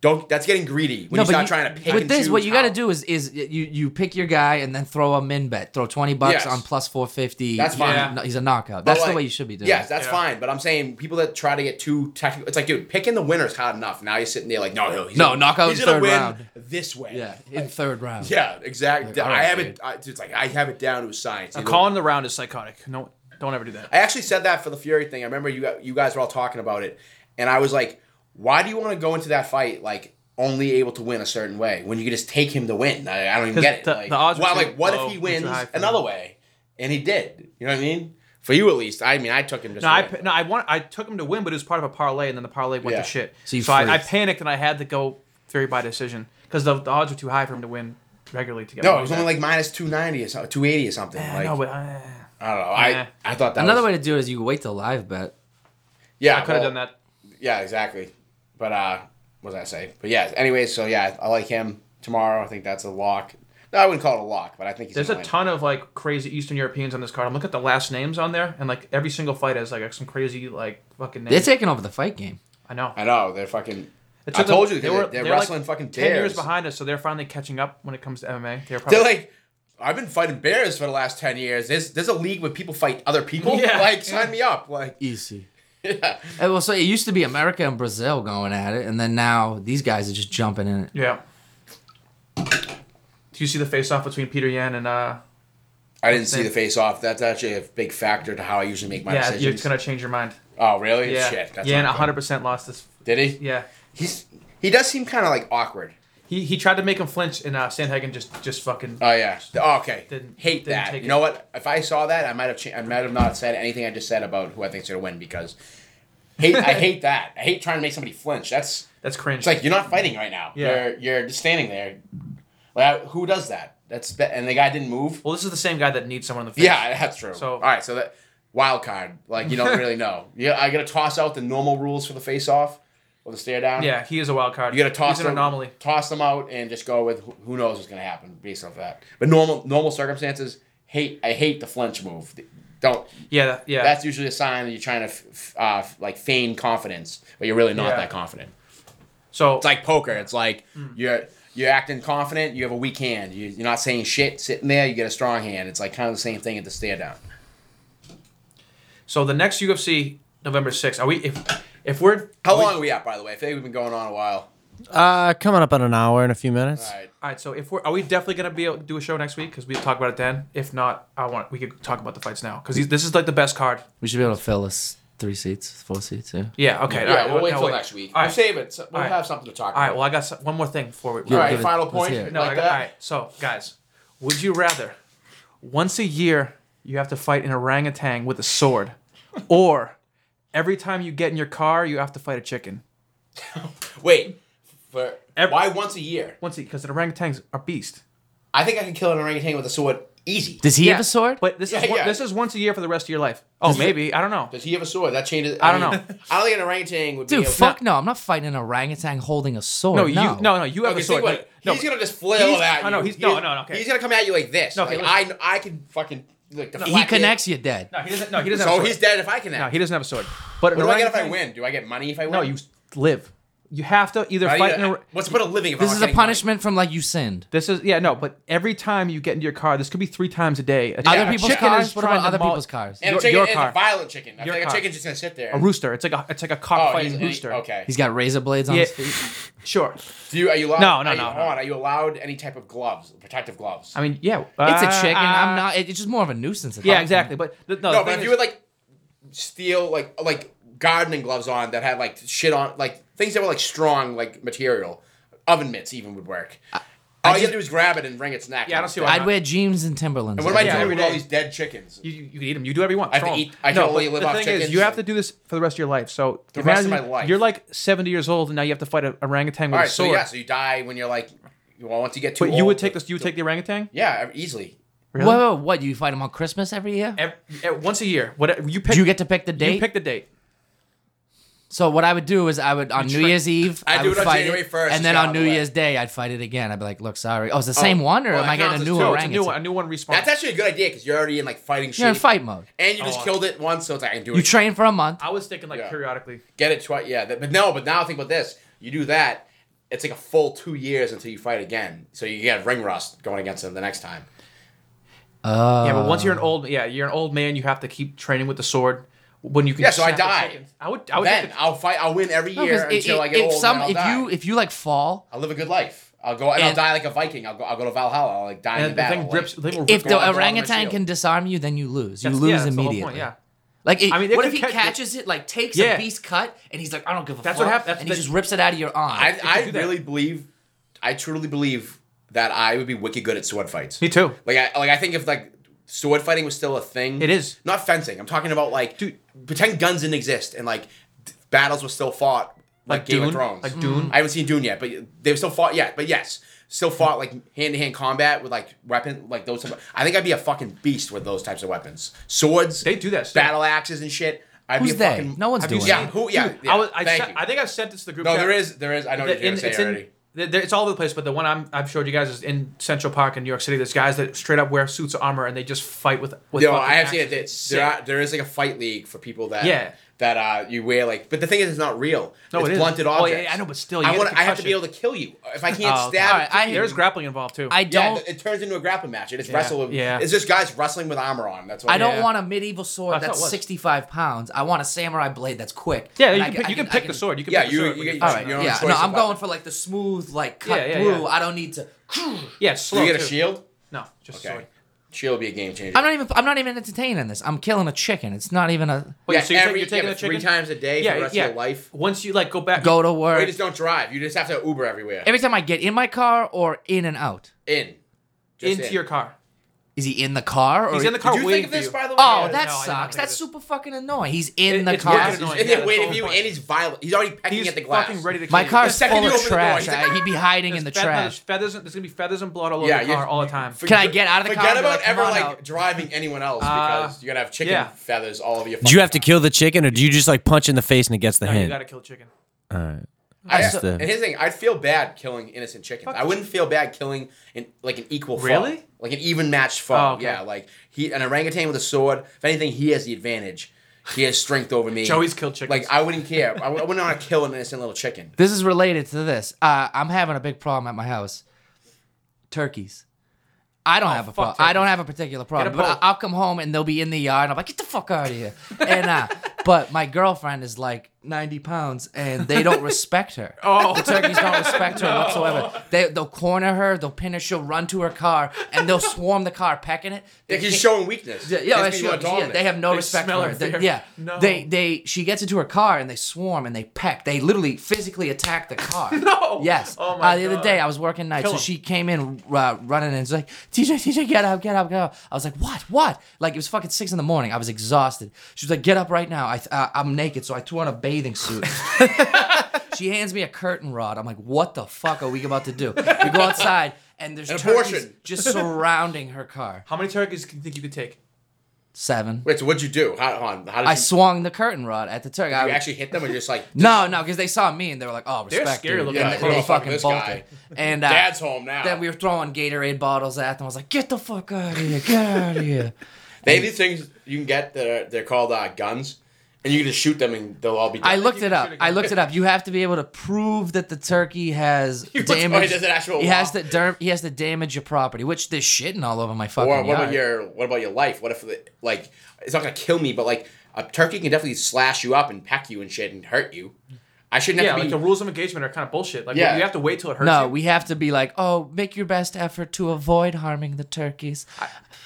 [SPEAKER 4] Don't. That's getting greedy when you
[SPEAKER 1] but
[SPEAKER 4] start trying to pick
[SPEAKER 1] with
[SPEAKER 4] and
[SPEAKER 1] this,
[SPEAKER 4] choose
[SPEAKER 1] what you got to
[SPEAKER 4] how.
[SPEAKER 1] do is is you you pick your guy and then throw a min bet, throw twenty bucks
[SPEAKER 4] Yes.
[SPEAKER 1] on plus four fifty.
[SPEAKER 4] That's fine.
[SPEAKER 2] Yeah.
[SPEAKER 1] He's a knockout.
[SPEAKER 4] But,
[SPEAKER 1] That's the
[SPEAKER 4] like,
[SPEAKER 1] way you should be doing.
[SPEAKER 4] Yes,
[SPEAKER 1] it.
[SPEAKER 4] that's
[SPEAKER 2] Yeah.
[SPEAKER 4] fine. But I'm saying people that try to get too technical. It's like, dude, picking the winner's hot enough. Now you're sitting there like, no, he'll- he's
[SPEAKER 1] No,
[SPEAKER 4] gonna-
[SPEAKER 1] knockout
[SPEAKER 4] He's
[SPEAKER 1] in
[SPEAKER 4] gonna
[SPEAKER 1] third
[SPEAKER 4] win
[SPEAKER 1] round.
[SPEAKER 4] this way.
[SPEAKER 1] yeah, in third round.
[SPEAKER 4] Yeah, exactly.
[SPEAKER 1] all
[SPEAKER 4] I
[SPEAKER 1] right,
[SPEAKER 4] have
[SPEAKER 1] dude.
[SPEAKER 4] it. I, it's like I have it down to a science. you know?
[SPEAKER 2] Calling the round is psychotic. No, don't ever do that.
[SPEAKER 4] I actually said that for the Fury thing. I remember you you guys were all talking about it, and I was like, why do you want to go into that fight like only able to win a certain way when you can just take him to win? I, I don't even
[SPEAKER 2] 'Cause
[SPEAKER 4] get it.
[SPEAKER 2] the-
[SPEAKER 4] like,
[SPEAKER 2] the odds were
[SPEAKER 4] well,
[SPEAKER 2] too
[SPEAKER 4] like what
[SPEAKER 2] low,
[SPEAKER 4] if he
[SPEAKER 2] too
[SPEAKER 4] wins
[SPEAKER 2] high for
[SPEAKER 4] another
[SPEAKER 2] him.
[SPEAKER 4] way? And he did. You know what I mean? For you at least. I mean, I took him just.
[SPEAKER 2] No,
[SPEAKER 4] to
[SPEAKER 2] I
[SPEAKER 4] win.
[SPEAKER 2] pa- no, I want I took him to win, but it was part of a parlay, and then the parlay went
[SPEAKER 4] Yeah.
[SPEAKER 2] to shit.
[SPEAKER 1] So you
[SPEAKER 2] I, I
[SPEAKER 1] freaked.
[SPEAKER 2] panicked and I had to go Fury by decision because the, the odds were too high for him to win regularly. To get
[SPEAKER 4] No,
[SPEAKER 2] away
[SPEAKER 4] it was
[SPEAKER 2] with
[SPEAKER 4] only
[SPEAKER 2] that.
[SPEAKER 4] like minus two ninety or something, two eighty or something.
[SPEAKER 2] Yeah,
[SPEAKER 4] like
[SPEAKER 2] no, but, uh,
[SPEAKER 4] I don't know.
[SPEAKER 2] Yeah.
[SPEAKER 4] I I thought that
[SPEAKER 1] Another
[SPEAKER 4] was,
[SPEAKER 1] way to do it is you wait till live bet.
[SPEAKER 4] Yeah,
[SPEAKER 2] I could have done
[SPEAKER 4] well,
[SPEAKER 2] that.
[SPEAKER 4] Yeah, exactly. But uh, what was I say? But yeah. Anyways, so yeah, I like him tomorrow. I think that's a lock. No, I wouldn't call it a lock, but I think he's.
[SPEAKER 2] There's
[SPEAKER 4] gonna
[SPEAKER 2] a
[SPEAKER 4] win.
[SPEAKER 2] ton of like crazy Eastern Europeans on this card. I'm looking at the last names on there, and like every single fight has like some crazy like fucking
[SPEAKER 1] They're
[SPEAKER 2] names.
[SPEAKER 1] taking over the fight game.
[SPEAKER 2] I know.
[SPEAKER 4] I know they're fucking.
[SPEAKER 2] It
[SPEAKER 4] I
[SPEAKER 2] took them-
[SPEAKER 4] told you
[SPEAKER 2] they
[SPEAKER 4] they
[SPEAKER 2] were-
[SPEAKER 4] were they're,
[SPEAKER 2] they're, like,
[SPEAKER 4] wrestling fucking
[SPEAKER 2] Ten years
[SPEAKER 4] bears.
[SPEAKER 2] behind us, so they're finally catching up when it comes to MMA. They're probably
[SPEAKER 4] They're like, I've been fighting bears for the last ten years. There's there's a league where people fight other people.
[SPEAKER 2] Yeah.
[SPEAKER 4] like sign me up. Like
[SPEAKER 1] Easy. Yeah. Well, so it used to be America and Brazil going at it, and then now these guys are just jumping in it.
[SPEAKER 2] yeah. Do you see the face off between Peter Yan and uh?
[SPEAKER 4] I didn't see the face off. That's actually a big factor to how I usually make my
[SPEAKER 2] yeah,
[SPEAKER 4] decisions.
[SPEAKER 2] you're just gonna change your mind.
[SPEAKER 4] Oh really?
[SPEAKER 2] Yeah,
[SPEAKER 4] Shit. That's
[SPEAKER 2] Yan
[SPEAKER 4] not good.
[SPEAKER 2] 100 percent lost this.
[SPEAKER 4] Did he?
[SPEAKER 2] Yeah,
[SPEAKER 4] He's he does seem kind of like awkward.
[SPEAKER 2] he he tried to make him flinch, and uh, Sandhagen just just fucking.
[SPEAKER 4] Oh yeah. Oh, okay.
[SPEAKER 2] Didn't-
[SPEAKER 4] Hate
[SPEAKER 2] didn't
[SPEAKER 4] that.
[SPEAKER 2] take
[SPEAKER 4] You
[SPEAKER 2] it.
[SPEAKER 4] know what? If I saw that, I might have cha- I might have not said anything I just said about who I think's gonna win because hate I hate that. I hate trying to make somebody flinch. That's
[SPEAKER 2] that's cringe.
[SPEAKER 4] it's like you're not fighting right now.
[SPEAKER 2] Yeah.
[SPEAKER 4] You're you're just standing there. Like who does that? That's be- and the guy didn't move.
[SPEAKER 2] well, this is the same guy that needs someone in the face.
[SPEAKER 4] Yeah, that's true.
[SPEAKER 2] So-
[SPEAKER 4] all right, so that wild card. Like you don't really know. Yeah, I gotta toss out the normal rules for the face off or the stare down.
[SPEAKER 2] yeah, he is a wild card.
[SPEAKER 4] You gotta toss
[SPEAKER 2] He's an
[SPEAKER 4] them,
[SPEAKER 2] anomaly.
[SPEAKER 4] toss them out, and just go with who- who knows what's gonna happen based off that. But normal normal circumstances, hate I hate the flinch move. Don't.
[SPEAKER 2] Yeah, that- yeah.
[SPEAKER 4] That's usually a sign that you're trying to f- f- uh, f- like feign confidence, but you're really not
[SPEAKER 2] Yeah.
[SPEAKER 4] that confident.
[SPEAKER 2] so
[SPEAKER 4] It's like poker. It's like you're you're acting confident. You have a weak hand. You, you're not saying shit. Sitting there, you get a strong hand. It's like kind of the same thing at the stare down.
[SPEAKER 2] so the next UFC November 6th. Are we if if we're
[SPEAKER 4] How long are we at, by the way? I feel like we've been going on a while.
[SPEAKER 5] Uh, coming up in an hour in a few minutes.
[SPEAKER 4] All right.
[SPEAKER 2] All right, so if we're are we definitely gonna be able to do a show next week? Because we'll talk about it then. If not, I want we could talk about the fights now. Because this is like the best card.
[SPEAKER 1] We should be able to fill us three seats, four seats. Yeah.
[SPEAKER 2] Yeah. Okay.
[SPEAKER 4] Yeah,
[SPEAKER 2] all right,
[SPEAKER 4] we'll wait
[SPEAKER 2] no,
[SPEAKER 4] till next week.
[SPEAKER 2] All
[SPEAKER 4] We'll
[SPEAKER 2] right.
[SPEAKER 4] save it. So we'll
[SPEAKER 2] All right.
[SPEAKER 4] have something to talk
[SPEAKER 2] All
[SPEAKER 4] about.
[SPEAKER 2] right. Well, I got some, one more thing for
[SPEAKER 1] Yeah.
[SPEAKER 4] All
[SPEAKER 1] All
[SPEAKER 4] right,
[SPEAKER 1] right,
[SPEAKER 4] final
[SPEAKER 1] let's
[SPEAKER 4] point.
[SPEAKER 1] hear it.
[SPEAKER 2] No,
[SPEAKER 4] like
[SPEAKER 2] I got,
[SPEAKER 4] that?
[SPEAKER 2] all right. So, guys, would you rather once a year you have to fight an orangutan with a sword, or every time you get in your car you have to fight a chicken?
[SPEAKER 4] Wait, for
[SPEAKER 2] Every-
[SPEAKER 4] why once a year?
[SPEAKER 2] Once a because an orangutan's a beast.
[SPEAKER 4] I think I can kill an orangutan with a sword easy.
[SPEAKER 1] Does he
[SPEAKER 2] Yeah,
[SPEAKER 1] have a sword?
[SPEAKER 2] But this
[SPEAKER 4] Yeah,
[SPEAKER 2] is one,
[SPEAKER 4] yeah.
[SPEAKER 2] this is once a year for the rest of your life. Oh, maybe I don't know.
[SPEAKER 4] Does he have a sword? That changes.
[SPEAKER 2] I don't know.
[SPEAKER 4] I don't think an orangutan would be.
[SPEAKER 1] Dude,
[SPEAKER 4] able-
[SPEAKER 1] fuck no. I'm not fighting an orangutan holding a sword.
[SPEAKER 2] No,
[SPEAKER 1] No,
[SPEAKER 2] Oh, you no no you have
[SPEAKER 4] Okay,
[SPEAKER 2] a
[SPEAKER 4] think
[SPEAKER 2] sword.
[SPEAKER 4] about it.
[SPEAKER 2] no,
[SPEAKER 4] He's gonna just flail
[SPEAKER 2] He's-
[SPEAKER 4] at you.
[SPEAKER 2] I know, he's-
[SPEAKER 4] He-
[SPEAKER 2] no, no, no, okay.
[SPEAKER 4] He's gonna come at you like this.
[SPEAKER 2] No,
[SPEAKER 4] No,
[SPEAKER 2] okay,
[SPEAKER 4] I, I can fucking like. deflect
[SPEAKER 1] He
[SPEAKER 4] it.
[SPEAKER 1] connects, you're dead.
[SPEAKER 2] no, he doesn't. No, he doesn't. have
[SPEAKER 4] So
[SPEAKER 2] a sword.
[SPEAKER 4] he's dead if I connect.
[SPEAKER 2] No, he doesn't have a sword. But
[SPEAKER 4] What
[SPEAKER 2] an
[SPEAKER 4] do I get if I
[SPEAKER 2] orangutan-
[SPEAKER 4] win? Do I get money if I win?
[SPEAKER 2] No, you live. You have to either
[SPEAKER 4] I need
[SPEAKER 2] fight
[SPEAKER 4] a-
[SPEAKER 2] an. or-
[SPEAKER 4] What's but a living? If I'm
[SPEAKER 1] This
[SPEAKER 4] not
[SPEAKER 1] is a
[SPEAKER 4] getting money?
[SPEAKER 1] punishment from like you sinned.
[SPEAKER 2] This is yeah no, but every time you get into your car, this could be three times a day. A
[SPEAKER 1] Other
[SPEAKER 2] chicken
[SPEAKER 1] people's
[SPEAKER 2] is
[SPEAKER 1] cars? What
[SPEAKER 2] trying
[SPEAKER 1] about
[SPEAKER 2] to
[SPEAKER 1] other
[SPEAKER 2] maul-
[SPEAKER 1] people's cars?
[SPEAKER 4] And
[SPEAKER 2] your-
[SPEAKER 4] a chicken,
[SPEAKER 2] your
[SPEAKER 4] and
[SPEAKER 2] car.
[SPEAKER 4] a violent chicken. I
[SPEAKER 2] Your
[SPEAKER 4] think
[SPEAKER 2] car.
[SPEAKER 4] a chicken's just gonna sit there.
[SPEAKER 2] A rooster. It's like a it's like a cock
[SPEAKER 4] Oh, he's,
[SPEAKER 2] fighting
[SPEAKER 4] he-
[SPEAKER 2] rooster.
[SPEAKER 4] okay.
[SPEAKER 1] He's got razor blades on
[SPEAKER 2] Yeah.
[SPEAKER 1] his feet.
[SPEAKER 2] Sure.
[SPEAKER 4] Do you, are you allowed?
[SPEAKER 2] No, no,
[SPEAKER 4] are
[SPEAKER 2] no,
[SPEAKER 4] You
[SPEAKER 2] no.
[SPEAKER 4] on? Are you allowed any type of gloves, protective gloves?
[SPEAKER 2] I mean yeah.
[SPEAKER 1] It's a
[SPEAKER 2] uh,
[SPEAKER 1] chicken.
[SPEAKER 2] uh,
[SPEAKER 1] I'm not. it- It's just more of a nuisance. at
[SPEAKER 2] Yeah
[SPEAKER 1] that
[SPEAKER 2] exactly.
[SPEAKER 1] point.
[SPEAKER 2] But th- no.
[SPEAKER 4] No,
[SPEAKER 2] the
[SPEAKER 4] but
[SPEAKER 2] thing
[SPEAKER 4] if
[SPEAKER 2] is-
[SPEAKER 4] you would like steal like like gardening gloves on that had like shit on like things that were like strong like material, oven mitts even would work. all you have to do is grab it and wring its neck.
[SPEAKER 2] Yeah, I don't see why-
[SPEAKER 1] I'd wear jeans and Timberlands.
[SPEAKER 4] And what am I
[SPEAKER 2] Yeah,
[SPEAKER 4] doing
[SPEAKER 2] every
[SPEAKER 4] with all
[SPEAKER 2] day.
[SPEAKER 4] these dead chickens?
[SPEAKER 2] You, you you can eat them. You do whatever you want.
[SPEAKER 4] I have
[SPEAKER 2] Throw
[SPEAKER 4] to
[SPEAKER 2] 'em.
[SPEAKER 4] eat- I can
[SPEAKER 2] no,
[SPEAKER 4] only
[SPEAKER 2] but
[SPEAKER 4] live
[SPEAKER 2] the
[SPEAKER 4] off
[SPEAKER 2] thing is,
[SPEAKER 4] chickens.
[SPEAKER 2] you have to do this for the rest of your life. So the
[SPEAKER 4] rest of my life.
[SPEAKER 2] You're like 70 years old, and now you have to fight an orangutan with
[SPEAKER 4] All
[SPEAKER 2] a
[SPEAKER 4] right, so
[SPEAKER 2] sword.
[SPEAKER 4] yeah, so you die when you're like, well, once you get too
[SPEAKER 2] but
[SPEAKER 4] old.
[SPEAKER 2] you would take this. You would take the orangutan.
[SPEAKER 4] Yeah, easily.
[SPEAKER 1] Whoa, whoa, what? You fight him on Christmas every year?
[SPEAKER 4] e,
[SPEAKER 2] Ev- eh, once a year. What you pick?
[SPEAKER 1] Do you get to pick the date?
[SPEAKER 2] You pick the date.
[SPEAKER 1] So what I would do is I would on New
[SPEAKER 2] tra-
[SPEAKER 1] Year's Eve
[SPEAKER 4] I do
[SPEAKER 1] would
[SPEAKER 4] it on
[SPEAKER 1] fight
[SPEAKER 4] January 1st,
[SPEAKER 1] and then
[SPEAKER 4] it's
[SPEAKER 1] on
[SPEAKER 4] out
[SPEAKER 1] New
[SPEAKER 4] of the way.
[SPEAKER 1] Year's Day I'd fight it again. I'd be like, look, sorry. Oh, it's the same one, or
[SPEAKER 2] Well,
[SPEAKER 1] am
[SPEAKER 2] that
[SPEAKER 1] I getting a
[SPEAKER 2] counts
[SPEAKER 1] new
[SPEAKER 2] as two. It's
[SPEAKER 1] orangutan?
[SPEAKER 2] new one. A new one respawn.
[SPEAKER 4] That's actually a good idea because you're already in like fighting shape.
[SPEAKER 1] You're in fight mode.
[SPEAKER 4] And you just
[SPEAKER 2] Oh.
[SPEAKER 4] killed it once, so it's like I can do it.
[SPEAKER 1] You
[SPEAKER 4] again.
[SPEAKER 1] train for a month.
[SPEAKER 2] I was thinking like
[SPEAKER 4] Yeah.
[SPEAKER 2] periodically.
[SPEAKER 4] Get it twice. Yeah, that- but no. But now think about this. You do that. It's like a full two years until you fight again. So you get ring rust going against them the next time.
[SPEAKER 2] yeah, but once you're an old, yeah, you're an old man. You have to keep training with the sword. When you can.
[SPEAKER 4] Yeah, so I
[SPEAKER 2] snap the
[SPEAKER 4] die.
[SPEAKER 2] chickens. I would. I would.
[SPEAKER 4] then
[SPEAKER 2] take the-
[SPEAKER 4] I'll fight. I'll win every
[SPEAKER 1] No, 'cause
[SPEAKER 4] year
[SPEAKER 1] i-
[SPEAKER 4] until
[SPEAKER 1] i-
[SPEAKER 4] I get
[SPEAKER 1] if
[SPEAKER 4] old.
[SPEAKER 1] some
[SPEAKER 4] and I'll
[SPEAKER 1] if
[SPEAKER 4] die.
[SPEAKER 1] you if you like fall
[SPEAKER 4] I'll live a good life. I'll go and, I'll
[SPEAKER 1] And-
[SPEAKER 4] die like a Viking. I'll go. I'll go to Valhalla. I'll like die in
[SPEAKER 2] and the
[SPEAKER 4] battle.
[SPEAKER 2] thing
[SPEAKER 4] like-
[SPEAKER 2] rips. The thing will
[SPEAKER 1] if
[SPEAKER 2] rip your
[SPEAKER 1] the
[SPEAKER 4] on
[SPEAKER 2] arm.
[SPEAKER 4] my
[SPEAKER 1] orangutan
[SPEAKER 4] shield.
[SPEAKER 1] can disarm you, then you lose. You
[SPEAKER 2] That's-
[SPEAKER 1] lose
[SPEAKER 2] yeah, that's the whole point,
[SPEAKER 1] immediately.
[SPEAKER 2] yeah.
[SPEAKER 1] Like it,
[SPEAKER 2] I mean, it
[SPEAKER 1] what if
[SPEAKER 2] could
[SPEAKER 1] he
[SPEAKER 2] catch it.
[SPEAKER 1] catches it, like takes
[SPEAKER 2] Yeah.
[SPEAKER 1] a beast cut, and he's like, I don't give a
[SPEAKER 2] That's
[SPEAKER 1] fuck,
[SPEAKER 2] what hap- that's
[SPEAKER 1] and
[SPEAKER 2] the-
[SPEAKER 1] he just rips it out of your arm.
[SPEAKER 4] I, I
[SPEAKER 2] do that.
[SPEAKER 4] really believe. I truly believe that I would be wicked good at sword fights.
[SPEAKER 2] Me too.
[SPEAKER 4] Like I like I think if like sword fighting was still a thing.
[SPEAKER 2] It is.
[SPEAKER 4] Not fencing. I'm talking about like
[SPEAKER 2] Dude.
[SPEAKER 4] pretend guns didn't exist and like d- battles were still fought like,
[SPEAKER 2] Like
[SPEAKER 4] Game
[SPEAKER 2] Dune?
[SPEAKER 4] of Thrones.
[SPEAKER 2] Like Dune?
[SPEAKER 4] I haven't seen Dune yet, but they were still fought yet. But yes, still fought like hand to hand combat with like weapon like those. Type of- I think I'd be a fucking beast with those types of weapons. Swords.
[SPEAKER 2] They do that still.
[SPEAKER 4] Battle axes and shit. I'd
[SPEAKER 1] Who's
[SPEAKER 4] be a
[SPEAKER 1] they?
[SPEAKER 4] fucking
[SPEAKER 1] No one's
[SPEAKER 2] Have
[SPEAKER 1] doing
[SPEAKER 2] you
[SPEAKER 1] it.
[SPEAKER 4] Yeah,
[SPEAKER 2] seen-
[SPEAKER 4] who? Yeah,
[SPEAKER 2] Dude,
[SPEAKER 4] yeah.
[SPEAKER 2] I, was, I,
[SPEAKER 4] Thank
[SPEAKER 2] sent-
[SPEAKER 4] you.
[SPEAKER 2] I think I've sent this to the group.
[SPEAKER 4] no,
[SPEAKER 2] chat.
[SPEAKER 4] there is, there is. I know what
[SPEAKER 2] The-
[SPEAKER 4] you're gonna
[SPEAKER 2] in-
[SPEAKER 4] say
[SPEAKER 2] it's
[SPEAKER 4] already.
[SPEAKER 2] in, there- there- it's all over the place, but the one I'm I've showed you guys is in Central Park in New York City. There's guys that straight up wear suits of armor and they just fight with. with
[SPEAKER 4] No,
[SPEAKER 2] fucking
[SPEAKER 4] I have seen it.
[SPEAKER 2] axes.
[SPEAKER 4] It's,
[SPEAKER 2] It's
[SPEAKER 4] there,
[SPEAKER 2] sick.
[SPEAKER 4] are, there is like a fight league for people that
[SPEAKER 2] Yeah.
[SPEAKER 4] that uh you wear like. But the thing is, it's not real.
[SPEAKER 2] No,
[SPEAKER 4] it's
[SPEAKER 2] it is.
[SPEAKER 4] blunted
[SPEAKER 2] Oh, yeah,
[SPEAKER 4] objects.
[SPEAKER 2] yeah, I know, but still, you
[SPEAKER 4] I
[SPEAKER 2] get
[SPEAKER 4] want.
[SPEAKER 2] the
[SPEAKER 4] I have to be
[SPEAKER 2] concussion.
[SPEAKER 4] able to kill you if I can't
[SPEAKER 2] Oh, okay.
[SPEAKER 4] stab.
[SPEAKER 1] All right, I hear
[SPEAKER 2] There's grappling involved too.
[SPEAKER 1] I
[SPEAKER 4] yeah,
[SPEAKER 1] don't.
[SPEAKER 4] th- it turns into a grappling match. It is
[SPEAKER 2] Yeah,
[SPEAKER 4] wrestling.
[SPEAKER 2] yeah.
[SPEAKER 4] it's just guys wrestling with armor on. That's what
[SPEAKER 1] I don't
[SPEAKER 2] Yeah.
[SPEAKER 1] want a medieval sword
[SPEAKER 2] That's how it
[SPEAKER 1] that's
[SPEAKER 2] was.
[SPEAKER 1] 65 pounds. I want a samurai blade that's quick.
[SPEAKER 2] yeah,
[SPEAKER 1] and
[SPEAKER 2] you
[SPEAKER 1] I
[SPEAKER 2] can, pick, you can
[SPEAKER 1] I
[SPEAKER 2] pick the sword. You can
[SPEAKER 4] Yeah,
[SPEAKER 2] pick
[SPEAKER 4] you-
[SPEAKER 2] the sword.
[SPEAKER 4] you
[SPEAKER 2] when
[SPEAKER 4] get-
[SPEAKER 1] All right.
[SPEAKER 4] Your own
[SPEAKER 1] Yeah.
[SPEAKER 4] choice
[SPEAKER 1] No,
[SPEAKER 4] of
[SPEAKER 1] I'm going
[SPEAKER 4] weapon.
[SPEAKER 1] for like the smooth, like cut
[SPEAKER 2] Yeah, yeah,
[SPEAKER 1] through.
[SPEAKER 2] yeah.
[SPEAKER 1] I don't need to.
[SPEAKER 2] Yeah, it's slow.
[SPEAKER 4] You get a
[SPEAKER 2] too.
[SPEAKER 4] shield.
[SPEAKER 2] No, just a
[SPEAKER 4] Okay,
[SPEAKER 2] sword.
[SPEAKER 4] shield would be a game changer.
[SPEAKER 1] I'm not even. I'm not even entertaining this. I'm killing a chicken. It's not even a.
[SPEAKER 2] Wait,
[SPEAKER 4] yeah,
[SPEAKER 2] so you're,
[SPEAKER 4] every,
[SPEAKER 2] taking, you're taking
[SPEAKER 4] yeah,
[SPEAKER 2] the
[SPEAKER 4] three
[SPEAKER 2] chicken?
[SPEAKER 4] times a day for the rest
[SPEAKER 2] yeah.
[SPEAKER 4] of your life.
[SPEAKER 2] Once you like go back,
[SPEAKER 1] Go to
[SPEAKER 4] Or you
[SPEAKER 1] work.
[SPEAKER 4] just don't drive. You just have to Uber everywhere.
[SPEAKER 1] Every time I get in my car or in and out,
[SPEAKER 4] in. Just
[SPEAKER 2] into
[SPEAKER 4] in.
[SPEAKER 2] your car.
[SPEAKER 1] is he in the car? Or
[SPEAKER 2] He's in the
[SPEAKER 4] Did
[SPEAKER 2] car
[SPEAKER 4] you think
[SPEAKER 2] waiting
[SPEAKER 4] of this
[SPEAKER 2] for you.
[SPEAKER 4] by the way?
[SPEAKER 1] Oh, that
[SPEAKER 4] Yeah.
[SPEAKER 2] No, I did not
[SPEAKER 1] sucks.
[SPEAKER 2] think
[SPEAKER 1] That's
[SPEAKER 2] of it.
[SPEAKER 1] super fucking annoying. He's in
[SPEAKER 2] It-
[SPEAKER 1] the
[SPEAKER 2] it's
[SPEAKER 1] car.
[SPEAKER 2] wicked annoying.
[SPEAKER 4] And
[SPEAKER 2] Yeah,
[SPEAKER 4] then
[SPEAKER 2] that's
[SPEAKER 4] wait
[SPEAKER 2] the
[SPEAKER 4] if
[SPEAKER 2] whole
[SPEAKER 4] you,
[SPEAKER 2] point.
[SPEAKER 4] and he's violent. He's already pecking
[SPEAKER 2] He's
[SPEAKER 4] at the glass.
[SPEAKER 2] fucking ready to kill
[SPEAKER 1] My
[SPEAKER 2] you.
[SPEAKER 1] car's
[SPEAKER 4] The second
[SPEAKER 1] full
[SPEAKER 4] you
[SPEAKER 1] of
[SPEAKER 4] open the door,
[SPEAKER 1] trash.
[SPEAKER 4] he's like,
[SPEAKER 1] I- he'd be hiding in the
[SPEAKER 2] There's feathers-
[SPEAKER 1] trash.
[SPEAKER 2] Feathers. There's gonna be feathers and blood all over
[SPEAKER 4] Yeah,
[SPEAKER 2] the
[SPEAKER 4] you-
[SPEAKER 2] car all the time.
[SPEAKER 1] Can I get out of the car
[SPEAKER 4] Forget
[SPEAKER 1] and be
[SPEAKER 4] about
[SPEAKER 1] like, "Come
[SPEAKER 4] ever
[SPEAKER 1] on
[SPEAKER 4] like
[SPEAKER 1] out." Uh,
[SPEAKER 4] driving anyone else because you're gonna have chicken
[SPEAKER 2] yeah.
[SPEAKER 4] feathers all over your.
[SPEAKER 5] Do you have to
[SPEAKER 4] fucking-
[SPEAKER 5] kill the chicken, or do you just like punch in the face and it gets the
[SPEAKER 2] No, you
[SPEAKER 5] hint?
[SPEAKER 2] gotta kill chicken.
[SPEAKER 5] All right.
[SPEAKER 4] I,
[SPEAKER 5] That's the-
[SPEAKER 4] and here's the thing: I'd feel bad killing innocent chickens. I wouldn't feel bad killing an, like an equal foe,
[SPEAKER 2] Really?
[SPEAKER 4] like an even matched foe.
[SPEAKER 2] Oh, okay.
[SPEAKER 4] Yeah, like he an orangutan with a sword. If anything, he has the advantage. He has strength over me.
[SPEAKER 2] Joey's killed chickens.
[SPEAKER 4] Like I wouldn't care. I, w- I wouldn't want to kill an innocent little chicken.
[SPEAKER 1] This is related to this. Uh, I'm having a big problem at my house. Turkeys. I don't have a
[SPEAKER 2] fuck
[SPEAKER 1] problem. I don't
[SPEAKER 2] turkeys.
[SPEAKER 1] have a particular problem, but
[SPEAKER 2] pole.
[SPEAKER 1] I- I'll come home and they'll be in the yard, and I'm like, "Get the fuck out of here!" And uh, but my girlfriend is like 90 pounds, and they don't respect her.
[SPEAKER 2] Oh.
[SPEAKER 1] the turkeys don't respect her whatsoever. They they'll corner her, they'll pin her, she'll run to her car, and they'll swarm the car, pecking it. They
[SPEAKER 4] Like he's
[SPEAKER 1] can't-
[SPEAKER 4] showing weakness.
[SPEAKER 1] yeah, yeah,
[SPEAKER 4] Makes me
[SPEAKER 1] sure,
[SPEAKER 4] want to
[SPEAKER 1] yeah,
[SPEAKER 4] dominate.
[SPEAKER 1] they have no
[SPEAKER 2] They
[SPEAKER 1] respect
[SPEAKER 2] smell
[SPEAKER 1] for
[SPEAKER 2] her
[SPEAKER 1] her. They-
[SPEAKER 2] fear.
[SPEAKER 1] yeah,
[SPEAKER 2] No.
[SPEAKER 1] they they she gets into her car and they swarm and they peck. They literally physically attack the car.
[SPEAKER 2] No.
[SPEAKER 1] Yes.
[SPEAKER 2] Oh my
[SPEAKER 1] uh, the
[SPEAKER 2] God.
[SPEAKER 1] other day I was working nights,
[SPEAKER 2] Kill
[SPEAKER 1] so
[SPEAKER 2] 'em.
[SPEAKER 1] she came in uh, running and was like, "TJ, TJ, get up, get up, get up." I was like, "What? What?" Like it was fucking six in the morning. I was exhausted. She was like, "Get up right now." I uh, I'm naked, so I threw on a bathing suit. she hands me a curtain rod. I'm like, "What the fuck are we about to do?" We go outside. And there's
[SPEAKER 4] An
[SPEAKER 1] turkeys
[SPEAKER 4] abortion.
[SPEAKER 1] just surrounding her car.
[SPEAKER 2] How many turkeys do you think you could take?
[SPEAKER 1] Seven.
[SPEAKER 4] Wait, so what'd you do? How, hold on, how did
[SPEAKER 1] I
[SPEAKER 4] you,
[SPEAKER 1] swung the curtain rod at the turkey. I
[SPEAKER 4] you
[SPEAKER 1] was-
[SPEAKER 4] actually hit them or just like
[SPEAKER 1] no, no, because they saw me and they were like, "Oh,
[SPEAKER 2] They're
[SPEAKER 1] respect."
[SPEAKER 2] scary
[SPEAKER 1] dude."
[SPEAKER 2] looking
[SPEAKER 1] And
[SPEAKER 2] at
[SPEAKER 1] they
[SPEAKER 4] you.
[SPEAKER 1] fucking
[SPEAKER 4] This
[SPEAKER 1] bolted.
[SPEAKER 4] guy.
[SPEAKER 1] And uh,
[SPEAKER 4] dad's home now?
[SPEAKER 1] Then we were throwing Gatorade bottles at them. I was like, "Get the fuck out of here! Get out of here!"
[SPEAKER 4] They have these things you can get that are they're called uh, guns, and you can just shoot them and they'll all be.
[SPEAKER 1] I
[SPEAKER 4] dead.
[SPEAKER 1] looked it up.
[SPEAKER 2] shoot a
[SPEAKER 1] I
[SPEAKER 2] gun.
[SPEAKER 1] looked it up. You have to be able to prove that the turkey has
[SPEAKER 4] looked- oh, he
[SPEAKER 1] damage.
[SPEAKER 4] does an actual
[SPEAKER 1] he has
[SPEAKER 4] law.
[SPEAKER 1] to. Der- he has to damage your property, which they're shitting all over my fucking
[SPEAKER 4] Or what about
[SPEAKER 1] yard.
[SPEAKER 4] your what about your life? What if the- like it's not gonna kill me, but like a turkey can definitely slash you up and peck you and shit and hurt you. I shouldn't
[SPEAKER 2] Yeah,
[SPEAKER 4] have to
[SPEAKER 2] like
[SPEAKER 4] be.
[SPEAKER 2] the rules of engagement are kind of bullshit. Like
[SPEAKER 4] Yeah.
[SPEAKER 2] you have to wait till it hurts.
[SPEAKER 1] no,
[SPEAKER 2] you.
[SPEAKER 1] we have to be like, oh, make your best effort to avoid harming the turkeys.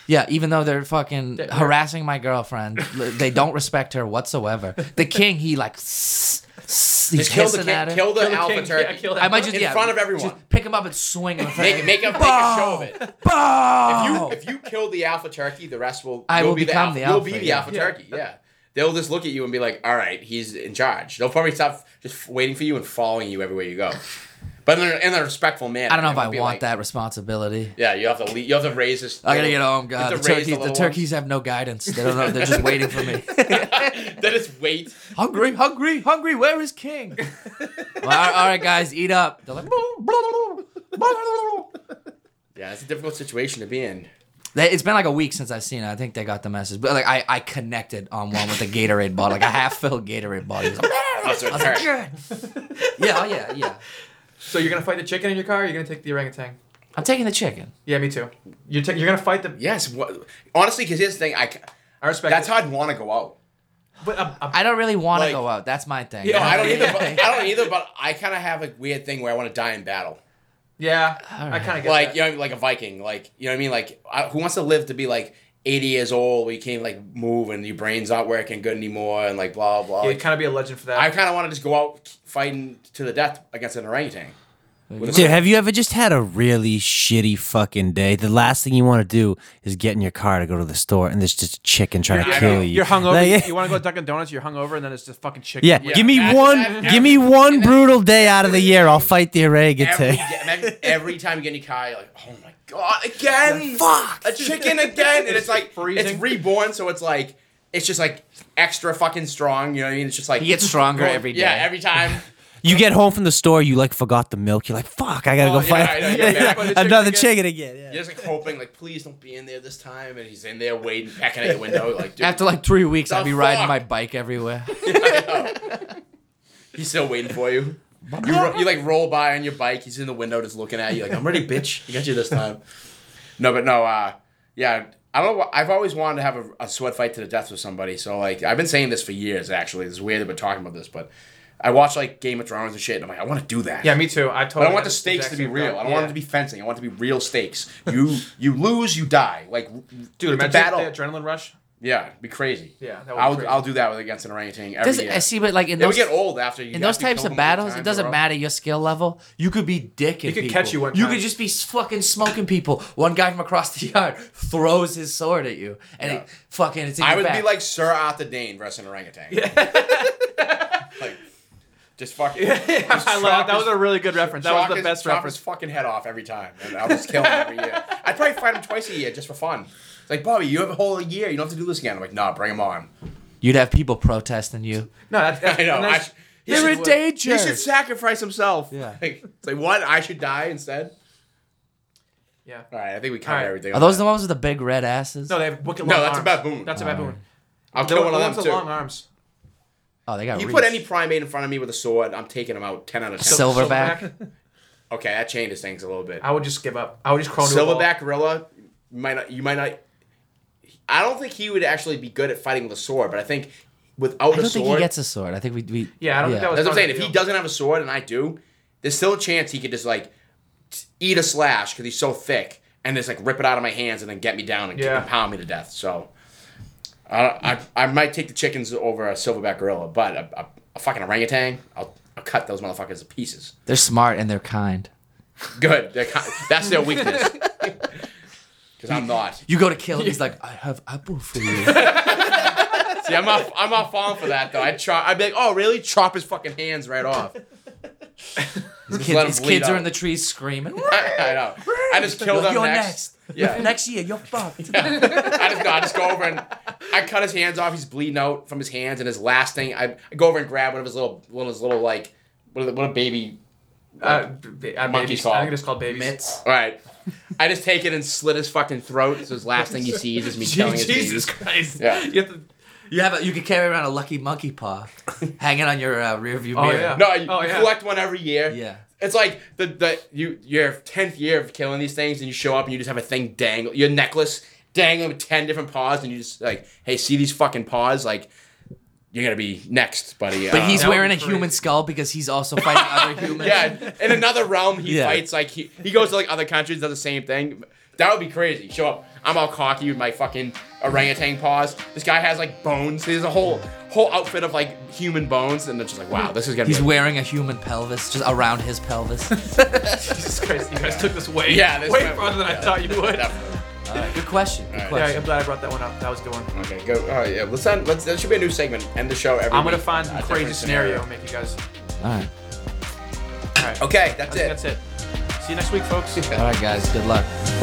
[SPEAKER 1] yeah, even though they're fucking harassing my girlfriend, li- they don't respect her whatsoever. The king, he like, s- s- he's
[SPEAKER 4] just kill the
[SPEAKER 1] hissing
[SPEAKER 4] ki-
[SPEAKER 1] at her.
[SPEAKER 4] kill the
[SPEAKER 2] Kill the
[SPEAKER 4] alpha
[SPEAKER 2] king.
[SPEAKER 4] turkey.
[SPEAKER 2] Yeah, kill that
[SPEAKER 1] I might
[SPEAKER 2] one.
[SPEAKER 1] just
[SPEAKER 4] in
[SPEAKER 1] yeah,
[SPEAKER 4] front of everyone.
[SPEAKER 1] Just pick him up and swing him.
[SPEAKER 4] Make make a, make a show of it.
[SPEAKER 1] Bow!
[SPEAKER 4] If you kill the alpha turkey, the rest will.
[SPEAKER 1] Oh. I
[SPEAKER 4] you'll
[SPEAKER 1] will
[SPEAKER 4] be
[SPEAKER 1] become
[SPEAKER 4] the
[SPEAKER 1] the
[SPEAKER 4] alpha.
[SPEAKER 1] alpha,
[SPEAKER 4] You'll be the
[SPEAKER 1] yeah.
[SPEAKER 4] alpha
[SPEAKER 2] Yeah.
[SPEAKER 4] turkey. Yeah. They'll just look at you and be like, "All right, he's in charge." They'll probably stop just waiting for you and following you everywhere you go. but in a, in a respectful manner.
[SPEAKER 1] I don't know
[SPEAKER 4] It
[SPEAKER 1] if I
[SPEAKER 4] won't
[SPEAKER 1] want
[SPEAKER 4] be like-
[SPEAKER 1] that responsibility.
[SPEAKER 4] Yeah, you have to le- you have to raise this.
[SPEAKER 1] I gotta get home,
[SPEAKER 4] you have
[SPEAKER 1] God. The
[SPEAKER 4] to raise
[SPEAKER 1] turkeys, the,
[SPEAKER 4] little
[SPEAKER 1] turkeys have no guidance. They don't know. They're just waiting for me.
[SPEAKER 4] one. That is weight.
[SPEAKER 1] hungry, hungry, hungry. Where is King? Well, all- all right, guys, eat up. They're like,
[SPEAKER 4] Yeah, it's a difficult situation to be in.
[SPEAKER 1] They- It's been like a week since I've seen it. I think they got the message, but like I, I connected on one with a Gatorade bottle, like a half filled Gatorade bottle. It was like,
[SPEAKER 4] Oh, so
[SPEAKER 1] I
[SPEAKER 4] it
[SPEAKER 1] was like,
[SPEAKER 4] hurt.
[SPEAKER 1] "Yeah." yeah, oh, yeah, yeah.
[SPEAKER 2] So you're gonna fight the chicken in your car? Or you're gonna take the orangutan?
[SPEAKER 1] I'm taking the chicken.
[SPEAKER 2] Yeah, me too. You're ta- you're gonna fight the.
[SPEAKER 4] Yes, what, honestly, because here's the thing. I c-
[SPEAKER 2] I respect.
[SPEAKER 4] that's
[SPEAKER 2] it.
[SPEAKER 4] how I'd want to go out.
[SPEAKER 2] But uh, a, a,
[SPEAKER 1] I don't really want to
[SPEAKER 4] Like-
[SPEAKER 1] go out. That's my thing.
[SPEAKER 4] Yeah, I don't either.
[SPEAKER 1] Yeah.
[SPEAKER 4] But, I don't either. But I kind of have a weird thing where I want to die in battle,
[SPEAKER 2] yeah, I
[SPEAKER 1] right.
[SPEAKER 2] kind of get
[SPEAKER 4] like
[SPEAKER 2] that.
[SPEAKER 4] you know, like a Viking. Like you know what I mean? Like I, who wants to live to be like 80 years old where you can't like move and your brain's not working good anymore and like blah blah.
[SPEAKER 2] You'd
[SPEAKER 4] Like,
[SPEAKER 2] kind of be a legend for that.
[SPEAKER 4] I kind of want to just go out fighting to the death against an orangutan.
[SPEAKER 5] Dude, have you ever just had a really shitty fucking day? The last thing you want to do is get in your car to go to the store, and there's just a chicken trying
[SPEAKER 4] Yeah, I
[SPEAKER 5] to kill
[SPEAKER 4] know.
[SPEAKER 5] you.
[SPEAKER 2] you're hungover.
[SPEAKER 5] Like,
[SPEAKER 2] You want to go to Dunkin' Donuts? You're hungover, and then it's just fucking chicken.
[SPEAKER 5] yeah,
[SPEAKER 4] Yeah.
[SPEAKER 5] give me
[SPEAKER 4] That-
[SPEAKER 5] one,
[SPEAKER 4] that-
[SPEAKER 5] give me one brutal day out of the year. I'll fight the
[SPEAKER 4] Every,
[SPEAKER 5] orangutan.
[SPEAKER 4] imagine every time you get in your car, you're like, oh my god, again, fuck, a chicken again, and it's like
[SPEAKER 2] Freezing.
[SPEAKER 4] it's reborn, so it's like it's just like extra fucking strong. You know what I mean? It's just like
[SPEAKER 1] He gets stronger
[SPEAKER 4] going-
[SPEAKER 1] every day.
[SPEAKER 4] Yeah, every time.
[SPEAKER 5] You get home from the store, you like forgot the milk. You're like, fuck, I gotta
[SPEAKER 4] Oh,
[SPEAKER 5] go
[SPEAKER 4] yeah, I
[SPEAKER 5] fight
[SPEAKER 4] know, you're back
[SPEAKER 2] on the chicken
[SPEAKER 5] another
[SPEAKER 2] again.
[SPEAKER 5] chicken again. yeah.
[SPEAKER 4] You're just like hoping, like, please don't be in there this time. And he's in there waiting, pecking at your window, like, dude,
[SPEAKER 1] After like three weeks, I'd be
[SPEAKER 4] The
[SPEAKER 1] riding
[SPEAKER 4] fuck?
[SPEAKER 1] my bike everywhere.
[SPEAKER 4] he's still waiting for you. You, ro- you like roll by on your bike. He's in the window, just looking at you, like, I'm ready, bitch. I got you this time. No, but no, uh, yeah. I don't. know wh- I've always wanted to have a, a sweat fight to the death with somebody. So like, I've been saying this for years. Actually, it's weird that we're talking about this, but I watch like Game of Thrones and shit, and I'm like, I want to do that.
[SPEAKER 2] Yeah, me too. I totally.
[SPEAKER 4] But I want
[SPEAKER 2] had
[SPEAKER 4] the
[SPEAKER 2] this
[SPEAKER 4] stakes
[SPEAKER 2] exact
[SPEAKER 4] to be
[SPEAKER 2] same
[SPEAKER 4] real.
[SPEAKER 2] thought.
[SPEAKER 4] I don't want
[SPEAKER 2] Yeah.
[SPEAKER 4] it to be fencing. I want it to be real stakes. You you lose, you die. Like,
[SPEAKER 2] Dude,
[SPEAKER 4] dude,
[SPEAKER 2] imagine
[SPEAKER 4] battle.
[SPEAKER 2] the adrenaline rush.
[SPEAKER 4] Yeah, it'd be crazy.
[SPEAKER 2] Yeah, that would be
[SPEAKER 4] I'll
[SPEAKER 2] crazy.
[SPEAKER 4] I'll do that with against an orangutan every
[SPEAKER 1] Does
[SPEAKER 4] year.
[SPEAKER 1] I eh, see, but like in
[SPEAKER 4] they would
[SPEAKER 1] those,
[SPEAKER 4] get old after you.
[SPEAKER 1] in
[SPEAKER 4] have
[SPEAKER 1] those
[SPEAKER 4] to kill
[SPEAKER 1] types
[SPEAKER 4] them
[SPEAKER 1] of
[SPEAKER 4] many
[SPEAKER 1] battles,
[SPEAKER 4] times
[SPEAKER 1] it
[SPEAKER 4] in
[SPEAKER 1] doesn't
[SPEAKER 4] a row.
[SPEAKER 1] matter your skill level. You could be dicking.
[SPEAKER 2] could
[SPEAKER 1] people.
[SPEAKER 2] catch you one
[SPEAKER 1] You
[SPEAKER 2] time.
[SPEAKER 1] could just be fucking smoking people. One guy from across the yard throws his sword at you, and it fucking it's in
[SPEAKER 4] I
[SPEAKER 1] your
[SPEAKER 4] would
[SPEAKER 1] back.
[SPEAKER 4] be like Sir Arthur Dane versus an orangutan. like, just fucking. just
[SPEAKER 2] I love
[SPEAKER 4] chop
[SPEAKER 2] that
[SPEAKER 4] his-
[SPEAKER 2] was a really good reference. That
[SPEAKER 4] chop
[SPEAKER 2] was the
[SPEAKER 4] his-
[SPEAKER 2] best
[SPEAKER 4] chop
[SPEAKER 2] reference.
[SPEAKER 4] His fucking head off every time, and I'll just kill him every year. I'd probably fight him twice a year just for fun. It's like Bobby, you have a whole year. You don't have to do this again. I'm like, nah, bring him on.
[SPEAKER 1] You'd have people protesting you.
[SPEAKER 2] No, that's, that's,
[SPEAKER 4] I know.
[SPEAKER 2] and
[SPEAKER 4] I
[SPEAKER 2] that's-
[SPEAKER 4] sh- he
[SPEAKER 1] They're
[SPEAKER 4] should-
[SPEAKER 1] in danger.
[SPEAKER 4] He should sacrifice himself.
[SPEAKER 1] Yeah.
[SPEAKER 4] Like, it's like what? I should die instead.
[SPEAKER 2] yeah.
[SPEAKER 4] All right, I think we covered
[SPEAKER 2] All right.
[SPEAKER 4] everything.
[SPEAKER 1] Are
[SPEAKER 4] on
[SPEAKER 1] those
[SPEAKER 4] that.
[SPEAKER 1] the ones with the big red asses?
[SPEAKER 2] No, they have wicked long
[SPEAKER 4] No, that's a
[SPEAKER 2] arms.
[SPEAKER 4] baboon.
[SPEAKER 2] That's a baboon.
[SPEAKER 4] I'll
[SPEAKER 2] The
[SPEAKER 4] kill one
[SPEAKER 2] one
[SPEAKER 4] of
[SPEAKER 2] with
[SPEAKER 4] them
[SPEAKER 2] the
[SPEAKER 4] too.
[SPEAKER 2] long arms.
[SPEAKER 1] oh, they got.
[SPEAKER 4] You
[SPEAKER 1] reach.
[SPEAKER 4] put any primate in front of me with a sword, I'm taking him out ten out of ten.
[SPEAKER 1] So- Silverback.
[SPEAKER 4] okay, that changes things a little bit.
[SPEAKER 2] I would just give up. I would just crawl into a ball.
[SPEAKER 4] Silverback gorilla, you might not. You might not. I don't think he would actually be good at fighting with a sword, but I think without
[SPEAKER 1] I don't
[SPEAKER 4] a
[SPEAKER 1] think he
[SPEAKER 4] sword,
[SPEAKER 1] gets a sword. I think we. we
[SPEAKER 2] Yeah, I don't think that was-
[SPEAKER 4] that's what I'm saying. If
[SPEAKER 2] Yeah.
[SPEAKER 4] he doesn't have a sword and I do, there's still a chance he could just like t- eat a slash because he's so thick and just like rip it out of my hands and then get me down and,
[SPEAKER 2] Yeah.
[SPEAKER 4] and pound me to death. So. I, I, I might take the chickens over a silverback gorilla, but a, a, a fucking orangutan, I'll, I'll cut those motherfuckers to pieces.
[SPEAKER 1] They're smart and they're kind.
[SPEAKER 4] Good. They're ki- That's their weakness. Because I'm not.
[SPEAKER 1] You go to kill him. He's like, I have apple for you.
[SPEAKER 4] See, I'm not. I'm not falling for that though. I chop. I'd be like, oh really? Chop his fucking hands right off. Just
[SPEAKER 1] kids,
[SPEAKER 4] let him
[SPEAKER 1] his
[SPEAKER 4] bleed
[SPEAKER 1] kids are
[SPEAKER 4] out.
[SPEAKER 1] in the trees screaming.
[SPEAKER 4] I, I know. I just kill them
[SPEAKER 1] You're
[SPEAKER 4] next.
[SPEAKER 1] next.
[SPEAKER 4] Yeah.
[SPEAKER 1] Next year, you're fucked.
[SPEAKER 4] I just, no, I just go over and I cut his hands off. He's bleeding out from his hands, and his last thing, I, I go over and grab one of his little, one of his little like, what a, what a baby.
[SPEAKER 2] Uh, b- uh,
[SPEAKER 4] Monkey
[SPEAKER 2] babies.
[SPEAKER 4] call.
[SPEAKER 2] I think it's called babies.
[SPEAKER 1] Mitts.
[SPEAKER 4] All right. I just take it and slit his fucking throat. So his last thing he sees is me killing his
[SPEAKER 2] Jesus
[SPEAKER 4] babies.
[SPEAKER 2] Christ.
[SPEAKER 4] Yeah.
[SPEAKER 2] You have to,
[SPEAKER 1] You have a, you could carry around a lucky monkey paw, hanging on your uh, rearview
[SPEAKER 2] Oh,
[SPEAKER 1] mirror.
[SPEAKER 2] yeah.
[SPEAKER 4] No, you
[SPEAKER 2] Oh, yeah.
[SPEAKER 4] collect one every year.
[SPEAKER 1] Yeah.
[SPEAKER 4] It's like the, the you your tenth year of killing these things, and you show up and you just have a thing dangle your necklace dangling with ten different paws, and you just like, hey, see these fucking paws? Like, you're gonna be next, buddy. Uh,
[SPEAKER 1] But he's
[SPEAKER 2] that would
[SPEAKER 1] wearing a
[SPEAKER 2] be
[SPEAKER 1] human
[SPEAKER 2] crazy.
[SPEAKER 1] skull because he's also fighting other humans.
[SPEAKER 4] yeah, in another realm, he
[SPEAKER 1] Yeah.
[SPEAKER 4] fights like he, he goes to like other countries, does the same thing. That would be crazy. Show up, I'm all cocky with my fucking orangutan paws. This guy has like bones. He has a whole whole outfit of like human bones, and it's just like, wow, this is gonna
[SPEAKER 1] He's
[SPEAKER 4] be.
[SPEAKER 1] wearing a human pelvis, just around his pelvis.
[SPEAKER 2] Jesus Christ. You guys took this way,
[SPEAKER 4] Yeah, this
[SPEAKER 2] way
[SPEAKER 4] went-
[SPEAKER 2] farther than I
[SPEAKER 4] yeah.
[SPEAKER 2] thought you would. Yeah,
[SPEAKER 4] Definitely.
[SPEAKER 1] Good question. Good
[SPEAKER 4] All
[SPEAKER 1] question.
[SPEAKER 2] I'm glad I brought that one up. That was the one.
[SPEAKER 4] Okay, go. All right, yeah. Let's end. Let's. That should be a new segment. End the show every.
[SPEAKER 2] I'm gonna
[SPEAKER 4] week.
[SPEAKER 2] find
[SPEAKER 4] A
[SPEAKER 2] some
[SPEAKER 4] different
[SPEAKER 2] crazy scenario and make you guys.
[SPEAKER 1] All right.
[SPEAKER 2] All right.
[SPEAKER 4] Okay, that's
[SPEAKER 2] I think
[SPEAKER 4] it.
[SPEAKER 2] that's it. See you next week, folks.
[SPEAKER 1] All right, guys. Good luck.